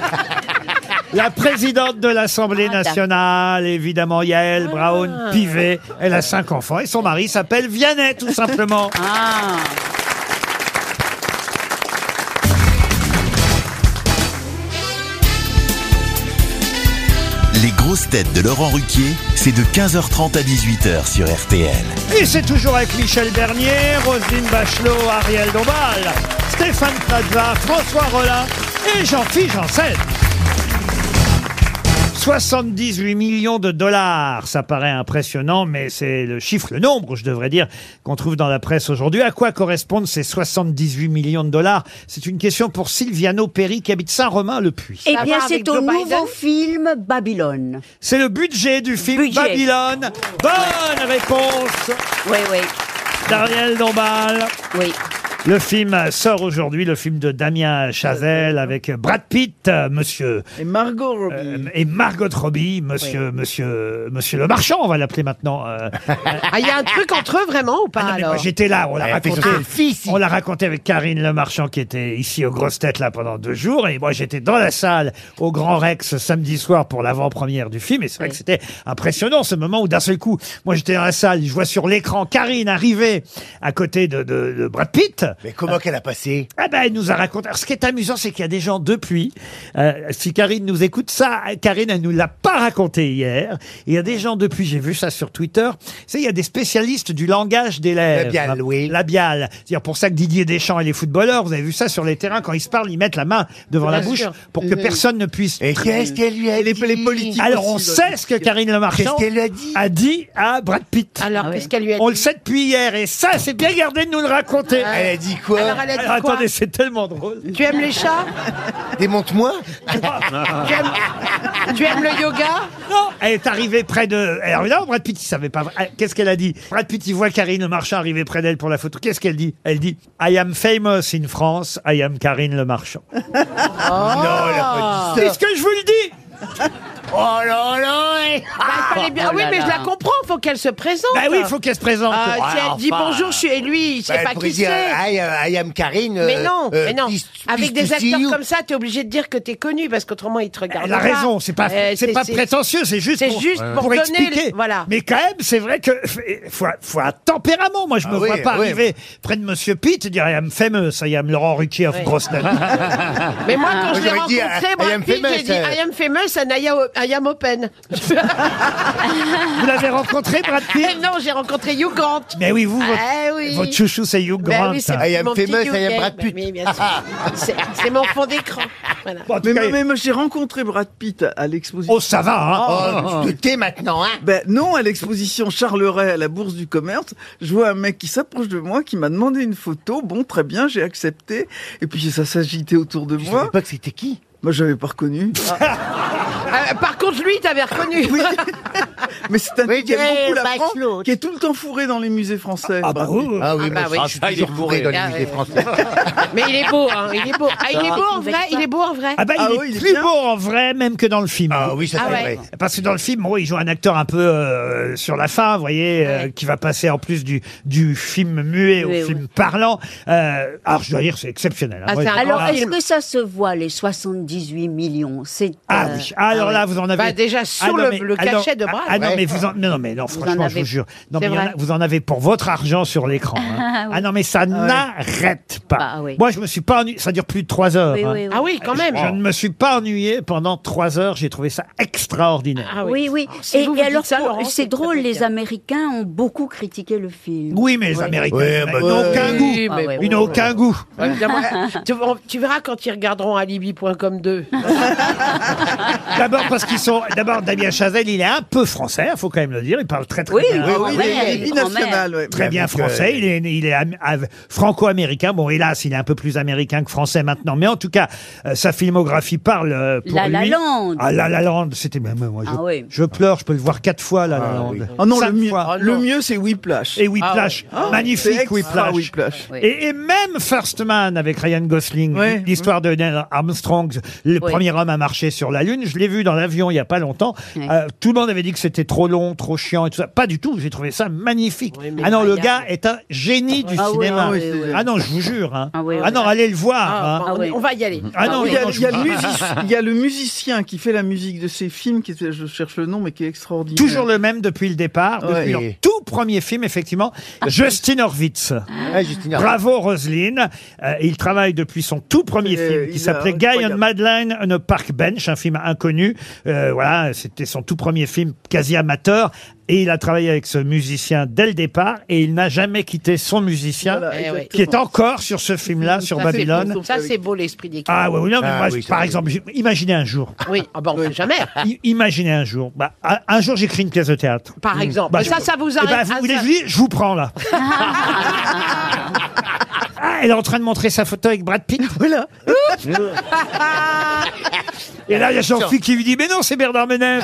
[SPEAKER 2] La présidente de l'Assemblée nationale, évidemment, Yael Braun-Pivet. Elle a cinq enfants et son mari s'appelle Vianney, tout simplement.
[SPEAKER 3] Ah.
[SPEAKER 1] Les grosses têtes de Laurent Ruquier, c'est de 15h30 à 18h sur RTL.
[SPEAKER 2] Et c'est toujours avec Michel Bernier, Roselyne Bachelot, Ariel Dombal, Stéphane Plaza, François Rollin et Jean-Philippe Janssen. 78 millions de dollars, ça paraît impressionnant, mais c'est le chiffre, le nombre, je devrais dire, qu'on trouve dans la presse aujourd'hui. À quoi correspondent ces 78 millions de dollars C'est une question pour Silviano Perry qui habite Saint-Romain-le-Puy.
[SPEAKER 3] Eh bien, c'est au nouveau film Babylone.
[SPEAKER 2] C'est le budget du film
[SPEAKER 3] Budget.
[SPEAKER 2] Babylone. Bonne réponse.
[SPEAKER 3] Oui, oui.
[SPEAKER 2] Dariel Dombal.
[SPEAKER 3] Oui.
[SPEAKER 2] Le film sort aujourd'hui, le film de Damien Chazelle avec Brad Pitt, euh, monsieur. Euh, Et Margot Robbie. et Margot Robbie, monsieur, monsieur, monsieur le marchand, on va l'appeler maintenant. euh.
[SPEAKER 5] Ah, il y a un truc entre eux vraiment ou pas
[SPEAKER 2] Ah non, mais moi,
[SPEAKER 5] alors
[SPEAKER 2] J'étais là, on l'a
[SPEAKER 5] Ouais,
[SPEAKER 2] raconté.
[SPEAKER 5] parce que- Ah, si, si.
[SPEAKER 2] On l'a raconté avec Karine Le Marchand qui était ici aux grosses têtes là pendant deux jours et moi j'étais dans la salle au Grand Rex samedi soir pour l'avant-première du film et c'est vrai que c'était impressionnant ce moment où d'un seul coup, moi j'étais dans la salle, je vois sur l'écran Karine arriver à côté de, de- de Brad Pitt. Mais comment qu'elle a passé Ah ben elle nous a raconté. Alors, ce qui est amusant c'est qu'il y a des gens depuis. euh, si Karine nous écoute ça, Karine elle nous l'a pas raconté hier. Il y a des gens depuis, j'ai vu ça sur Twitter. C'est il y a des spécialistes du langage des lèvres. Labial, oui. Ah, Labial. C'est-à-dire pour ça que Didier Deschamps et les footballeurs, vous avez vu ça sur les terrains, quand ils se parlent, ils mettent la main devant
[SPEAKER 9] Bien
[SPEAKER 2] la bouche
[SPEAKER 9] sûr.
[SPEAKER 2] pour que
[SPEAKER 5] Euh,
[SPEAKER 9] Oui.
[SPEAKER 2] personne ne puisse. Et
[SPEAKER 9] qu'est-ce qu'elle lui a
[SPEAKER 2] les,
[SPEAKER 9] dit politiques
[SPEAKER 2] Alors on
[SPEAKER 9] aussi,
[SPEAKER 2] sait ce que Karine Le Marchand
[SPEAKER 9] Qu'est-ce qu'elle
[SPEAKER 2] a, dit à Brad Pitt.
[SPEAKER 5] Alors qu'est-ce qu'elle lui a dit
[SPEAKER 2] Ah On le sait depuis hier et ça, c'est bien gardé de nous le raconter.
[SPEAKER 5] Elle a dit quoi Alors, elle a dit quoi
[SPEAKER 2] Attendez, c'est tellement drôle.
[SPEAKER 5] Tu aimes les chats
[SPEAKER 2] Démonte-moi.
[SPEAKER 5] tu, aimes... tu aimes le yoga
[SPEAKER 2] Non, elle est arrivée près de. Alors évidemment, Brad Pitt, il savait pas. Eh, Qu'est-ce qu'elle a dit Brad Pitt, il voit Karine Le Marchand arriver près d'elle pour la photo. Qu'est-ce qu'elle dit Elle dit I am famous in France, I am Karine Le Marchand.
[SPEAKER 5] Oh!
[SPEAKER 9] Ah Non, elle a pas dit ça.
[SPEAKER 2] Est-ce que je vous le dis
[SPEAKER 9] Oh là là eh.
[SPEAKER 5] Bah, il fallait bien-
[SPEAKER 9] Oh
[SPEAKER 5] Ah oui,
[SPEAKER 9] là
[SPEAKER 5] mais je
[SPEAKER 9] là.
[SPEAKER 5] la comprends, faut qu'elle se présente.
[SPEAKER 9] Bah oui, faut qu'elle se présente.
[SPEAKER 5] Ah, si
[SPEAKER 9] Ouais,
[SPEAKER 5] elle dit
[SPEAKER 9] enfin.
[SPEAKER 5] bonjour, je suis et lui, il sait
[SPEAKER 9] Bah, elle
[SPEAKER 5] pas
[SPEAKER 9] pourrait
[SPEAKER 5] qui
[SPEAKER 9] dire,
[SPEAKER 5] c'est.
[SPEAKER 9] I, euh, I am Karine. euh,
[SPEAKER 5] mais non,
[SPEAKER 9] euh,
[SPEAKER 5] mais non.
[SPEAKER 9] please-
[SPEAKER 5] Avec
[SPEAKER 9] please
[SPEAKER 5] des
[SPEAKER 9] to see you.
[SPEAKER 5] acteurs comme ça, t'es obligé de dire que t'es connu parce qu'autrement ils te regardent.
[SPEAKER 2] Elle a
[SPEAKER 5] pas.
[SPEAKER 2] raison, c'est pas,
[SPEAKER 5] Euh,
[SPEAKER 2] c'est pas prétentieux, c'est juste
[SPEAKER 5] c'est
[SPEAKER 2] pour,
[SPEAKER 5] juste pour donner
[SPEAKER 2] expliquer.
[SPEAKER 5] le- voilà.
[SPEAKER 2] Mais quand même, c'est vrai que f- faut, faut un tempérament. Moi, je
[SPEAKER 9] Ah
[SPEAKER 2] me
[SPEAKER 9] oui,
[SPEAKER 2] vois pas
[SPEAKER 9] oui.
[SPEAKER 2] arriver près de Monsieur Pitt et dire I am famous, I am Laurent Ruquier of
[SPEAKER 5] Oui.
[SPEAKER 2] grosse tête.
[SPEAKER 5] Mais moi, quand je l'ai
[SPEAKER 9] Ah. J'aurais
[SPEAKER 5] rencontré,
[SPEAKER 9] dit, I am
[SPEAKER 5] Brad Pitt, j'ai
[SPEAKER 9] famous,
[SPEAKER 5] dit
[SPEAKER 9] euh.
[SPEAKER 5] I am famous and I am- I am open.
[SPEAKER 2] Vous l'avez rencontré, Brad Pitt
[SPEAKER 5] Non, j'ai rencontré Hugh Grant.
[SPEAKER 2] Mais oui, vous, votre,
[SPEAKER 5] Ah oui.
[SPEAKER 2] votre chouchou, c'est Hugh
[SPEAKER 5] Ben
[SPEAKER 2] Grant.
[SPEAKER 5] oui, c'est mon petit Hugh Grant. Ben oui, bien sûr. C'est c'est mon fond d'écran. Voilà.
[SPEAKER 6] mais moi- mais moi, j'ai rencontré Brad Pitt à- à l'exposition.
[SPEAKER 2] Oh, ça va,
[SPEAKER 9] hein. Oh, tu te tais maintenant, hein
[SPEAKER 6] Ben non, à l'exposition Charles Ray à la Bourse du Commerce, je vois un mec qui s'approche de moi, qui m'a demandé une photo. Bon, très bien, j'ai accepté. Et puis ça s'agitait autour de moi. Je savais
[SPEAKER 9] pas que c'était qui Ah.
[SPEAKER 6] Moi, j'avais pas reconnu.
[SPEAKER 5] Euh, par contre, lui, t'avais reconnu.
[SPEAKER 6] Mais c'est un type qui aime
[SPEAKER 5] eh,
[SPEAKER 6] beaucoup la
[SPEAKER 5] Bachelot.
[SPEAKER 6] France, qui est tout le temps fourré dans les musées français.
[SPEAKER 9] Ah bah oui. Ah oui,
[SPEAKER 5] bah
[SPEAKER 9] moi,
[SPEAKER 5] oui.
[SPEAKER 9] je suis
[SPEAKER 5] Ah, il est
[SPEAKER 9] toujours
[SPEAKER 5] bourré.
[SPEAKER 9] bourré dans les
[SPEAKER 5] Ah,
[SPEAKER 9] musées
[SPEAKER 5] ouais.
[SPEAKER 9] français.
[SPEAKER 5] Mais il est beau, hein, il est beau. Ah, il est beau en vrai, il est beau en vrai.
[SPEAKER 2] Ah bah, il est plus beau en vrai même que dans le film. Ah
[SPEAKER 9] oui,
[SPEAKER 5] ça, c'est Ah ouais. vrai.
[SPEAKER 2] Parce que dans le film, bon, il joue un acteur un peu euh, sur la fin, vous voyez, euh, qui va passer en plus du, du film muet
[SPEAKER 3] Oui,
[SPEAKER 2] au film parlant. Euh, alors, je dois dire, c'est exceptionnel. hein.
[SPEAKER 5] Bah,
[SPEAKER 2] Moi, je-
[SPEAKER 3] Alors,
[SPEAKER 2] Ah,
[SPEAKER 3] est-ce que ça se voit, les 78 millions C'est
[SPEAKER 2] Ah
[SPEAKER 3] euh,
[SPEAKER 2] oui. Alors là, vous en avez.
[SPEAKER 5] Bah, déjà, sur
[SPEAKER 2] non,
[SPEAKER 5] le- le
[SPEAKER 2] ah non,
[SPEAKER 5] cachet de bras,
[SPEAKER 2] Ah, ah non,
[SPEAKER 5] ouais.
[SPEAKER 2] mais vous en. Non, non, mais non,
[SPEAKER 5] Vous en
[SPEAKER 2] franchement, je
[SPEAKER 5] avez-
[SPEAKER 2] vous jure. Non, mais
[SPEAKER 5] C'est
[SPEAKER 2] il y en a-
[SPEAKER 5] vrai.
[SPEAKER 2] vous en avez pour votre argent sur l'écran. hein.
[SPEAKER 3] Ah
[SPEAKER 2] Ah,
[SPEAKER 3] oui.
[SPEAKER 2] non, mais ça n'arrête pas.
[SPEAKER 5] Bah
[SPEAKER 2] Moi, je me suis pas ennuyé. Ça dure plus de trois heures.
[SPEAKER 3] Oui,
[SPEAKER 2] hein.
[SPEAKER 3] oui, oui. Ah oui, quand même.
[SPEAKER 2] Je, je ne me suis pas ennuyé pendant trois heures. J'ai trouvé ça extraordinaire.
[SPEAKER 5] Ah.
[SPEAKER 3] oui, oui.
[SPEAKER 5] Si
[SPEAKER 3] et et
[SPEAKER 5] vous vous
[SPEAKER 3] alors,
[SPEAKER 5] dites ça,
[SPEAKER 3] pour-
[SPEAKER 5] Laurent,
[SPEAKER 3] c'est drôle, les Américains ont beaucoup critiqué le film.
[SPEAKER 2] Oui, mais les Américains,
[SPEAKER 9] Ouais, bah,
[SPEAKER 2] ils n'ont aucun goût.
[SPEAKER 5] Ah, Oui, mais
[SPEAKER 2] Ils
[SPEAKER 5] bon.
[SPEAKER 2] n'ont aucun goût.
[SPEAKER 5] Ouais, évidemment. tu, on- tu verras quand ils regarderont alibi.com 2.
[SPEAKER 2] D'abord parce qu'ils sont. D'abord, Damien Chazelle, il est un peu français, hein, faut quand même le dire. Il parle très très
[SPEAKER 6] Oui,
[SPEAKER 2] bien.
[SPEAKER 6] oui, oui, il est- Ouais, il est binational, ouais.
[SPEAKER 2] Très bien
[SPEAKER 6] Avec,
[SPEAKER 2] français.
[SPEAKER 6] euh,
[SPEAKER 2] Il est, il est am- av- franco-américain. Bon, hélas, il est un peu plus américain que français maintenant. Mais en tout cas, euh, sa filmographie parle euh, pour
[SPEAKER 3] La
[SPEAKER 2] lui.
[SPEAKER 3] La Land.
[SPEAKER 2] Ah, La La Land, c'était même moi. Je,
[SPEAKER 3] Ah oui.
[SPEAKER 2] je pleure, je peux le voir quatre fois
[SPEAKER 5] Ah,
[SPEAKER 2] La La Land.
[SPEAKER 6] Oh non,
[SPEAKER 2] Cinq
[SPEAKER 6] le mieux,
[SPEAKER 2] fois.
[SPEAKER 6] le mieux c'est Whiplash.
[SPEAKER 2] Ah Et Whiplash,
[SPEAKER 6] Ah ouais.
[SPEAKER 2] magnifique
[SPEAKER 6] C'est extra
[SPEAKER 2] Whiplash.
[SPEAKER 6] Whiplash.
[SPEAKER 2] Et, et même First Man avec Ryan Gosling,
[SPEAKER 6] Ouais.
[SPEAKER 2] l'histoire de Neil Armstrong, le
[SPEAKER 3] Oui.
[SPEAKER 2] premier homme à marcher sur la Lune. Je l'ai vu dans l'avion il n'y a pas longtemps.
[SPEAKER 3] Ouais.
[SPEAKER 2] Euh, tout le monde avait dit que c'était trop long, trop chiant et tout ça. Pas du tout, j'ai trouvé ça magnifique.
[SPEAKER 5] mais
[SPEAKER 2] ah non, le gars
[SPEAKER 5] incroyable.
[SPEAKER 2] est un génie du
[SPEAKER 3] Ah oui,
[SPEAKER 2] cinéma.
[SPEAKER 3] ah oui, oui, oui.
[SPEAKER 2] Ah non, je vous jure. hein. Ah,
[SPEAKER 3] oui, oui.
[SPEAKER 2] non, allez le voir.
[SPEAKER 5] Ah,
[SPEAKER 2] hein.
[SPEAKER 5] bah, on, on va y aller.
[SPEAKER 2] Ah non,
[SPEAKER 6] il y, a,
[SPEAKER 2] non,
[SPEAKER 6] il y a
[SPEAKER 2] je-
[SPEAKER 6] le music- il y a le musicien qui fait la musique de ces films, qui est- je cherche le nom, mais qui est extraordinaire.
[SPEAKER 2] Toujours le même depuis le départ,
[SPEAKER 6] Ouais.
[SPEAKER 2] depuis leur tout premier film, effectivement, Justin Horvitz.
[SPEAKER 9] Justin Horvitz.
[SPEAKER 2] Bravo Roselyne. Euh, il travaille depuis son tout premier
[SPEAKER 6] Euh,
[SPEAKER 2] film
[SPEAKER 6] il
[SPEAKER 2] qui
[SPEAKER 6] a-
[SPEAKER 2] s'appelait Guy and Madeline on a Park Bench, un film inconnu. connu. Euh, voilà, c'était son tout premier film quasi amateur. Et il a travaillé avec ce musicien dès le départ et il n'a jamais quitté son musicien
[SPEAKER 5] Eh oui.
[SPEAKER 2] qui est encore sur ce film-là, sur
[SPEAKER 5] Ça, c'est
[SPEAKER 2] Babylone.
[SPEAKER 5] beau, Ça, c'est beau l'esprit d'équipe.
[SPEAKER 2] Ah ouais, oui, non, mais moi, par exemple, j- imaginez un jour.
[SPEAKER 5] Oui, ah bah, on fait jamais.
[SPEAKER 2] I- Imaginez un jour. Bah, un un jour, j'écris une pièce de théâtre.
[SPEAKER 5] Par
[SPEAKER 2] Mm.
[SPEAKER 5] exemple. Mais ça,
[SPEAKER 2] je-
[SPEAKER 5] ça vous
[SPEAKER 2] Eh ben,
[SPEAKER 5] arrive-
[SPEAKER 2] vous
[SPEAKER 5] ah,
[SPEAKER 2] voulez
[SPEAKER 5] ça-
[SPEAKER 2] que je dise Je vous prends là. Ah, elle est en train de montrer sa photo avec Brad Pitt. Voilà. Et là, il y a Jean-Philippe qui lui dit Mais non, c'est Bernard Menez.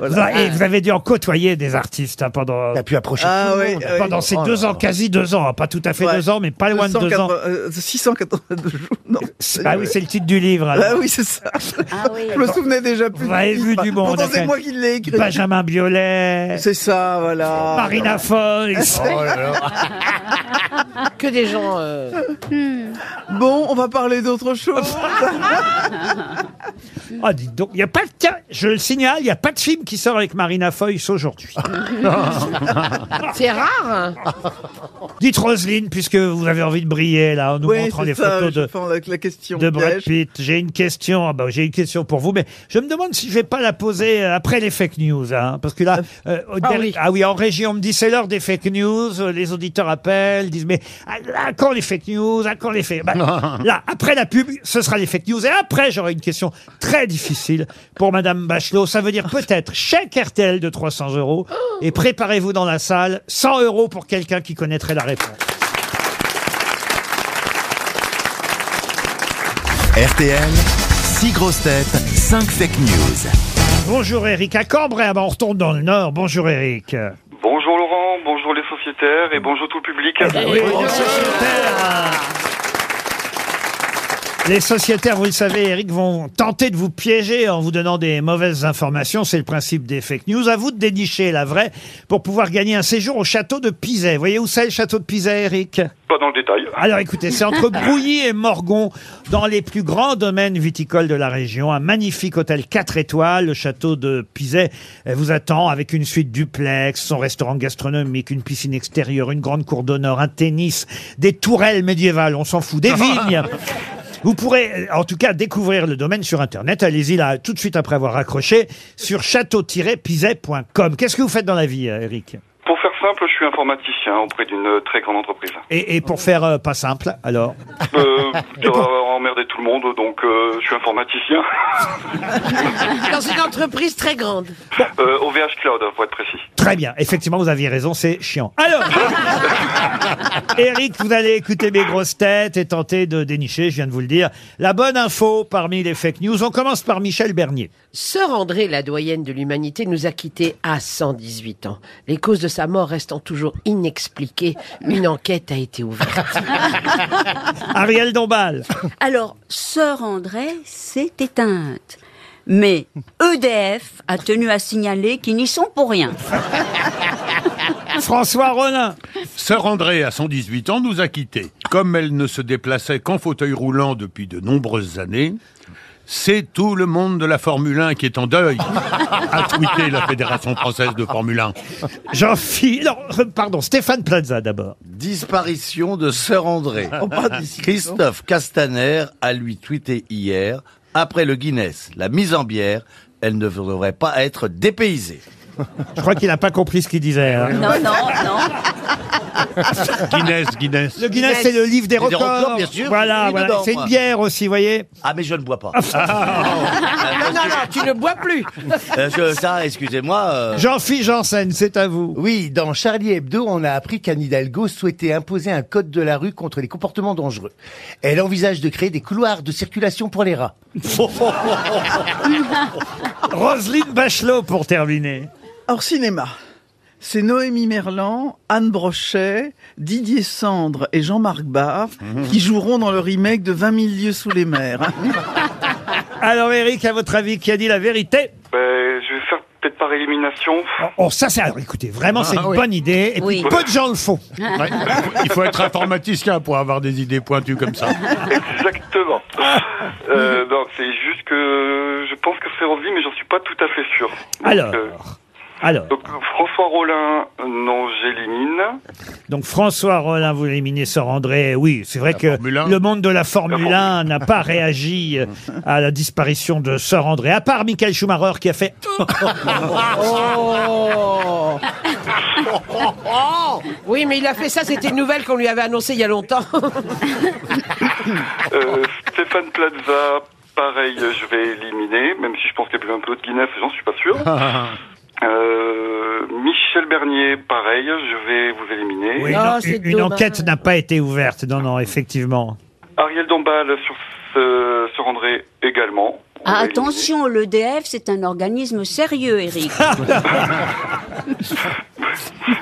[SPEAKER 2] Vous a- et vous avez dû en côtoyer des artistes hein, pendant. pu approcher
[SPEAKER 6] Ah tout le ouais, monde. ouais.
[SPEAKER 2] pendant ces
[SPEAKER 6] Oh là
[SPEAKER 2] deux ans, quasi deux ans, hein, pas tout à fait deux ans, mais pas loin de deux ans.
[SPEAKER 6] 280, euh, 682 jours, non.
[SPEAKER 2] Ah oui, c'est le titre du livre. alors.
[SPEAKER 6] Ah oui, c'est ça. Je me souvenais déjà plus.
[SPEAKER 2] Vous avez
[SPEAKER 6] du
[SPEAKER 2] vu
[SPEAKER 6] titre.
[SPEAKER 2] du monde,
[SPEAKER 6] Pourtant,
[SPEAKER 2] quand
[SPEAKER 6] c'est
[SPEAKER 2] même.
[SPEAKER 6] moi qui l'ai écrit.
[SPEAKER 2] Benjamin Biolay.
[SPEAKER 6] C'est ça, voilà.
[SPEAKER 2] Marina Foïs.
[SPEAKER 6] Oh là là.
[SPEAKER 5] Que des gens. euh,
[SPEAKER 6] Bon, on va parler d'autre chose.
[SPEAKER 2] Ah, dites donc, il y a pas de... Tiens, je le signale, il n'y a pas de film qui sort avec Marina Foïs aujourd'hui.
[SPEAKER 5] C'est rare. hein.
[SPEAKER 2] Dites Roselyne, puisque vous avez envie de briller, là, en nous
[SPEAKER 6] Oui,
[SPEAKER 2] montrant
[SPEAKER 6] c'est
[SPEAKER 2] les
[SPEAKER 6] ça,
[SPEAKER 2] photos
[SPEAKER 6] je
[SPEAKER 2] de,
[SPEAKER 6] prends avec la question
[SPEAKER 2] de Brad
[SPEAKER 6] piège.
[SPEAKER 2] Pitt. J'ai une question, ah ben, j'ai une question pour vous, mais je me demande si je vais pas la poser euh, après les fake news, hein, parce que là, euh, au
[SPEAKER 5] Ah
[SPEAKER 2] der-
[SPEAKER 5] oui.
[SPEAKER 2] en région, on me dit c'est l'heure des fake news, euh, les auditeurs appellent, disent mais à, à quand les fake news, à quand les fake... Bah, là, après la pub, ce sera les fake news, et après j'aurai une question très difficile pour Madame Bachelot, ça veut dire peut-être chèque RTL de 300 euros, et préparez-vous dans la salle, 100 euros pour quelqu'un qui connaîtrait la réponse.
[SPEAKER 1] RTL, 6 grosses têtes, 5 fake news.
[SPEAKER 2] Bonjour Eric, à Cambrai, ah ben, on retourne dans le Nord, bonjour Eric.
[SPEAKER 15] Bonjour Laurent, bonjour les sociétaires et bonjour tout le public.
[SPEAKER 11] Eh
[SPEAKER 2] Les sociétaires, vous le savez, Eric, vont tenter de vous piéger en vous donnant des mauvaises informations. C'est le principe des fake news. À vous de dénicher la vraie pour pouvoir gagner un séjour au château de Pizet. Vous voyez où c'est le château de Pizet, Eric
[SPEAKER 15] Pas dans le détail.
[SPEAKER 11] Ah.
[SPEAKER 2] Alors écoutez, c'est entre Brouilly et Morgon, dans les plus grands domaines viticoles de la région. Un magnifique hôtel 4 étoiles, le château de Pizet euh, vous attend avec une suite duplex, son restaurant gastronomique, une piscine extérieure, une grande cour d'honneur, un tennis, des tourelles médiévales, on s'en fout, des vignes. Vous pourrez, euh, en tout cas, découvrir le domaine sur Internet. Allez-y là, tout de suite après avoir raccroché, sur château-pizet.com. Qu'est-ce que vous faites dans la vie, euh, Eric
[SPEAKER 15] Pour faire simple, je suis informaticien auprès d'une très grande entreprise.
[SPEAKER 2] et, et pour faire euh, pas simple, alors
[SPEAKER 15] Euh, je dois avoir emmerdé tout le monde, donc euh, je suis informaticien.
[SPEAKER 5] Dans une entreprise très grande.
[SPEAKER 15] Euh, OVH Cloud, pour être précis.
[SPEAKER 2] Très bien, effectivement, vous aviez raison, c'est chiant. Alors, Eric, vous allez écouter mes grosses têtes et tenter de dénicher, je viens de vous le dire, la bonne info parmi les fake news. On commence par Michel Bernier.
[SPEAKER 5] Sœur André, la doyenne de l'humanité, nous a quittés à 118 ans. Les causes de sa mort restant toujours inexpliquées, une enquête a été ouverte.
[SPEAKER 2] Ariel Dombal.
[SPEAKER 3] Alors, Sœur André s'est éteinte. Mais EDF a tenu à signaler qu'ils n'y sont pour rien.
[SPEAKER 2] François Rollin.
[SPEAKER 7] Sœur André, à 118 ans, nous a quittés. Comme elle ne se déplaçait qu'en fauteuil roulant depuis de nombreuses années, c'est tout le monde de la Formule 1 qui est en deuil, a tweeté la Fédération française de Formule 1.
[SPEAKER 2] Jean-Philippe, euh, pardon, Stéphane Plaza d'abord.
[SPEAKER 16] Disparition de Sœur André.
[SPEAKER 2] Oh, pas disparition.
[SPEAKER 16] Christophe Castaner a lui tweeté hier, après le Guinness, la mise en bière, elle ne devrait pas être dépaysée.
[SPEAKER 2] Je crois qu'il n'a pas compris ce qu'il disait. hein.
[SPEAKER 3] Non, non, non.
[SPEAKER 7] Guinness, Guinness.
[SPEAKER 2] Le Guinness, c'est le livre des records.
[SPEAKER 16] bien sûr. Je
[SPEAKER 2] Voilà,
[SPEAKER 16] suis
[SPEAKER 2] voilà.
[SPEAKER 16] dedans,
[SPEAKER 2] c'est une
[SPEAKER 16] moi.
[SPEAKER 2] bière Ah. aussi, vous voyez.
[SPEAKER 16] Ah, mais je ne bois pas.
[SPEAKER 5] non, non, non, tu ne bois plus.
[SPEAKER 16] Euh, je- ça, excusez-moi. euh,
[SPEAKER 2] Jean-Philippe Janssen, c'est à vous.
[SPEAKER 9] Oui, dans Charlie Hebdo, on a appris qu'Anne Hidalgo souhaitait imposer un code de la rue contre les comportements dangereux. Elle envisage de créer des couloirs de circulation pour les rats.
[SPEAKER 2] Roselyne Bachelot pour terminer.
[SPEAKER 6] Alors, cinéma. C'est Noémie Merlan, Anne Brochet, Didier Sandre et Jean-Marc Barr
[SPEAKER 2] Mhm.
[SPEAKER 6] qui joueront dans le remake de 20 000 lieux sous les mers.
[SPEAKER 2] Alors Eric, à votre avis, qui a dit la vérité
[SPEAKER 15] Ben, je vais faire peut-être par élimination.
[SPEAKER 2] Oh, ça, c'est. Alors, écoutez, vraiment, c'est
[SPEAKER 7] Ah,
[SPEAKER 2] une
[SPEAKER 7] oui.
[SPEAKER 2] bonne idée. Et puis,
[SPEAKER 7] Oui.
[SPEAKER 2] peu de gens le font.
[SPEAKER 7] Ouais. Il faut être informaticien pour avoir des idées pointues comme ça.
[SPEAKER 15] Exactement.
[SPEAKER 11] Ah.
[SPEAKER 15] Euh, non, c'est juste que je pense que c'est Rosy, mais j'en suis pas tout à fait sûr. Donc,
[SPEAKER 2] Alors,
[SPEAKER 15] euh,
[SPEAKER 2] Alors,
[SPEAKER 15] Donc, François Rollin, non, j'élimine.
[SPEAKER 2] donc François Rollin, vous l'éliminez sans André. Oui, c'est vrai que le monde de la Formule 1 n'a pas réagi euh, à la disparition de Sir André, à part Michael Schumacher qui a fait...
[SPEAKER 5] Oh Oui, mais il a fait ça, c'était une nouvelle qu'on lui avait annoncée il y a longtemps.
[SPEAKER 15] Euh, Stéphane Plaza, pareil, je vais éliminer, même si je pense qu'il y a plus un peu de Guinness, j'en suis pas sûr. Euh, Michel Bernier, pareil, je vais vous éliminer.
[SPEAKER 2] Oui, non, une, une enquête n'a pas été ouverte. Non, non, effectivement.
[SPEAKER 15] Ariel Dombal sur, ce- sur André également.
[SPEAKER 3] Ah, attention, l'EDF, c'est un organisme sérieux, Eric.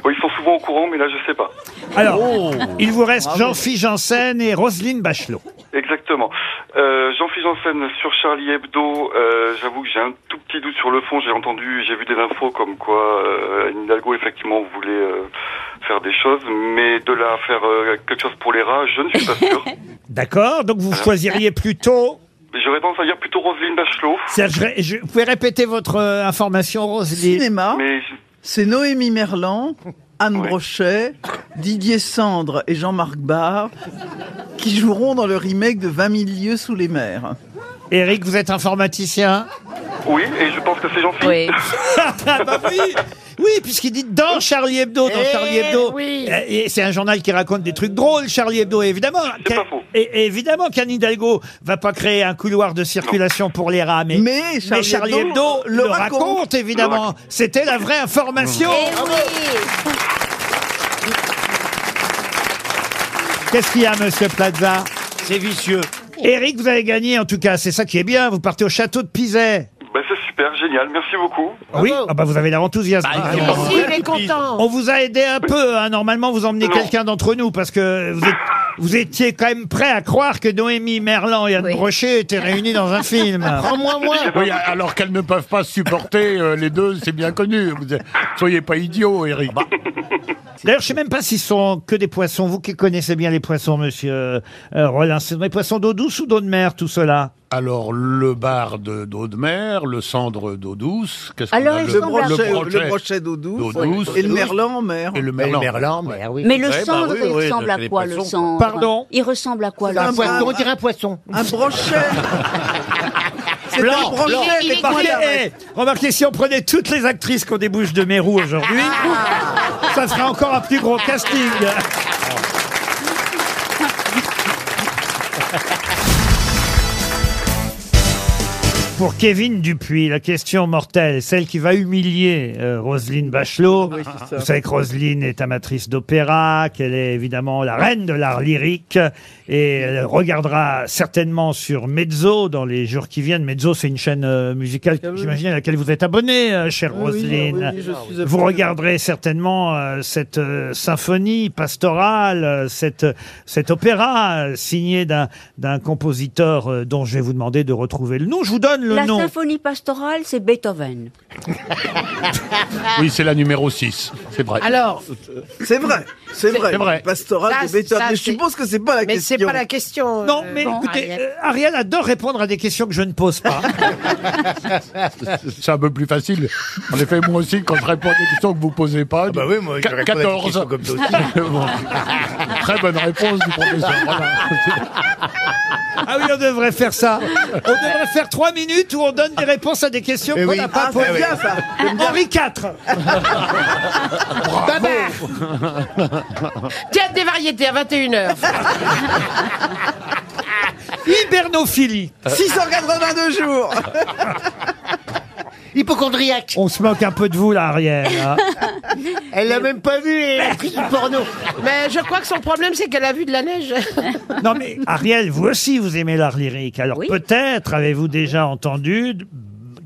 [SPEAKER 15] Oui, ils sont souvent au courant, mais là, je sais pas.
[SPEAKER 2] Alors,
[SPEAKER 7] Oh.
[SPEAKER 2] il vous
[SPEAKER 7] Ah
[SPEAKER 2] reste Jean-Philippe Janssen et Roselyne Bachelot.
[SPEAKER 15] Exactement. Euh, Jean-Philippe Janssen sur Charlie Hebdo, euh, j'avoue que j'ai un tout petit doute sur le fond. J'ai entendu, j'ai vu des infos comme quoi euh, Anne Hidalgo effectivement voulait euh, faire des choses, mais de là à faire euh, quelque chose pour les rats, je ne suis pas sûr.
[SPEAKER 2] D'accord Donc vous choisiriez plutôt...
[SPEAKER 15] Mais J'aurais tendance à dire plutôt Roselyne Bachelot.
[SPEAKER 2] Serge, Ré- je, vous pouvez répéter votre euh, information, Roselyne
[SPEAKER 6] Cinéma,
[SPEAKER 15] Mais
[SPEAKER 6] c'est Noémie Merlan, Anne Brochet, Didier Sandre et Jean-Marc Barr qui joueront dans le remake de 20 000 lieux sous les mers.
[SPEAKER 2] Eric, vous êtes informaticien
[SPEAKER 15] Oui, et je pense que c'est Jean-Philippe.
[SPEAKER 2] Oui. bah oui Oui, puisqu'il dit dans Charlie Hebdo, dans
[SPEAKER 5] Eh
[SPEAKER 2] Charlie Hebdo.
[SPEAKER 5] oui.
[SPEAKER 2] Euh, Et c'est un journal qui raconte des trucs drôles, Charlie Hebdo. Et évidemment, qu'A- et, et évidemment qu'Anne Hidalgo va pas créer un couloir de circulation pour les rats, mais, mais Charlie, Hebdo, le, raconte,
[SPEAKER 6] Le
[SPEAKER 2] évidemment.
[SPEAKER 6] raconte.
[SPEAKER 2] C'était la vraie information.
[SPEAKER 3] Eh oui.
[SPEAKER 2] Qu'est-ce qu'il y a, monsieur Plaza C'est vicieux. Eric, vous avez gagné en tout cas, c'est ça qui est bien. Vous partez au château de Pizet.
[SPEAKER 15] Bah, c'est super, génial, merci beaucoup.
[SPEAKER 2] Oui, ah bah vous avez l'enthousiasme.
[SPEAKER 5] Si, il est content.
[SPEAKER 6] Oh.
[SPEAKER 2] On vous a aidé un peu, hein. normalement vous emmenez quelqu'un d'entre nous parce que vous, êtes- vous étiez quand même prêt à croire que Noémie Merlan et Anne Brochet étaient réunis dans un film.
[SPEAKER 7] Oui, alors qu'elles ne peuvent pas se supporter, euh, les deux, c'est bien connu. Vous êtes- Soyez pas idiots, Eric.
[SPEAKER 2] D'ailleurs, je sais même pas s'ils sont que des poissons. Vous qui connaissez bien les poissons, monsieur euh, Rollin, ce sont des poissons d'eau douce ou d'eau de mer, tout cela
[SPEAKER 7] Alors, le bar de- d'eau de mer, le cendre d'eau douce, qu'est-ce qu'on
[SPEAKER 3] Alors,
[SPEAKER 7] a
[SPEAKER 3] il
[SPEAKER 6] Le brochet,
[SPEAKER 7] brochet.
[SPEAKER 6] le brochet d'eau douce,
[SPEAKER 7] D'eau douce.
[SPEAKER 6] et le merlan en mer.
[SPEAKER 7] Et le merlan. bah
[SPEAKER 3] Mais le cendre, il ressemble à quoi, le cendre
[SPEAKER 6] Pardon
[SPEAKER 3] Il ressemble à quoi,
[SPEAKER 6] C'est
[SPEAKER 3] le
[SPEAKER 6] un
[SPEAKER 3] cendre
[SPEAKER 6] poisson, on dirait
[SPEAKER 9] un poisson.
[SPEAKER 6] Un brochet C'est
[SPEAKER 2] Blanc,
[SPEAKER 6] un brochet,
[SPEAKER 2] blanc.
[SPEAKER 6] mais pas
[SPEAKER 2] Remarquez, eh, remarquez, si on prenait toutes les actrices qu'on débouche de Mérou aujourd'hui,
[SPEAKER 6] Ah.
[SPEAKER 2] ça serait encore un plus gros casting. Pour Kevin Dupuis, la question mortelle, celle qui va humilier euh, Roselyne Bachelot.
[SPEAKER 6] ça.
[SPEAKER 2] Vous savez que Roselyne est amatrice d'opéra, qu'elle est évidemment la reine de l'art lyrique, et elle regardera certainement sur Mezzo dans les jours qui viennent. Mezzo, c'est une chaîne euh, musicale, j'imagine, à laquelle vous êtes abonné, euh, chère
[SPEAKER 6] Ah Oui, oui,
[SPEAKER 2] Roselyne.
[SPEAKER 6] oui, oui, je suis
[SPEAKER 2] vous
[SPEAKER 6] abonné.
[SPEAKER 2] regarderez certainement euh, cette euh, symphonie pastorale, euh, cette, cet opéra euh, signé d'un d'un compositeur euh, dont je vais vous demander de retrouver le nom. Je vous donne le
[SPEAKER 3] La
[SPEAKER 2] nom.
[SPEAKER 3] symphonie pastorale, c'est Beethoven.
[SPEAKER 7] Oui, c'est la numéro 6, c'est vrai.
[SPEAKER 5] Alors,
[SPEAKER 6] C'est vrai, c'est vrai. Pastoral
[SPEAKER 5] Ça,
[SPEAKER 6] de Beethoven.
[SPEAKER 5] ça,
[SPEAKER 6] Mais je
[SPEAKER 5] c'est-
[SPEAKER 6] suppose que c'est pas la
[SPEAKER 5] Mais
[SPEAKER 6] question.
[SPEAKER 5] c'est pas la question.
[SPEAKER 2] Non,
[SPEAKER 5] euh,
[SPEAKER 2] mais
[SPEAKER 5] bon,
[SPEAKER 2] écoutez,
[SPEAKER 5] Ariel.
[SPEAKER 2] euh, Ariel adore répondre à des questions que je ne pose pas.
[SPEAKER 7] C'est un peu plus facile. En effet, moi aussi, quand je réponds à des questions que vous posez pas. bah oui, moi,
[SPEAKER 17] je réponds à des questions comme ça aussi.
[SPEAKER 7] Très bonne réponse du professeur. Voilà.
[SPEAKER 2] ah oui, on devrait faire ça. On devrait faire trois minutes où on donne des réponses à des questions
[SPEAKER 17] Eh
[SPEAKER 6] Mais
[SPEAKER 2] qu'on
[SPEAKER 6] oui.
[SPEAKER 2] n'a pas
[SPEAKER 6] Ah, c'est bien, ça.
[SPEAKER 2] Henri IV.
[SPEAKER 5] Baba Théâtre Euh, des variétés à 21h.
[SPEAKER 2] Hibernophilie.
[SPEAKER 6] 682 jours
[SPEAKER 9] Hypochondriaque.
[SPEAKER 2] On se moque un peu de vous, là, Ariel. hein.
[SPEAKER 9] Elle l'a même pas vu et elle a pris du porno.
[SPEAKER 5] Mais je crois que son problème, c'est qu'elle a vu de la neige.
[SPEAKER 2] Non, mais Ariel, vous aussi, vous aimez l'art lyrique. Alors peut-être avez-vous déjà entendu.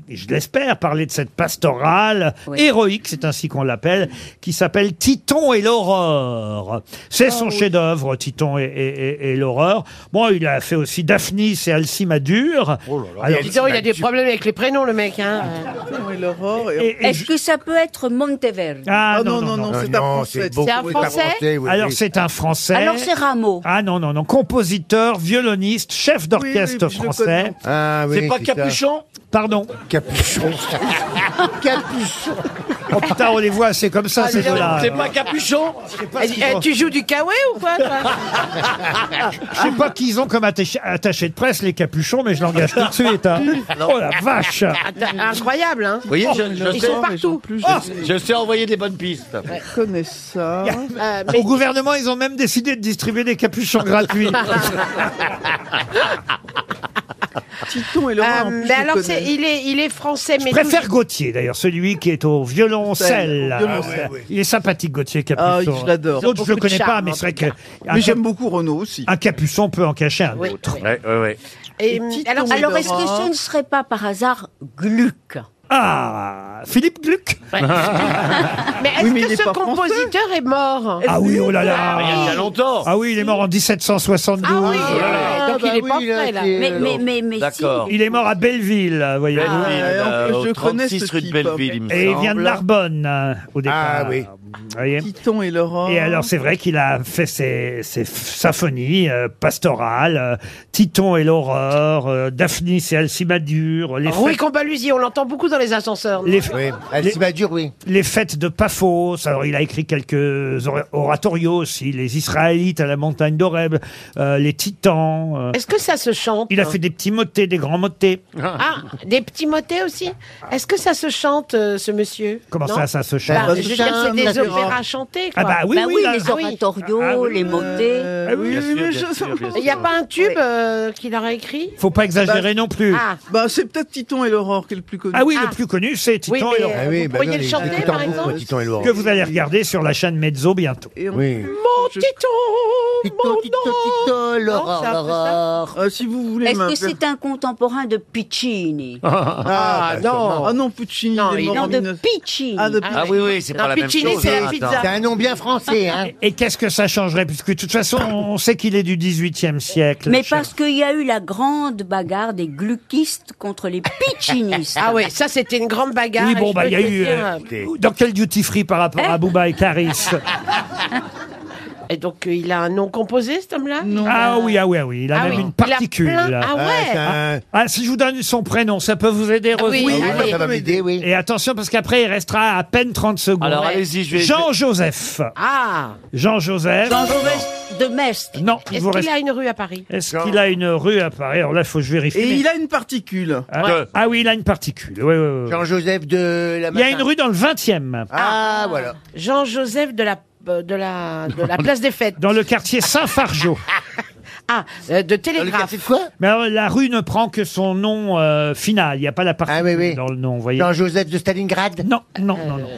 [SPEAKER 2] et Je l'espère parler de cette pastorale héroïque, c'est ainsi qu'on l'appelle, qui s'appelle Titon et l'Aurore. C'est son chef-d'œuvre, Titon et, et- et- et l'Aurore. Bon, il a fait aussi Daphnis et Alcimadure.
[SPEAKER 5] Oh
[SPEAKER 2] Alors,
[SPEAKER 5] Dis donc, il a des problèmes avec les prénoms, le mec. Hein.
[SPEAKER 3] Est-ce que ça peut être Monteverde
[SPEAKER 2] Ah non, non, non,
[SPEAKER 17] c'est un non, Français. c'est beaucoup-
[SPEAKER 3] C'est un
[SPEAKER 17] oui,
[SPEAKER 3] Français
[SPEAKER 17] oui,
[SPEAKER 2] Alors
[SPEAKER 17] oui.
[SPEAKER 2] c'est un Français.
[SPEAKER 3] Alors, c'est Rameau.
[SPEAKER 2] Ah non, non, non. Compositeur, violoniste, chef d'orchestre
[SPEAKER 6] Oui, oui, je le
[SPEAKER 2] français.
[SPEAKER 6] connais. Ah, oui, C'est pas c'est ça. Capuchon
[SPEAKER 2] Pardon
[SPEAKER 17] Capuchon.
[SPEAKER 2] Capuchon. Oh putain, on les voit, c'est comme ça, ces deux-là.
[SPEAKER 4] C'est pas capuchon
[SPEAKER 2] pas ce qu'ils vont-
[SPEAKER 5] Eh, Tu joues du kawé ou quoi toi
[SPEAKER 2] Je sais pas qu'ils ont comme attaché, attaché de presse les capuchons, mais je l'engage tout de suite. hein. Oh la vache
[SPEAKER 5] Attends, Incroyable, hein
[SPEAKER 4] Vous voyez, je, je
[SPEAKER 5] Ils
[SPEAKER 4] sais,
[SPEAKER 5] sont partout.
[SPEAKER 4] Oh, je sais envoyer des bonnes pistes.
[SPEAKER 2] connais ça.
[SPEAKER 5] Euh,
[SPEAKER 2] Au gouvernement, ils ont même décidé de distribuer des capuchons gratuits.
[SPEAKER 6] Titon et
[SPEAKER 5] Euh,
[SPEAKER 6] Laurent, en plus,
[SPEAKER 5] mais
[SPEAKER 6] je les
[SPEAKER 5] alors,
[SPEAKER 6] connais.
[SPEAKER 5] c'est- il est, il est français, mais
[SPEAKER 2] Je préfère Gauthier, d'ailleurs, celui qui est au violoncelle.
[SPEAKER 6] Au violoncelle.
[SPEAKER 2] Ah, Il est sympathique, Gauthier Capuchon.
[SPEAKER 6] Ah, je l'adore.
[SPEAKER 2] L'autre, je
[SPEAKER 6] Beaucoup
[SPEAKER 2] le
[SPEAKER 6] de
[SPEAKER 2] connais pas,
[SPEAKER 6] charme,
[SPEAKER 2] mais
[SPEAKER 6] en
[SPEAKER 2] c'est vrai
[SPEAKER 6] tout
[SPEAKER 2] que.
[SPEAKER 6] cas. Mais j'aime beaucoup Renaud aussi.
[SPEAKER 2] Un capuchon peut en cacher un
[SPEAKER 5] Oui,
[SPEAKER 2] Ah, autre.
[SPEAKER 5] oui.
[SPEAKER 4] Ouais, ouais, ouais.
[SPEAKER 5] Et, alors,
[SPEAKER 3] Alors, est-ce que ce ne serait pas par hasard Gluck
[SPEAKER 2] Ah Philippe Gluck
[SPEAKER 5] Mais est-ce
[SPEAKER 2] Oui, mais il est
[SPEAKER 5] que ce
[SPEAKER 2] pas
[SPEAKER 5] compositeur est mort
[SPEAKER 2] Ah oui, oh là là
[SPEAKER 4] Il y a déjà longtemps.
[SPEAKER 2] Ah oui, il est mort en 1772.
[SPEAKER 5] Ah oui, ouais, donc il est pas frais,
[SPEAKER 6] Ah,
[SPEAKER 5] là.
[SPEAKER 3] Mais,
[SPEAKER 2] euh,
[SPEAKER 3] mais, mais, mais
[SPEAKER 4] D'accord.
[SPEAKER 2] Il est mort à Belleville, voyez
[SPEAKER 4] Belleville, euh, au
[SPEAKER 6] Ah, je connais
[SPEAKER 4] 36
[SPEAKER 6] ce
[SPEAKER 4] rue de
[SPEAKER 6] type.
[SPEAKER 4] Belleville, il me
[SPEAKER 2] Et il vient de
[SPEAKER 4] semble.
[SPEAKER 2] Narbonne, euh, au départ.
[SPEAKER 6] Ah oui.
[SPEAKER 2] Vous voyez
[SPEAKER 6] Titon et Laurent.
[SPEAKER 2] Et alors, c'est vrai qu'il a fait ses, ses f- symphonies euh, pastorales, euh, Titon et l'aurore, euh, Daphnis et Alcimadure, les,
[SPEAKER 5] Rui
[SPEAKER 2] fêtes-
[SPEAKER 5] Combalusi, on l'entend beaucoup dans Ah les ascenseurs. non
[SPEAKER 2] les f-
[SPEAKER 9] Alcimadure, oui.
[SPEAKER 2] les fêtes de Paphos. Alors, il a écrit quelques or- oratorios aussi, les Israélites à la montagne d'Oreb, euh, les Titans. euh,
[SPEAKER 5] Est-ce que ça se chante
[SPEAKER 2] il a fait des petits motets, des grands motets.
[SPEAKER 5] Ah, des petits motets aussi Est-ce que ça se chante, euh, ce monsieur
[SPEAKER 2] Comment
[SPEAKER 5] Non
[SPEAKER 2] ça, ça se chante
[SPEAKER 5] Bah, Je veux dire, c'est des
[SPEAKER 3] Ça se chante.
[SPEAKER 5] opéras chantés, quoi.
[SPEAKER 2] Ah bah oui,
[SPEAKER 3] bah
[SPEAKER 2] oui,
[SPEAKER 3] oui,
[SPEAKER 2] là-
[SPEAKER 3] les oratorios,
[SPEAKER 2] Ah oui.
[SPEAKER 3] les motets.
[SPEAKER 6] Euh,
[SPEAKER 2] Ah oui,
[SPEAKER 6] oui,
[SPEAKER 2] bien
[SPEAKER 6] oui,
[SPEAKER 2] sûr,
[SPEAKER 6] mais
[SPEAKER 2] bien
[SPEAKER 6] je-
[SPEAKER 2] sûr, bien
[SPEAKER 5] Il n'y a pas un tube euh, qu'il aurait écrit
[SPEAKER 2] Faut pas exagérer non plus. Ah,
[SPEAKER 5] Ah,
[SPEAKER 6] Bah, c'est peut-être Titon et Laurent qui est le plus connu.
[SPEAKER 2] oui,
[SPEAKER 5] Ah.
[SPEAKER 2] le plus connu, c'est Titan
[SPEAKER 5] oui,
[SPEAKER 2] et
[SPEAKER 5] mais
[SPEAKER 2] Laurent.
[SPEAKER 5] euh, vous pourriez le chanter, par exemple
[SPEAKER 17] Titon et
[SPEAKER 2] Que
[SPEAKER 17] Laurent.
[SPEAKER 2] vous allez regarder sur la chaîne Mezzo bientôt.
[SPEAKER 6] Et on-
[SPEAKER 17] Oui.
[SPEAKER 5] Mon Titon, mon
[SPEAKER 9] Tito, tito, tito, l'aurore,
[SPEAKER 5] c'est un peu ça.
[SPEAKER 9] l'aurore.
[SPEAKER 6] Euh, si vous voulez.
[SPEAKER 3] Est-ce
[SPEAKER 6] ma-
[SPEAKER 3] que c'est un contemporain de Piccini
[SPEAKER 6] Ah,
[SPEAKER 3] ben,
[SPEAKER 5] Ah, non
[SPEAKER 6] Ah non, Puccini,
[SPEAKER 5] Non,
[SPEAKER 6] il est
[SPEAKER 5] il
[SPEAKER 6] mort
[SPEAKER 5] est
[SPEAKER 6] en
[SPEAKER 3] Non, de
[SPEAKER 6] 19
[SPEAKER 3] Piccini.
[SPEAKER 6] Ah, de-
[SPEAKER 5] Ah,
[SPEAKER 4] Ah oui, oui, c'est
[SPEAKER 5] Non,
[SPEAKER 4] pas la même
[SPEAKER 5] Piccini,
[SPEAKER 4] chose.
[SPEAKER 5] c'est la
[SPEAKER 4] hein,
[SPEAKER 5] pizza.
[SPEAKER 4] attends.
[SPEAKER 9] C'est un nom bien français, hein.
[SPEAKER 2] Et qu'est-ce que ça changerait Puisque de toute façon, on sait qu'il est du 18e siècle.
[SPEAKER 3] Mais
[SPEAKER 2] cher-
[SPEAKER 3] parce qu'il y a eu la grande bagarre des gluckistes contre les piccinistes.
[SPEAKER 5] Ah oui, ça c'était une grande bagarre.
[SPEAKER 2] Oui,
[SPEAKER 5] et
[SPEAKER 2] bon,
[SPEAKER 5] je
[SPEAKER 2] bah,
[SPEAKER 5] peux
[SPEAKER 2] il y a
[SPEAKER 5] te
[SPEAKER 2] eu.
[SPEAKER 5] dire, Eh
[SPEAKER 2] euh, dans quel duty free par rapport à Booba et Caris
[SPEAKER 5] Et donc, euh, il a un nom composé, cet homme-là
[SPEAKER 2] Ah oui, ah oui, ah oui. Il a même
[SPEAKER 5] oui.
[SPEAKER 2] une
[SPEAKER 5] Il a
[SPEAKER 2] particule.
[SPEAKER 5] plein- Ah
[SPEAKER 17] Ah, c'est
[SPEAKER 5] ouais
[SPEAKER 17] un-
[SPEAKER 2] Ah, si je vous donne son prénom, ça peut vous aider, Roselyne
[SPEAKER 5] oui,
[SPEAKER 9] Ah oui,
[SPEAKER 5] allez.
[SPEAKER 9] ça va m'aider, oui.
[SPEAKER 2] Et attention, parce qu'après, il restera à peine 30 secondes.
[SPEAKER 4] Alors allez-y, je vais.
[SPEAKER 2] Jean-Joseph.
[SPEAKER 5] Ah
[SPEAKER 2] Jean-Joseph.
[SPEAKER 3] Jean-Joseph de Mestre.
[SPEAKER 2] Non, il
[SPEAKER 5] Est-ce
[SPEAKER 2] vous
[SPEAKER 5] qu'il
[SPEAKER 2] reste.
[SPEAKER 5] a une rue à Paris
[SPEAKER 2] Est-ce qu'il a une rue à Paris Alors là, faut que je vérifie.
[SPEAKER 6] Et
[SPEAKER 2] mais-
[SPEAKER 6] il a une particule.
[SPEAKER 2] Ah,
[SPEAKER 4] Ouais.
[SPEAKER 2] ah oui, il a une particule. Oui, oui, oui.
[SPEAKER 9] Jean-Joseph de la
[SPEAKER 2] Il y a
[SPEAKER 9] Matin.
[SPEAKER 2] une rue dans le 20e,
[SPEAKER 9] Ah, voilà.
[SPEAKER 5] Jean-Joseph de la, euh, de, la, de la place des fêtes.
[SPEAKER 2] dans le quartier Saint-Fargeau.
[SPEAKER 5] Ah, euh, de
[SPEAKER 9] Dans le
[SPEAKER 5] Télégraphe.
[SPEAKER 9] quartier de quoi
[SPEAKER 2] Mais alors, la rue ne prend que son nom euh, final. Il n'y a pas la partie
[SPEAKER 9] Ah oui, oui.
[SPEAKER 2] dans le nom, vous voyez.
[SPEAKER 9] Jean-Joseph de Stalingrad Euh.
[SPEAKER 2] Non, non, non, non.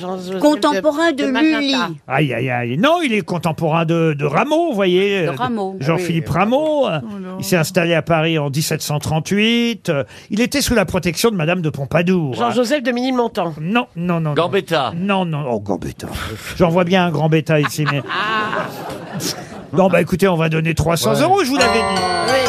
[SPEAKER 5] Jean-Joseph
[SPEAKER 3] Contemporain de, Lully.
[SPEAKER 5] Magenta.
[SPEAKER 2] Aïe, aïe, aïe. Non, il est contemporain de, de Rameau, vous voyez. euh,
[SPEAKER 3] Rameau.
[SPEAKER 2] Jean-Philippe Rameau. euh, il s'est installé à Paris en 1738. euh, Il était sous la protection de Madame de Pompadour.
[SPEAKER 5] Jean-Joseph de Ménilmontant.
[SPEAKER 2] Non, non, non. non.
[SPEAKER 4] Gambetta.
[SPEAKER 2] Non, non. Oh, Gambetta. J'en vois bien un grand bêta ici, mais.
[SPEAKER 5] Ah.
[SPEAKER 2] Non, bah écoutez, on va donner 300 euros, je vous l'avais dit.
[SPEAKER 5] Oui.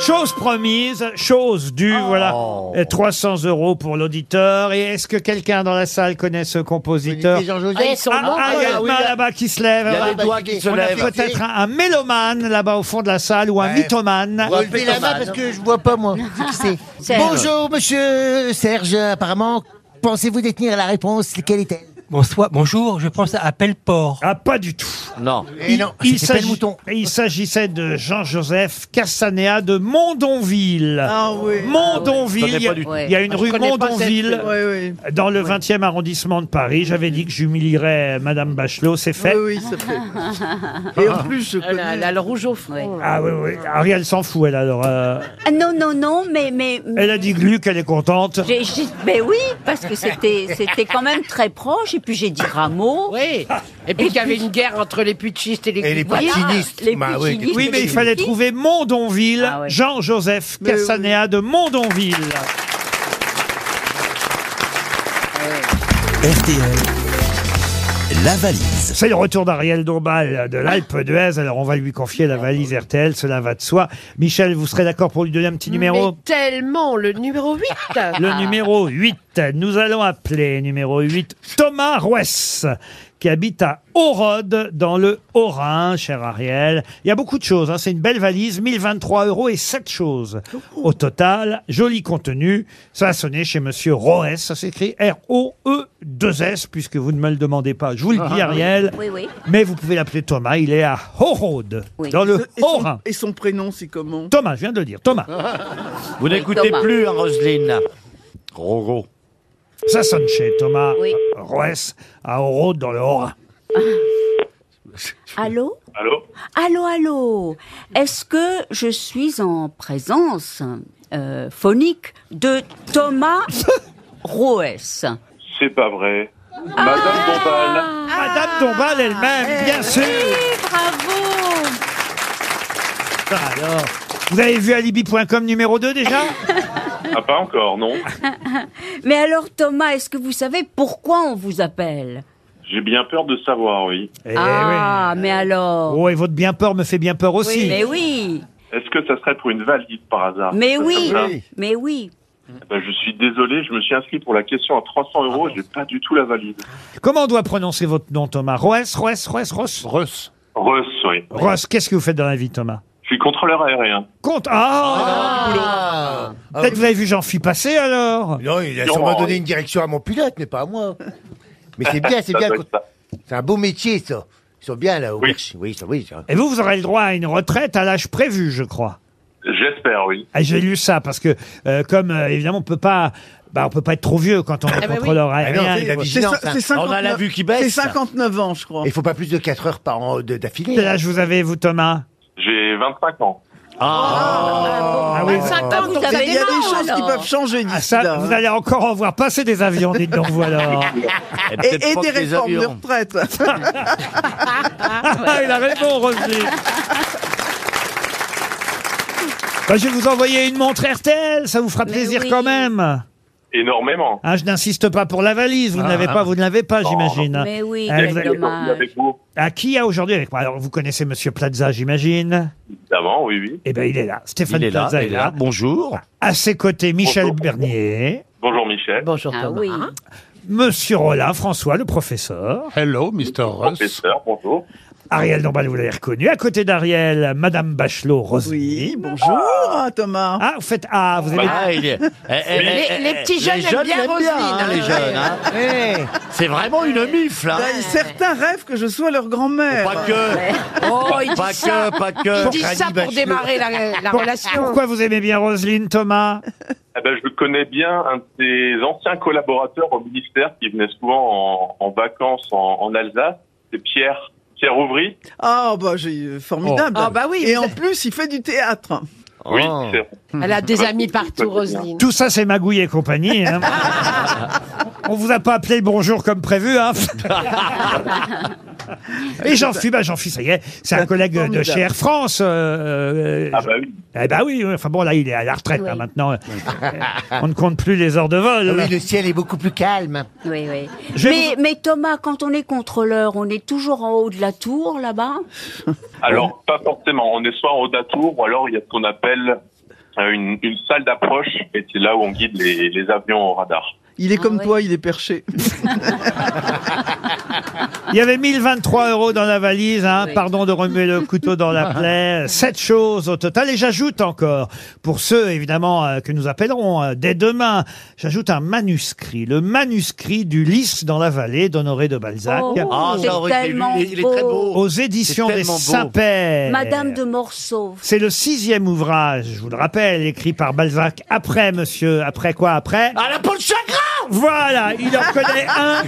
[SPEAKER 2] Chose promise, chose due, voilà. Et 300 euros pour l'auditeur. Et est-ce que quelqu'un dans la salle connaît ce compositeur
[SPEAKER 5] Ah, ils
[SPEAKER 9] Jean-Joseph
[SPEAKER 5] sont
[SPEAKER 2] Ah,
[SPEAKER 5] morts.
[SPEAKER 2] ah, il y a
[SPEAKER 9] Ah,
[SPEAKER 2] une
[SPEAKER 9] oui,
[SPEAKER 2] main
[SPEAKER 9] il y a-
[SPEAKER 2] là-bas qui se lève.
[SPEAKER 4] Il y a les
[SPEAKER 9] bah,
[SPEAKER 4] doigts qui se
[SPEAKER 9] on
[SPEAKER 2] On a
[SPEAKER 4] lèvent.
[SPEAKER 2] peut-être un, un mélomane là-bas au fond de la salle ou un
[SPEAKER 9] Ouais.
[SPEAKER 2] mythomane.
[SPEAKER 9] Relevez la main parce que je vois pas moi. C'est qui c'est
[SPEAKER 3] Serge.
[SPEAKER 9] Bonjour monsieur Serge, apparemment pensez-vous détenir la réponse Quelle est-elle
[SPEAKER 18] Bonsoir, bonjour, je pense à Pelleport.
[SPEAKER 2] Ah, pas du tout.
[SPEAKER 4] Non.
[SPEAKER 9] Eh non,
[SPEAKER 2] Il
[SPEAKER 9] c'était pas le
[SPEAKER 2] s'agit-
[SPEAKER 9] mouton.
[SPEAKER 2] il s'agissait de Jean-Joseph Cassanea de Mondonville.
[SPEAKER 6] Ah oui.
[SPEAKER 4] Je
[SPEAKER 2] Mondonville,
[SPEAKER 4] connais pas du
[SPEAKER 2] il y a-
[SPEAKER 4] tout.
[SPEAKER 2] il y a une rue
[SPEAKER 5] connais pas cette
[SPEAKER 2] Mondonville.
[SPEAKER 5] rue.
[SPEAKER 6] Ouais, ouais.
[SPEAKER 2] Dans le 20e arrondissement de Paris, j'avais dit que j'humilierais Madame Bachelot, c'est fait.
[SPEAKER 6] Oui, oui, ça fait. Et en plus, je
[SPEAKER 5] Elle a, elle a
[SPEAKER 6] connais.
[SPEAKER 5] Oh le rouge au front.
[SPEAKER 2] Ah oui, oui. Ariel s'en fout, elle alors. euh,
[SPEAKER 3] Ah, non, non, non, mais... mais
[SPEAKER 2] elle a dit Gluck, elle est contente.
[SPEAKER 3] J'ai- j'ai- mais oui, parce que c'était c'était quand même très proche. Et puis j'ai dit Rameau.
[SPEAKER 5] Oui. Et puis qu'il y avait une guerre entre les putschistes et les,
[SPEAKER 17] Et les
[SPEAKER 5] Voilà.
[SPEAKER 17] patinistes.
[SPEAKER 3] les
[SPEAKER 17] Bah oui,
[SPEAKER 3] putschistes.
[SPEAKER 2] Oui, mais il fallait trouver Mondonville,
[SPEAKER 3] Ah ouais.
[SPEAKER 2] Jean-Joseph
[SPEAKER 6] Mais oui.
[SPEAKER 2] Cassanea de Mondonville.
[SPEAKER 1] RTL, la valise.
[SPEAKER 2] C'est le retour d'Ariel Dombal de l'Alpe d'Huez. Alors, on va lui confier la valise RTL. Cela va de soi. Michel, vous serez d'accord pour lui donner un petit numéro
[SPEAKER 5] Mais tellement le numéro 8.
[SPEAKER 2] Le numéro 8. Nous allons appeler numéro 8 Thomas Rouès qui habite à Orode, dans le Haut-Rhin, cher Ariel. Il y a beaucoup de choses, hein, c'est une belle valise, 1023 euros et 7 choses. Au total, joli contenu, ça a sonné chez Monsieur Roès, ça s'écrit R-O-E-2-S, puisque vous ne me le demandez pas, je vous le dis Ariel,
[SPEAKER 3] Ah. Oui, oui.
[SPEAKER 2] mais vous pouvez l'appeler Thomas, il est à Orode,
[SPEAKER 3] Oui.
[SPEAKER 2] dans le
[SPEAKER 6] Euh, Et son,
[SPEAKER 2] Haut-Rhin.
[SPEAKER 6] et son prénom, c'est comment
[SPEAKER 2] Thomas, je viens de le dire, Thomas.
[SPEAKER 19] Vous n'écoutez
[SPEAKER 6] Thomas.
[SPEAKER 19] plus, hein, Roselyne Rogo.
[SPEAKER 2] Ça sonne chez Thomas euh, Roès, à Orode, dans le Haut-Rhin.
[SPEAKER 3] Allô
[SPEAKER 16] Allô
[SPEAKER 3] Allô, allô Est-ce que je suis en présence euh, phonique de Thomas Roès
[SPEAKER 16] C'est pas vrai.
[SPEAKER 3] Ah.
[SPEAKER 16] Madame Dombal.
[SPEAKER 2] Madame Dombal
[SPEAKER 3] Eh
[SPEAKER 2] elle-même, bien sûr
[SPEAKER 3] bravo
[SPEAKER 2] Ah, Alors, vous avez vu alibi.com numéro 2 déjà
[SPEAKER 16] Ah, pas encore, non.
[SPEAKER 3] Mais alors Thomas, est-ce que vous savez pourquoi on vous appelle
[SPEAKER 16] J'ai bien peur de savoir, oui.
[SPEAKER 2] Eh
[SPEAKER 3] Ah, mais alors
[SPEAKER 2] Oh, et votre bien peur me fait bien peur aussi.
[SPEAKER 3] Oui, mais oui
[SPEAKER 16] Est-ce que ça serait pour une valise par hasard
[SPEAKER 3] Mais
[SPEAKER 16] Ça,
[SPEAKER 3] oui
[SPEAKER 16] comme ça
[SPEAKER 3] Mais oui
[SPEAKER 16] Ben, je suis désolé, je me suis inscrit pour la question à 300 euros, j'ai pas du tout la valise.
[SPEAKER 2] Comment on doit prononcer votre nom, Thomas Roès, Roès, Roès, Ross
[SPEAKER 7] Ross.
[SPEAKER 16] Russ, oui.
[SPEAKER 2] Ross, qu'est-ce que vous faites dans la vie, Thomas
[SPEAKER 16] Je suis contrôleur aérien.
[SPEAKER 2] Compte Ah, Peut-être vous avez vu Jean-Phi passer, alors
[SPEAKER 20] Non, il a
[SPEAKER 2] Non,
[SPEAKER 20] sûrement
[SPEAKER 2] oui.
[SPEAKER 20] donné une direction à mon pilote, mais pas à moi.
[SPEAKER 9] Mais c'est bien, c'est
[SPEAKER 20] Ça
[SPEAKER 9] bien.
[SPEAKER 20] doit être
[SPEAKER 9] quand- C'est un beau métier, ça. Ils sont bien là. au Berch. Oui, ça, oui. ça.
[SPEAKER 2] Et vous, vous aurez le droit à une retraite à l'âge prévu, je crois.
[SPEAKER 16] J'espère, oui.
[SPEAKER 2] Ah, J'ai lu ça, parce que, euh, comme, euh, évidemment, on peut pas... Bah, on peut pas être trop vieux quand
[SPEAKER 9] Ah
[SPEAKER 2] on est
[SPEAKER 9] bah
[SPEAKER 2] contrôleur aérien.
[SPEAKER 6] C'est 59 ans, je crois.
[SPEAKER 9] Il faut pas plus de 4 heures par an de- d'affilée.
[SPEAKER 2] Quel âge vous avez, vous, Thomas
[SPEAKER 16] J'ai 25 ans.
[SPEAKER 2] Ah oui.
[SPEAKER 9] ans,
[SPEAKER 6] Il y a
[SPEAKER 9] avez
[SPEAKER 6] des
[SPEAKER 9] des dents,
[SPEAKER 6] choses qui
[SPEAKER 9] alors.
[SPEAKER 6] peuvent changer
[SPEAKER 2] Ah,
[SPEAKER 6] d'ici
[SPEAKER 2] ça,
[SPEAKER 6] là.
[SPEAKER 2] vous allez encore en voir passer des avions, dites donc, vous alors.
[SPEAKER 6] Et, et des réformes de retraite.
[SPEAKER 2] Ah, il a raison, Roselyne. Bah, je vais vous envoyer une montre RTL, ça vous fera plaisir quand même.
[SPEAKER 16] Énormément.
[SPEAKER 2] Hein, je n'insiste pas pour la valise, vous ne
[SPEAKER 16] Ah,
[SPEAKER 2] l'avez
[SPEAKER 16] ah.
[SPEAKER 2] pas, vous ne l'avez pas, j'imagine.
[SPEAKER 3] Mais oui,
[SPEAKER 2] Ah,
[SPEAKER 3] quel
[SPEAKER 2] vous avez-
[SPEAKER 3] dommage.
[SPEAKER 16] Avec vous,
[SPEAKER 2] Ah, qui a aujourd'hui avec moi Alors, vous connaissez Monsieur Plaza, j'imagine.
[SPEAKER 16] évidemment, oui, oui.
[SPEAKER 2] Eh ben, il est là. Stéphane
[SPEAKER 4] Il est là,
[SPEAKER 2] Plaza
[SPEAKER 4] il est là.
[SPEAKER 2] Bonjour. À ses côtés, Michel Bernier,
[SPEAKER 16] Bonjour Michel.
[SPEAKER 9] Bonjour
[SPEAKER 3] Thomas. oui.
[SPEAKER 2] Monsieur Rollin, François, le professeur.
[SPEAKER 7] Hello, Mr. Ross.
[SPEAKER 16] Professeur, bonjour.
[SPEAKER 2] Ariel Dombal, vous l'avez reconnu. À côté d'Ariel, Madame Bachelot Roselyne.
[SPEAKER 6] Oui, bonjour Thomas.
[SPEAKER 2] Ah, vous faites Ah, vous avez.
[SPEAKER 4] Ah, il est- eh, eh,
[SPEAKER 5] Les-
[SPEAKER 4] eh,
[SPEAKER 5] les
[SPEAKER 4] eh,
[SPEAKER 5] petits jeunes aiment bien Roselyne,
[SPEAKER 4] hein,
[SPEAKER 5] hein.
[SPEAKER 4] les jeunes, hein. C'est vraiment une mifle. hein.
[SPEAKER 6] Ben, Certains rêvent que je sois leur grand-mère.
[SPEAKER 4] Oh, Pas que.
[SPEAKER 5] Oh, il dit
[SPEAKER 4] pas
[SPEAKER 5] ça.
[SPEAKER 4] que, pas que.
[SPEAKER 5] Il dit ça pour démarrer la, la
[SPEAKER 2] Pour-
[SPEAKER 5] relation.
[SPEAKER 2] Pourquoi vous aimez bien Roselyne, Thomas
[SPEAKER 16] Eh ben, je connais bien un de ses anciens collaborateurs au ministère qui venait souvent en, en vacances en, en Alsace. C'est Pierre. Pierre Ouvry.
[SPEAKER 6] Ah, bah, j'ai formidable.
[SPEAKER 5] Oh. Ah, bah oui,
[SPEAKER 6] Et
[SPEAKER 5] vous
[SPEAKER 6] en
[SPEAKER 5] êtes-
[SPEAKER 6] plus, il fait du théâtre.
[SPEAKER 16] Oui, c'est-
[SPEAKER 5] Elle a des amis partout, Roselyne.
[SPEAKER 2] Tout ça, c'est magouille et compagnie. hein. On vous a pas appelé bonjour comme prévu. Hein. et j'en suis, bah j'en suis, ça y est, c'est un collègue de
[SPEAKER 6] formidable.
[SPEAKER 2] chez Air France. euh, euh,
[SPEAKER 16] Ah bah oui.
[SPEAKER 2] eh bah oui, oui, enfin bon, là, il est à la retraite hein, maintenant. Euh, On ne compte plus les heures de vol.
[SPEAKER 9] Ah Oui, le ciel est beaucoup plus calme.
[SPEAKER 3] Oui, oui.
[SPEAKER 2] Je vais
[SPEAKER 3] Mais, mais Thomas, quand on est contrôleur, on est toujours en haut de la tour, là-bas
[SPEAKER 16] Alors, pas forcément. On est soit en haut d'un tour, ou alors il y a ce qu'on appelle euh, une, une salle d'approche, et c'est là où on guide les, les avions au radar.
[SPEAKER 6] Il est
[SPEAKER 5] Ah
[SPEAKER 6] comme toi, il est perché.
[SPEAKER 2] Il y avait 1023 euros dans la valise, hein. pardon de remuer le couteau dans la plaie. Sept choses au total. Et j'ajoute encore, pour ceux évidemment euh, que nous appellerons euh, dès demain, j'ajoute un manuscrit, le manuscrit du Lys dans la vallée d'Honoré de Balzac.
[SPEAKER 3] Oh,
[SPEAKER 4] Ah,
[SPEAKER 3] c'est
[SPEAKER 4] ça aurait été
[SPEAKER 3] tellement
[SPEAKER 4] lui, il est- il est très beau.
[SPEAKER 2] Aux éditions
[SPEAKER 4] C'est
[SPEAKER 2] des
[SPEAKER 4] tellement beau.
[SPEAKER 2] Saint-Pères.
[SPEAKER 3] Madame de Morceau.
[SPEAKER 2] C'est le sixième ouvrage, je vous le rappelle, écrit par Balzac après, monsieur, après quoi, après
[SPEAKER 4] Ah, la peau de chagrin
[SPEAKER 2] Voilà, il en connaît un.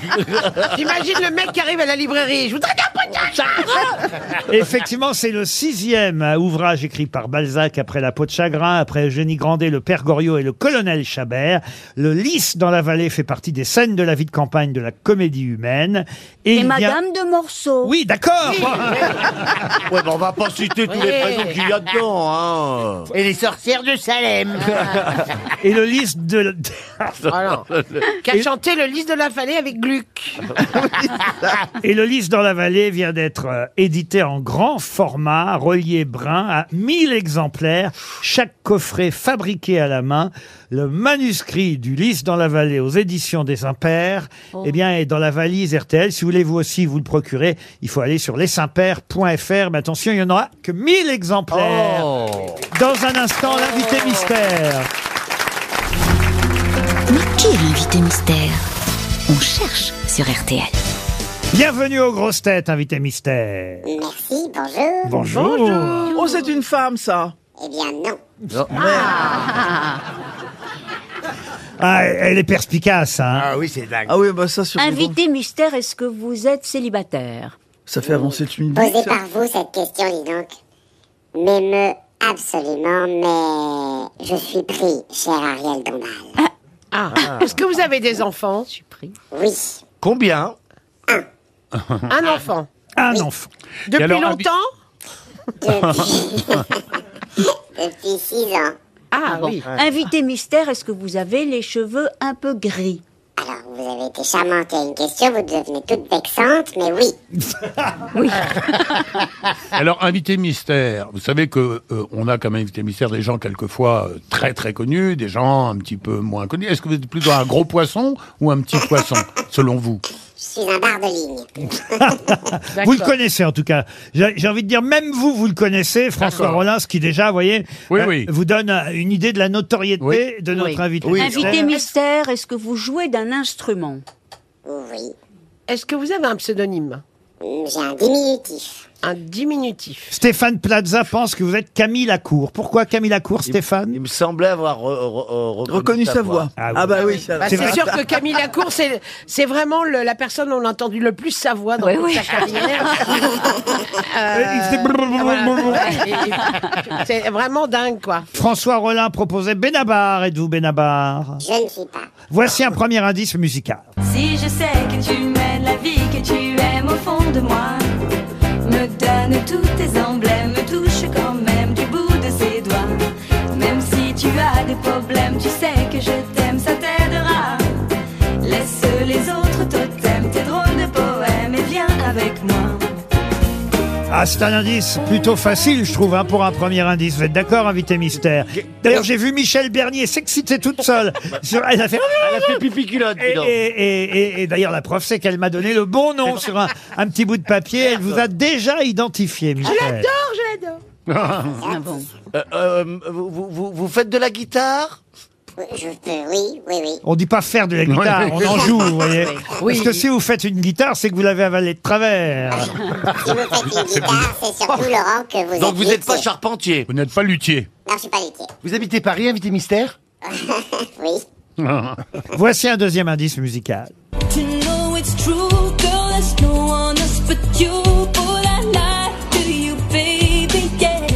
[SPEAKER 5] J'imagine le mec qui arrive à la librairie. Je voudrais bien un chagrin.
[SPEAKER 2] Effectivement, c'est le sixième euh, ouvrage écrit par Balzac après La peau de chagrin, après Eugénie Grandet, le père Goriot et le colonel Chabert. Le lys dans la vallée fait partie des scènes de la vie de campagne de la comédie humaine.
[SPEAKER 3] Et,
[SPEAKER 2] il y a-
[SPEAKER 3] Madame de Morceau.
[SPEAKER 2] Oui, d'accord
[SPEAKER 4] Ouais, bah, on va pas citer tous les
[SPEAKER 9] Ouais.
[SPEAKER 4] prénoms qu'il y a dedans, hein.
[SPEAKER 9] Et les sorcières de Salem.
[SPEAKER 2] Et le lys de...
[SPEAKER 9] Ah non.
[SPEAKER 5] Qui a chanté le lys de la vallée avec Gluck.
[SPEAKER 2] Et le lys dans la vallée vient d'être euh, édité en grand format, relié brun, à 1000 exemplaires, chaque coffret fabriqué à la main. Le manuscrit du lys dans la vallée aux éditions des Impairs, eh bien, est dans la valise RTL. Si vous voulez vous aussi vous le procurer, il faut aller sur lesimpairs.fr. Mais attention, il n'y en aura que 1000 exemplaires. Dans un instant, l'invité mystère.
[SPEAKER 13] Mais qui est l'invité mystère On cherche sur RTL.
[SPEAKER 2] Bienvenue aux grosses têtes, invité mystère.
[SPEAKER 6] Merci, bonjour.
[SPEAKER 2] Bonjour.
[SPEAKER 6] Oh, c'est une femme, ça
[SPEAKER 21] Eh bien, non. Ah.
[SPEAKER 2] Ah, elle est perspicace, hein.
[SPEAKER 6] Ah oui, c'est dingue. Ah oui, bah ça, sur
[SPEAKER 3] Invité mystère, est-ce que vous êtes célibataire
[SPEAKER 6] Ça fait avancer le film.
[SPEAKER 21] Posée par vous cette question, dis donc, m'émeut absolument, mais je suis pris, cher Ariel Dombal.
[SPEAKER 5] Ah. Est-ce que vous avez des enfants Je suis pris.
[SPEAKER 21] Oui.
[SPEAKER 16] Combien
[SPEAKER 5] Un enfant.
[SPEAKER 2] Un enfant.
[SPEAKER 16] Et
[SPEAKER 5] Depuis
[SPEAKER 16] alors,
[SPEAKER 5] longtemps
[SPEAKER 21] Depuis 6 ans.
[SPEAKER 5] Ah,
[SPEAKER 3] bon.
[SPEAKER 21] oui.
[SPEAKER 3] Invité mystère, est-ce que vous avez les cheveux un peu gris
[SPEAKER 21] Alors, vous avez été charmante à une question, vous devenez toute vexante, mais oui.
[SPEAKER 8] Ah.
[SPEAKER 7] Alors, invité mystère, vous savez que euh, on a comme invité mystère des gens quelquefois euh, très très connus, des gens un petit peu moins connus. Est-ce que vous êtes plutôt un gros poisson ou un petit poisson, selon vous
[SPEAKER 21] Je suis un bar de ligne.
[SPEAKER 2] Vous le connaissez en tout cas. J'ai j'ai envie de dire, même vous, vous le connaissez, François Rollins, qui déjà, vous voyez, euh, vous donne euh, une idée de la notoriété de notre
[SPEAKER 3] Oui.
[SPEAKER 2] invité.
[SPEAKER 3] Invité mystère, est-ce que vous jouez d'un instrument
[SPEAKER 21] Oui.
[SPEAKER 5] Est-ce que vous avez un pseudonyme
[SPEAKER 21] J'ai un diminutif.
[SPEAKER 5] Un diminutif.
[SPEAKER 2] Stéphane Plaza pense que vous êtes Camille Lacour. Pourquoi Camille Lacour, Stéphane
[SPEAKER 16] Il me semblait avoir re- re- re- reconnu sa voix.
[SPEAKER 2] Ah,
[SPEAKER 6] Ah bah oui, ça
[SPEAKER 5] Bah,
[SPEAKER 6] va.
[SPEAKER 5] c'est sûr que Camille Lacour, c'est, c'est vraiment le- la personne où on a entendu le plus sa voix dans
[SPEAKER 3] Ouais,
[SPEAKER 5] toute
[SPEAKER 3] ouais.
[SPEAKER 5] sa carrière. Euh,
[SPEAKER 2] Et il fait brrr,
[SPEAKER 5] voilà.
[SPEAKER 2] brrr, brrr.
[SPEAKER 5] Et- et- c'est vraiment dingue, quoi.
[SPEAKER 2] François Rollin proposait Benabar. Êtes-vous Benabar
[SPEAKER 21] Je ne suis pas.
[SPEAKER 2] Voici un premier indice musical.
[SPEAKER 22] Si je sais que tu m'aimes, la vie que tu aimes au fond de moi, me donne tous tes emblèmes, me touche quand même du bout de ses doigts. Même si tu as des problèmes, tu sais que je t'aime, ça t'aidera. Laisse les autres totems, tes drôles de poèmes et viens avec moi.
[SPEAKER 2] Ah, c'est un indice plutôt facile, je trouve, hein, pour un premier indice. Vous êtes d'accord, invité mystère D'ailleurs, j'ai vu Michel Bernier s'exciter toute seule. Sur- Elle a fait,
[SPEAKER 16] Elle a fait pipi culotte, dis
[SPEAKER 2] Et,
[SPEAKER 16] donc.
[SPEAKER 2] et- et- et- et d'ailleurs, la preuve, c'est qu'elle m'a donné le bon nom sur un, un petit bout de papier. Elle vous a déjà identifié,
[SPEAKER 5] Je
[SPEAKER 2] Michel.
[SPEAKER 5] l'adore, je l'adore.
[SPEAKER 4] Ah,
[SPEAKER 21] Ah
[SPEAKER 16] Euh, euh, vous, vous- vous- vous faites de la guitare
[SPEAKER 21] Je peux, oui, oui, oui.
[SPEAKER 2] On dit pas faire de la guitare,
[SPEAKER 16] Ouais.
[SPEAKER 2] on en joue, vous voyez.
[SPEAKER 21] Oui.
[SPEAKER 2] Parce que si vous faites une guitare, c'est que vous l'avez avalée de travers.
[SPEAKER 21] Si vous faites une guitare, c'est surtout, Laurent, que vous êtes luthier.
[SPEAKER 16] charpentier.
[SPEAKER 7] Vous n'êtes pas luthier.
[SPEAKER 21] Non, je suis pas luthier.
[SPEAKER 17] Vous habitez Paris, invité mystère
[SPEAKER 21] Oui.
[SPEAKER 2] Voici un deuxième indice musical.
[SPEAKER 22] To know it's true, girl, there's no one else but you. But I lied to you, baby, yeah.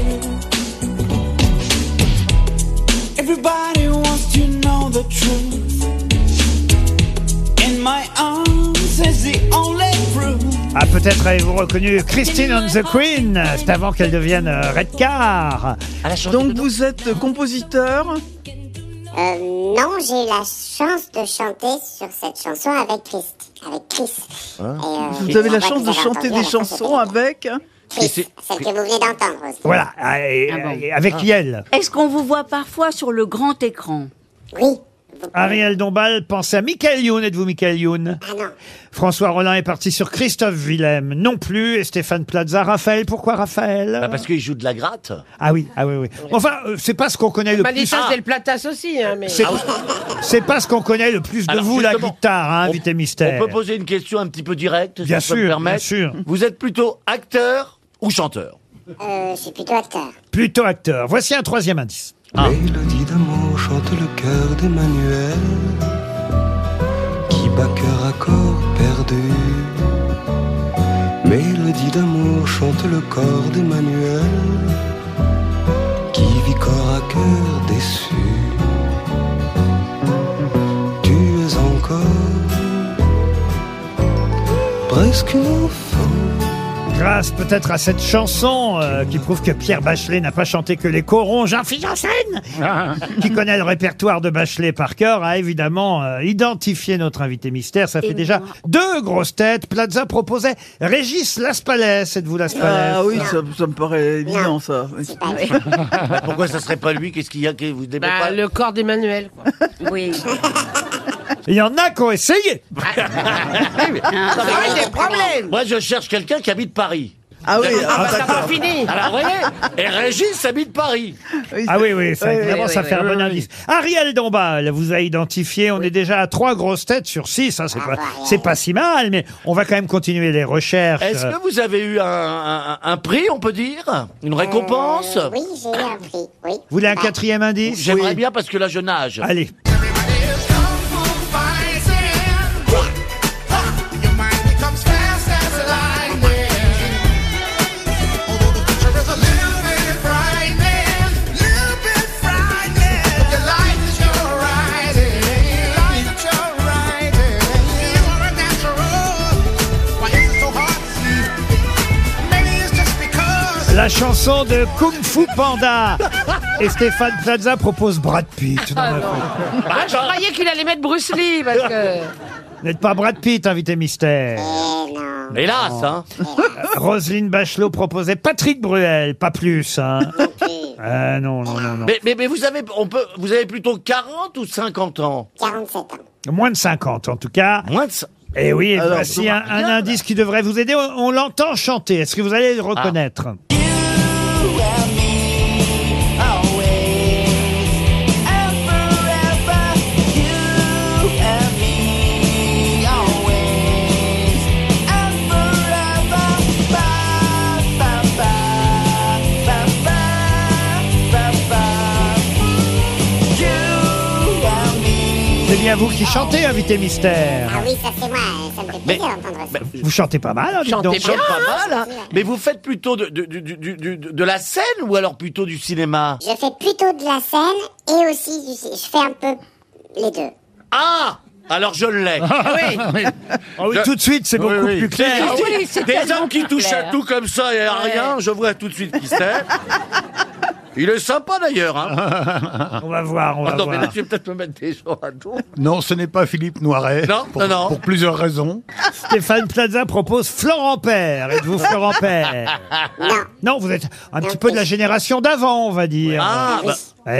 [SPEAKER 8] Everybody wants to know the truth. In my arms is the only proof.
[SPEAKER 2] Ah, peut-être avez-vous reconnu Christine on the Queen. C'est avant qu'elle devienne euh, Redcar.
[SPEAKER 6] Donc vous êtes compositeur
[SPEAKER 21] Euh, non, j'ai eu la chance de chanter sur cette chanson avec Chris. Avec Chris.
[SPEAKER 6] Hein
[SPEAKER 21] euh,
[SPEAKER 6] Vous avez la chance de chanter des chansons avec
[SPEAKER 21] Chris, celle que vous venez d'entendre. aussi.
[SPEAKER 2] Voilà, ah, et- et avec
[SPEAKER 16] Ah.
[SPEAKER 2] Yel.
[SPEAKER 3] Est-ce qu'on vous voit parfois sur le grand écran
[SPEAKER 21] Oui.
[SPEAKER 2] Ariel Dombal pensez à Michael Youn. Êtes-vous Michael Youn François Rollin est parti sur Christophe Willem non plus. Et Stéphane Plaza. Raphaël, pourquoi Raphaël
[SPEAKER 16] Bah, Parce qu'il joue de la gratte. Ah.
[SPEAKER 2] Ah oui, ah oui, oui. Enfin, euh, c'est pas ce qu'on connaît le
[SPEAKER 5] Bah, les
[SPEAKER 2] plus. Ah.
[SPEAKER 5] choses, c'est le platas aussi. Hein, mais...
[SPEAKER 2] C'est c'est pas ce qu'on connaît le plus de
[SPEAKER 16] Alors,
[SPEAKER 2] vous, la
[SPEAKER 16] justement,
[SPEAKER 2] guitare, hein, invité mystère.
[SPEAKER 16] On peut poser une question un petit peu directe, si
[SPEAKER 2] Bien
[SPEAKER 16] je peux me
[SPEAKER 2] sûr,
[SPEAKER 16] permettre.
[SPEAKER 2] bien sûr.
[SPEAKER 16] Vous êtes plutôt acteur ou chanteur
[SPEAKER 21] Euh, je suis plutôt acteur.
[SPEAKER 2] Plutôt acteur. Voici un troisième indice.
[SPEAKER 16] Ah.
[SPEAKER 23] Mélodie d'amour chante le cœur d'Emmanuel Qui bat cœur à corps perdu Mélodie d'amour chante le corps d'Emmanuel Qui vit corps à cœur déçu Tu es encore Presque une enfant
[SPEAKER 2] Grâce peut-être à cette chanson euh, qui prouve que Pierre Bachelet n'a pas chanté que les corons, Jean-Philippe Janssen, qui connaît le répertoire de Bachelet par cœur, a évidemment euh, identifié notre invité mystère. Ça fait déjà deux grosses têtes. Plaza proposait Régis Laspalais. Êtes-vous Laspalais
[SPEAKER 6] Ah oui, ça, ça me paraît évident, ça.
[SPEAKER 4] Pourquoi ça serait pas lui Qu'est-ce qu'il y a que vous n'aimez
[SPEAKER 5] Bah,
[SPEAKER 4] pas
[SPEAKER 5] le corps d'Emmanuel. Oui.
[SPEAKER 2] Il y en a qui ont essayé.
[SPEAKER 4] Ah, Moi, je cherche quelqu'un qui habite Paris. bah,
[SPEAKER 6] Ah oui,
[SPEAKER 4] Vous avez-
[SPEAKER 6] ah, d'accord.
[SPEAKER 4] Alors, vous voyez Et Régis habite Paris.
[SPEAKER 2] Ah oui, oui, Euh, ça, évidemment, ça fait un bon
[SPEAKER 4] bonheur.
[SPEAKER 2] indice. Ariel Dombal vous a identifié. On est déjà à trois grosses têtes sur six. hein, c'est pas, c'est pas si mal, mais on va quand même continuer les recherches.
[SPEAKER 4] Est-ce que vous avez eu un, un- un prix, on peut dire Une récompense Ah.
[SPEAKER 21] Oui, j'ai eu un prix, oui.
[SPEAKER 2] Vous voulez un quatrième indice
[SPEAKER 4] J'aimerais bien parce que là, je nage.
[SPEAKER 2] Allez. Euh, La chanson de Kung Fu Panda. Et Stéphane Plaza propose Brad Pitt. Non, mais
[SPEAKER 5] Ah, Moi, je croyais qu'il allait mettre Bruce Lee parce que.
[SPEAKER 2] Vous n'êtes pas Brad Pitt, invité mystère. Eh
[SPEAKER 4] Hélas, hein.
[SPEAKER 2] Roselyne Bachelot proposait Patrick Bruel, pas plus. Hein. Ah non, non, non, non.
[SPEAKER 4] Mais, mais, mais vous, avez, on peut, vous avez plutôt 40 ou 50 ans
[SPEAKER 21] 47 ans.
[SPEAKER 2] Moins de 50 en tout cas.
[SPEAKER 4] Moins de 50.
[SPEAKER 2] Et oui, et
[SPEAKER 4] Alors,
[SPEAKER 2] voici
[SPEAKER 4] c'est
[SPEAKER 2] un, un indice qui devrait vous aider. On, on l'entend chanter. Est-ce que vous allez le reconnaître
[SPEAKER 4] Ah.
[SPEAKER 2] C'est bien vous qui chantez, invité mystère.
[SPEAKER 21] Ah oui, ça c'est moi, ça me fait plaisir d'entendre ça.
[SPEAKER 2] Vous chantez pas
[SPEAKER 4] Ah
[SPEAKER 2] mal, hein, dites donc.
[SPEAKER 4] Chante pas mal, hein. Mais vous faites plutôt de, de- du- du- du- de la scène ou alors plutôt du cinéma
[SPEAKER 21] Je fais plutôt de la scène et aussi du Je fais un peu les deux.
[SPEAKER 4] Ah Alors je l'ai.
[SPEAKER 21] oui.
[SPEAKER 2] Ah oui,
[SPEAKER 4] Je-
[SPEAKER 2] tout de suite, c'est beaucoup plus clair.
[SPEAKER 4] Ah oui,
[SPEAKER 2] Oui, c'est
[SPEAKER 4] Des
[SPEAKER 2] tellement
[SPEAKER 4] hommes qui
[SPEAKER 2] plus
[SPEAKER 4] touchent
[SPEAKER 2] clair.
[SPEAKER 4] à tout comme ça et à
[SPEAKER 2] Ouais.
[SPEAKER 4] rien, je vois tout de suite qui c'est. Il est sympa d'ailleurs. Hein.
[SPEAKER 2] On va voir, on va
[SPEAKER 4] Attends, mais là,
[SPEAKER 7] voir.
[SPEAKER 4] je vais peut-être me mettre des gens à dos.
[SPEAKER 7] Non, ce n'est pas Philippe Noiret.
[SPEAKER 4] Non,
[SPEAKER 7] pour,
[SPEAKER 4] non, non.
[SPEAKER 7] Pour plusieurs raisons.
[SPEAKER 2] Stéphane Plaza propose Florent Père. Êtes-vous Florent Père Non, vous êtes un petit peu de la génération d'avant, on va dire.
[SPEAKER 4] Ah,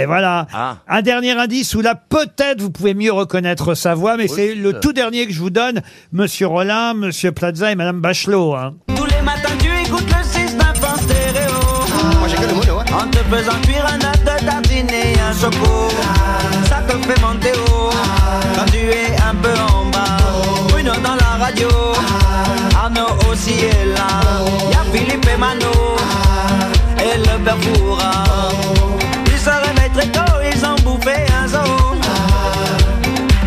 [SPEAKER 2] Et voilà. Un dernier indice où là, peut-être, vous pouvez mieux reconnaître sa voix, mais c'est le tout dernier que je vous donne. Monsieur Rollin, Monsieur Plaza et Madame Bachelot. hein.
[SPEAKER 8] Tous les matins tu écoutes le 6 en stéréo Moi j'ai que le mono hein. En te faisant cuire un œuf de tartine et un choco Ça te fait monter haut Quand tu es un peu en bas Bruno dans la radio Arnaud aussi est là Y'a Philippe et Mano Et le père Foura Ils se réveillent très tôt, ils ont bouffé un zoo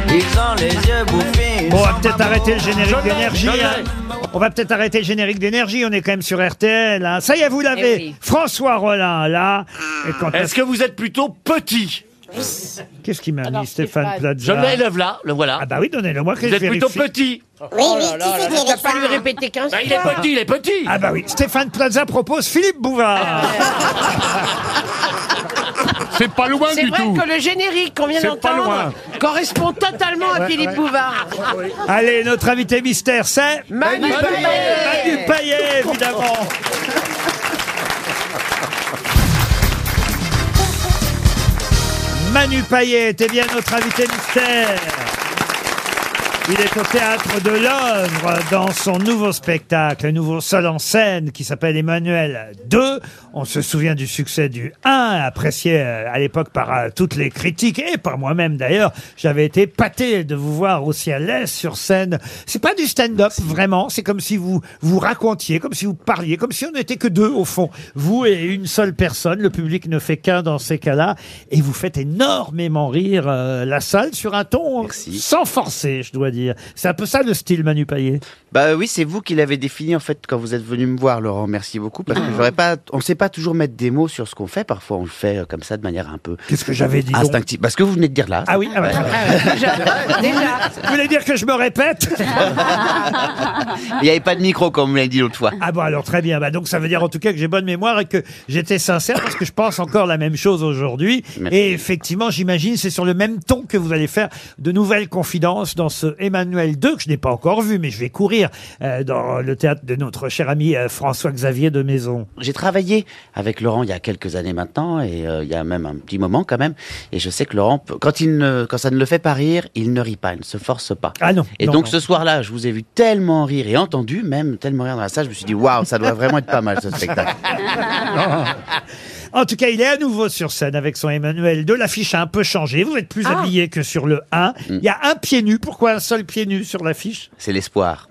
[SPEAKER 8] Ils ont les yeux bouffés
[SPEAKER 2] Bon, on va peut-être arrêter le générique
[SPEAKER 8] Je l'ai,
[SPEAKER 2] d'énergie.
[SPEAKER 8] je l'ai.
[SPEAKER 2] hein. On va peut-être arrêter le générique d'énergie. On est quand même sur RTL. hein. Ça y
[SPEAKER 5] Eh
[SPEAKER 2] est, vous l'avez. François Rollin, là. Et quand-
[SPEAKER 4] Est-ce que vous êtes plutôt petit
[SPEAKER 2] Qu'est-ce qui m'a mis Stéphane Plaza
[SPEAKER 4] Je l'élève là, le voilà.
[SPEAKER 2] Ah bah oui, donnez-le moi que
[SPEAKER 4] Vous
[SPEAKER 2] je
[SPEAKER 4] êtes plutôt
[SPEAKER 2] vérifie.
[SPEAKER 4] petit.
[SPEAKER 21] Oui, oui, tu sais qu'il y avait ça.
[SPEAKER 5] répéter 15
[SPEAKER 4] Bah, il est petit, il est petit.
[SPEAKER 2] Ah bah oui, Stéphane Plaza propose Philippe
[SPEAKER 5] Ah
[SPEAKER 2] Bouvard.
[SPEAKER 7] C'est pas loin
[SPEAKER 5] C'est vrai que le générique qu'on vient
[SPEAKER 2] C'est pas loin.
[SPEAKER 5] d'entendre correspond totalement à
[SPEAKER 2] Ouais,
[SPEAKER 5] Philippe
[SPEAKER 2] ouais. Ah,
[SPEAKER 5] Bouvard.
[SPEAKER 11] Ah,
[SPEAKER 2] Allez, notre invité mystère, c'est
[SPEAKER 5] Manu Manu Payet. Payet.
[SPEAKER 2] Manu Payet, évidemment. Manu Payet était bien notre invité mystère. Il est au théâtre de l'œuvre dans son nouveau spectacle, un nouveau seul en scène qui s'appelle Emmanuel 2. On se souvient du succès du 1, apprécié euh, à l'époque par euh, toutes les critiques et par moi-même d'ailleurs. J'avais été pâté de vous voir aussi à l'aise sur scène. C'est pas du stand-up vraiment, c'est comme si vous vous racontiez, comme si vous parliez, comme si on n'était que deux au fond. Vous et une seule personne, le public ne fait qu'un dans ces cas-là et vous faites énormément rire euh, la salle sur un ton sans forcer, je dois dire. dire. C'est un peu ça le style Manu Payet.
[SPEAKER 11] Bah oui, c'est vous qui l'avez défini en fait quand vous êtes venu me voir, Laurent. Merci beaucoup parce
[SPEAKER 2] Ah.
[SPEAKER 11] que j'aurais pas, on sait pas toujours mettre des mots sur ce qu'on fait. Parfois, on le fait euh, comme ça de manière un peu.
[SPEAKER 2] Qu'est-ce que j'avais dit donc
[SPEAKER 11] Instinctive. Parce que vous venez de dire là.
[SPEAKER 2] Ah oui. ah bah. Vous voulez dire que je me répète
[SPEAKER 11] Il n'y avait pas de micro comme vous l'avez dit l'autre fois.
[SPEAKER 2] Ah bon, alors très bien. Bah, donc ça veut dire en tout cas que j'ai bonne mémoire et que j'étais sincère parce que je pense encore la même chose aujourd'hui. Et effectivement, j'imagine, c'est sur le même ton que vous allez faire de nouvelles confidences dans ce Emmanuel II que je n'ai pas encore vu, mais je vais courir euh, dans le théâtre de notre cher ami euh, François-Xavier de Maison.
[SPEAKER 11] J'ai travaillé avec Laurent il y a quelques années maintenant, et euh, il y a même un petit moment quand même. Et je sais que Laurent, peut- quand, il ne, quand ça ne le fait pas rire, il ne rit pas, il ne se force pas.
[SPEAKER 2] Ah non.
[SPEAKER 11] Et
[SPEAKER 2] non,
[SPEAKER 11] donc
[SPEAKER 2] non.
[SPEAKER 11] ce soir-là, je vous ai vu tellement rire et entendu, même tellement rire dans la salle, je me suis dit, waouh, ça doit vraiment être pas mal ce spectacle.
[SPEAKER 2] En tout cas, il est à nouveau sur scène avec son Emmanuel II. L'affiche a un peu changé. Vous êtes plus habillé que sur le 1.
[SPEAKER 11] Mm.
[SPEAKER 2] Il y a un pied nu. Pourquoi un seul pied nu sur l'affiche
[SPEAKER 11] C'est l'espoir.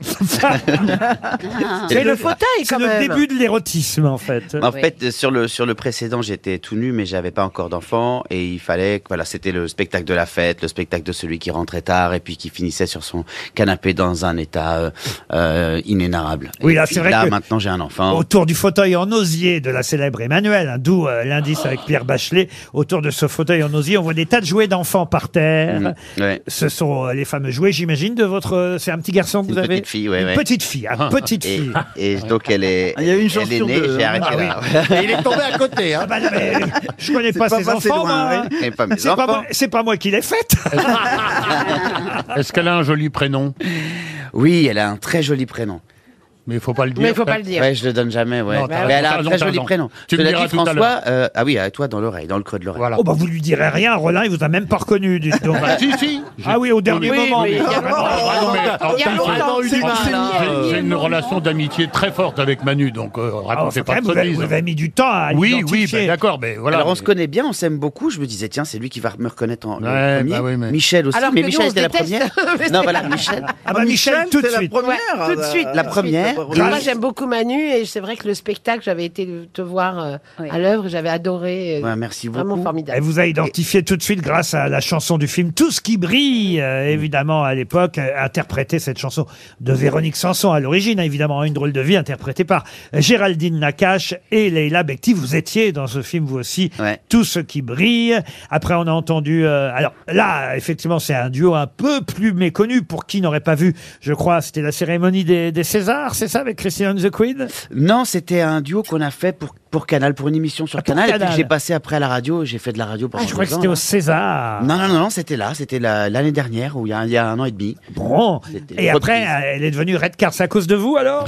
[SPEAKER 2] C'est le- C'est le début de l'érotisme, en fait.
[SPEAKER 7] Hein
[SPEAKER 11] En fait, sur le, sur le précédent, j'étais tout nu, mais j'avais pas encore d'enfant. Et il fallait, que- voilà, c'était le spectacle de la fête, le spectacle de celui qui rentrait tard et puis qui finissait sur son canapé dans un état euh, euh, inénarrable.
[SPEAKER 2] Oui,
[SPEAKER 11] Et
[SPEAKER 2] là,
[SPEAKER 11] puis
[SPEAKER 2] c'est vrai
[SPEAKER 11] Là,
[SPEAKER 2] que-
[SPEAKER 11] maintenant, j'ai un
[SPEAKER 7] Oh,
[SPEAKER 11] enfant.
[SPEAKER 2] Autour du fauteuil en osier de la célèbre Emmanuel, hein, d'où euh, l'indice avec Pierre Bachelet. Autour de ce fauteuil en osier, on voit des tas de jouets d'enfants par terre.
[SPEAKER 11] Mm. Ouais.
[SPEAKER 2] Ce sont euh, les fameux jouets, j'imagine, de votre. euh, C'est un petit garçon que vous avez.
[SPEAKER 11] petite fille, ouais,
[SPEAKER 2] Une
[SPEAKER 11] ouais.
[SPEAKER 2] petite fille, hein, petite
[SPEAKER 11] Et-
[SPEAKER 2] fille.
[SPEAKER 11] Et, donc, elle est,
[SPEAKER 2] Ah, Il y a eu une
[SPEAKER 11] elle est
[SPEAKER 2] chanson
[SPEAKER 11] née,
[SPEAKER 2] de-
[SPEAKER 11] j'ai arrêté
[SPEAKER 2] Ah oui.
[SPEAKER 11] là.
[SPEAKER 2] Et il est tombé à côté, hein. bah non, mais je connais
[SPEAKER 11] C'est
[SPEAKER 2] pas,
[SPEAKER 11] pas
[SPEAKER 2] ses
[SPEAKER 11] passé
[SPEAKER 2] enfants.
[SPEAKER 11] loin,
[SPEAKER 2] moi, hein.
[SPEAKER 11] oui. Et pas mes
[SPEAKER 2] C'est pas
[SPEAKER 11] enfants.
[SPEAKER 2] moi- C'est pas moi qui l'ai faite.
[SPEAKER 11] Est-ce qu'elle a un joli prénom Oui, elle a un très joli prénom.
[SPEAKER 7] Mais il faut pas le dire. hein.
[SPEAKER 11] Mais il Ouais, je le donne jamais, ouais.
[SPEAKER 7] Non, t'as
[SPEAKER 11] mais elle a
[SPEAKER 7] raison, t'as
[SPEAKER 11] un
[SPEAKER 7] raison,
[SPEAKER 11] très
[SPEAKER 7] t'as
[SPEAKER 11] joli
[SPEAKER 7] raison.
[SPEAKER 11] prénom.
[SPEAKER 7] Tu me
[SPEAKER 11] Cela
[SPEAKER 7] diras
[SPEAKER 11] dit,
[SPEAKER 7] tout à l'heure.
[SPEAKER 11] François, euh, ah oui, à toi dans l'oreille, dans le creux de l'oreille.
[SPEAKER 2] Oh bah vous lui direz rien, Roland, il vous a même pas reconnu du tout.
[SPEAKER 11] Bah, si, si.
[SPEAKER 2] Ah oui, au dernier
[SPEAKER 7] Oui,
[SPEAKER 2] moment.
[SPEAKER 7] oui, il y a vraiment- Ah non, mais-
[SPEAKER 2] Ah,
[SPEAKER 7] attends, j'ai-
[SPEAKER 2] c'est-
[SPEAKER 7] j'ai-
[SPEAKER 2] c'est-
[SPEAKER 7] J'ai j'ai une relation d'amitié très forte avec Manu, donc euh, racontez
[SPEAKER 11] faut
[SPEAKER 7] pas
[SPEAKER 11] quand même,
[SPEAKER 7] de
[SPEAKER 11] vous avez-
[SPEAKER 7] sottises.
[SPEAKER 11] vous avez
[SPEAKER 2] mis du temps à
[SPEAKER 7] Oui, oui,
[SPEAKER 11] l'identifier.
[SPEAKER 7] ben d'accord, mais voilà.
[SPEAKER 11] Alors on
[SPEAKER 7] mais-
[SPEAKER 11] se connaît bien, on s'aime beaucoup. Je me disais tiens, c'est lui qui va me reconnaître en le
[SPEAKER 7] Ouais,
[SPEAKER 11] premier.
[SPEAKER 7] bah oui, mais-
[SPEAKER 11] Michel aussi,
[SPEAKER 7] Alors
[SPEAKER 11] mais
[SPEAKER 7] que nous,
[SPEAKER 11] Michel
[SPEAKER 7] on
[SPEAKER 11] était la
[SPEAKER 7] se
[SPEAKER 11] première.
[SPEAKER 7] déteste.
[SPEAKER 11] non, voilà Michel.
[SPEAKER 2] Ah bah Michel, tout de suite.
[SPEAKER 5] euh,
[SPEAKER 2] Ah,
[SPEAKER 5] tout de suite.
[SPEAKER 11] La
[SPEAKER 5] tout de
[SPEAKER 11] première.
[SPEAKER 5] suite.
[SPEAKER 11] Et-
[SPEAKER 5] Alors Moi, j'aime beaucoup Manu et c'est vrai que le spectacle, j'avais été te voir euh, à l'œuvre, j'avais adoré. euh,
[SPEAKER 11] Ouais, merci
[SPEAKER 5] Vraiment formidable.
[SPEAKER 2] Elle vous a identifié tout de suite grâce à la chanson du film Tout ce qui brille, euh, évidemment, à l'époque, euh, interprétée cette chanson de Véronique Sanson à l'origine, hein, évidemment, Une drôle de vie, interprétée par Géraldine Nakache et Leila Bekti. Vous étiez dans ce film, vous aussi, Tout ce qui brille. Après, on a entendu... euh, alors là, effectivement, c'est un duo un peu plus méconnu pour qui n'aurait pas vu, je crois, c'était la cérémonie des, des Césars, c'est ça, avec Christian the Queen
[SPEAKER 11] Non, c'était un duo qu'on a fait pour pour Canal, pour une émission sur Canal, et puis
[SPEAKER 2] Ah, Canal. Ah,
[SPEAKER 11] que j'ai passé après à la radio. J'ai fait de la radio pendant.
[SPEAKER 2] Je crois
[SPEAKER 11] deux ans,
[SPEAKER 2] que c'était
[SPEAKER 11] là.
[SPEAKER 2] au César.
[SPEAKER 11] Non, non, non, non, c'était là, c'était la- l'année dernière, ou il y, a- il y a un an et demi.
[SPEAKER 2] Bon,
[SPEAKER 11] C'était
[SPEAKER 2] Et
[SPEAKER 11] une
[SPEAKER 2] après, euh, elle est devenue Red Car. C'est à cause de vous, alors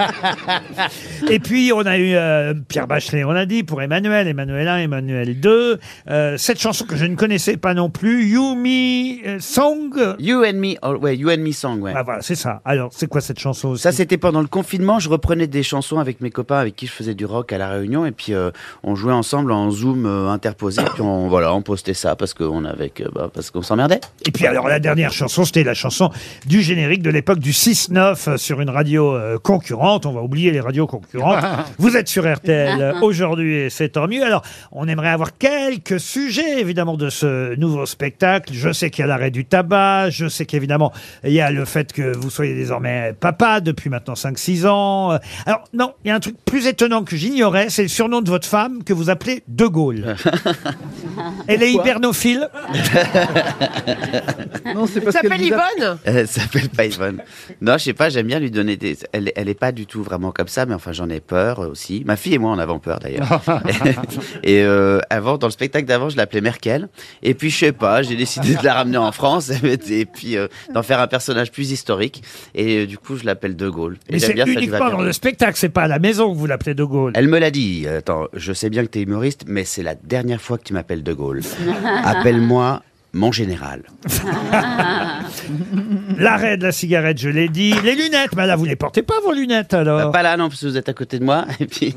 [SPEAKER 2] Et puis, on a eu euh, Pierre Bachelet, on a dit, pour Emmanuel, Emmanuel 1, Emmanuel 2. euh, cette chanson que je ne connaissais pas non plus, You Me euh, Song.
[SPEAKER 11] You and Me, oh, ouais, You and Me Song, ouais.
[SPEAKER 2] Ah voilà, c'est ça. Alors, c'est quoi cette chanson aussi
[SPEAKER 11] Ça, c'était pendant le confinement. Je reprenais des chansons avec mes copains avec qui je faisais du rock à La Réunion. Et puis, euh, on jouait ensemble en Zoom euh, interposé. puis, on, voilà, on postait ça parce qu'on avait que- bah, parce qu'on s'emmerdait.
[SPEAKER 2] Et puis alors la dernière chanson, c'était la chanson du générique de l'époque du 6-9 euh, sur une radio euh, concurrente. On va oublier les radios concurrentes. Vous êtes sur RTL aujourd'hui et c'est tant mieux. Alors on aimerait avoir quelques sujets évidemment de ce nouveau spectacle. Je sais qu'il y a l'arrêt du tabac, je sais qu'évidemment il y a le fait que vous soyez désormais papa depuis maintenant 5-6 ans. Euh, Alors non, il y a un truc plus étonnant que j'ignorais, c'est le surnom de votre femme que vous appelez De Gaulle. Elle est
[SPEAKER 11] Pourquoi
[SPEAKER 2] hibernophile
[SPEAKER 11] non, c'est
[SPEAKER 5] Elle s'appelle Yvonne
[SPEAKER 11] Elle s'appelle pas Yvonne. Non, je sais pas, j'aime bien lui donner des. Elle, elle est pas du tout vraiment comme ça, mais enfin, j'en ai peur euh, aussi. Ma fille et moi en avons peur d'ailleurs. et euh, avant, dans le spectacle d'avant, je l'appelais Merkel. Et puis, je sais pas, j'ai décidé de la ramener en France et puis euh, d'en faire un personnage plus historique. Et euh, du coup, je l'appelle De Gaulle. Et
[SPEAKER 2] Mais
[SPEAKER 11] j'aime
[SPEAKER 2] c'est
[SPEAKER 11] bien, ça lui va
[SPEAKER 2] uniquement
[SPEAKER 11] bien.
[SPEAKER 2] dans le spectacle, c'est pas à la maison que vous l'appelez De Gaulle.
[SPEAKER 11] Elle me l'a dit. Attends, je sais bien que t'es humoriste, mais c'est la dernière fois que tu m'appelles De Gaulle. Appelle-moi mon général. Eh.
[SPEAKER 2] L'arrêt de la cigarette, je l'ai dit. Les lunettes, mais là, vous les portez pas, vos lunettes, alors.
[SPEAKER 11] Bah, pas là, non, parce que vous êtes à côté de moi. Et puis,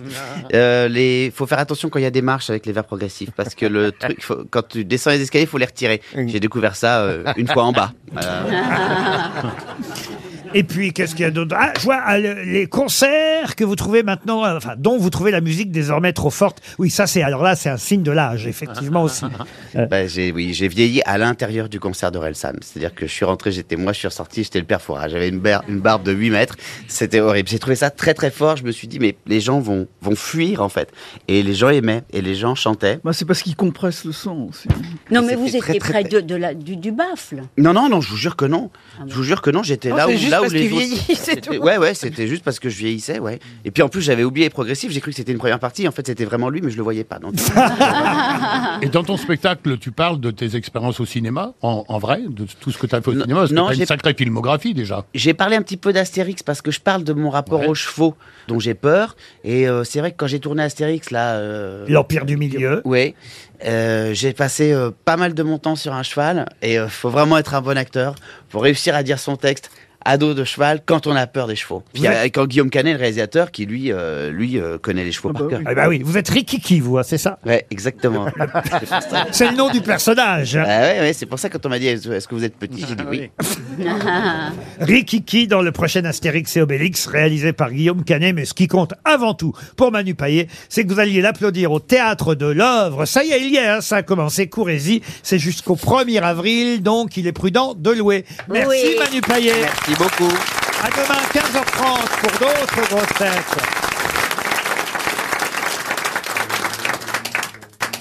[SPEAKER 11] euh, les, faut faire attention quand il y a des marches avec les verres progressifs, parce que le truc, faut- quand tu descends les escaliers, faut les retirer. J'ai découvert ça euh, une fois en bas. Voilà.
[SPEAKER 2] Et puis, qu'est-ce qu'il y a d'autre Ah, je vois ah, le- les concerts que vous trouvez maintenant, euh, enfin, dont vous trouvez la musique désormais trop forte. Oui, ça, c'est alors là, c'est un signe de l'âge, effectivement aussi.
[SPEAKER 11] Bah, j'ai, oui, j'ai vieilli à l'intérieur du concert d'Orelsan. C'est-à-dire que je suis rentré, j'étais moi, je suis ressorti, j'étais le père Fouras. J'avais une, bar- une barbe de 8 mètres. C'était horrible. J'ai trouvé ça très très fort. Je me suis dit, mais les gens vont, vont fuir en fait. Et les gens aimaient, et les gens chantaient.
[SPEAKER 6] Bah, c'est parce qu'ils compressent le son aussi.
[SPEAKER 3] Non, mais vous étiez
[SPEAKER 11] c'était très,
[SPEAKER 3] près
[SPEAKER 11] très
[SPEAKER 3] de, de la, du, du baffle.
[SPEAKER 11] Non, non, non, je vous jure que non. Je vous jure que non, j'étais
[SPEAKER 3] Non,
[SPEAKER 11] là où,
[SPEAKER 3] Ah Oh, c'est juste
[SPEAKER 11] là où
[SPEAKER 3] parce
[SPEAKER 11] les
[SPEAKER 3] qu'il
[SPEAKER 11] autres-
[SPEAKER 3] vieillit, c'est
[SPEAKER 11] c'était-
[SPEAKER 3] tout.
[SPEAKER 11] Ouais, ouais, c'était juste parce que je vieillissais, ouais. Et puis en plus, j'avais oublié progressif, j'ai cru que c'était une première partie. En fait, c'était vraiment lui, mais je le voyais pas. Donc...
[SPEAKER 7] Et dans ton spectacle, tu parles de tes expériences au cinéma, en, en vrai, de tout ce que tu as fait au cinéma, parce que
[SPEAKER 11] non,
[SPEAKER 7] t'as une
[SPEAKER 11] j'ai-
[SPEAKER 7] sacrée filmographie déjà.
[SPEAKER 11] J'ai parlé un petit peu d'Astérix parce que je parle de mon rapport aux chevaux dont j'ai peur. Et euh, c'est vrai que quand j'ai tourné Astérix, là. euh,
[SPEAKER 2] L'Empire du Milieu.
[SPEAKER 11] Oui. Euh, j'ai passé euh, pas mal de mon temps sur un cheval. Et euh, faut vraiment être un bon acteur pour réussir à dire son texte à dos de cheval quand on a peur des chevaux. Puis
[SPEAKER 2] Vous êtes-
[SPEAKER 11] euh, quand Guillaume Canet, le réalisateur, qui lui, euh, lui euh, connaît les chevaux par cœur.
[SPEAKER 2] Ah bah oui, vous êtes Rikiki, vous, hein, c'est ça
[SPEAKER 11] Ouais, exactement.
[SPEAKER 2] C'est le nom du personnage. Ah
[SPEAKER 11] Ah ouais, ouais, c'est pour ça que quand on m'a dit est-ce que vous êtes petit, j'ai dit oui.
[SPEAKER 2] Rikiki dans le prochain Astérix et Obélix réalisé par Guillaume Canet. Mais ce qui compte avant tout pour Manu Paillet, c'est que vous alliez l'applaudir au Théâtre de l'œuvre. Ça y est, il y est, hein, ça a commencé. Courez-y, c'est jusqu'au 1er avril, donc il est prudent de louer. Merci
[SPEAKER 11] Oui.
[SPEAKER 2] Manu Paillet.
[SPEAKER 11] Merci beaucoup.
[SPEAKER 2] À demain 15h30 pour d'autres grosses têtes.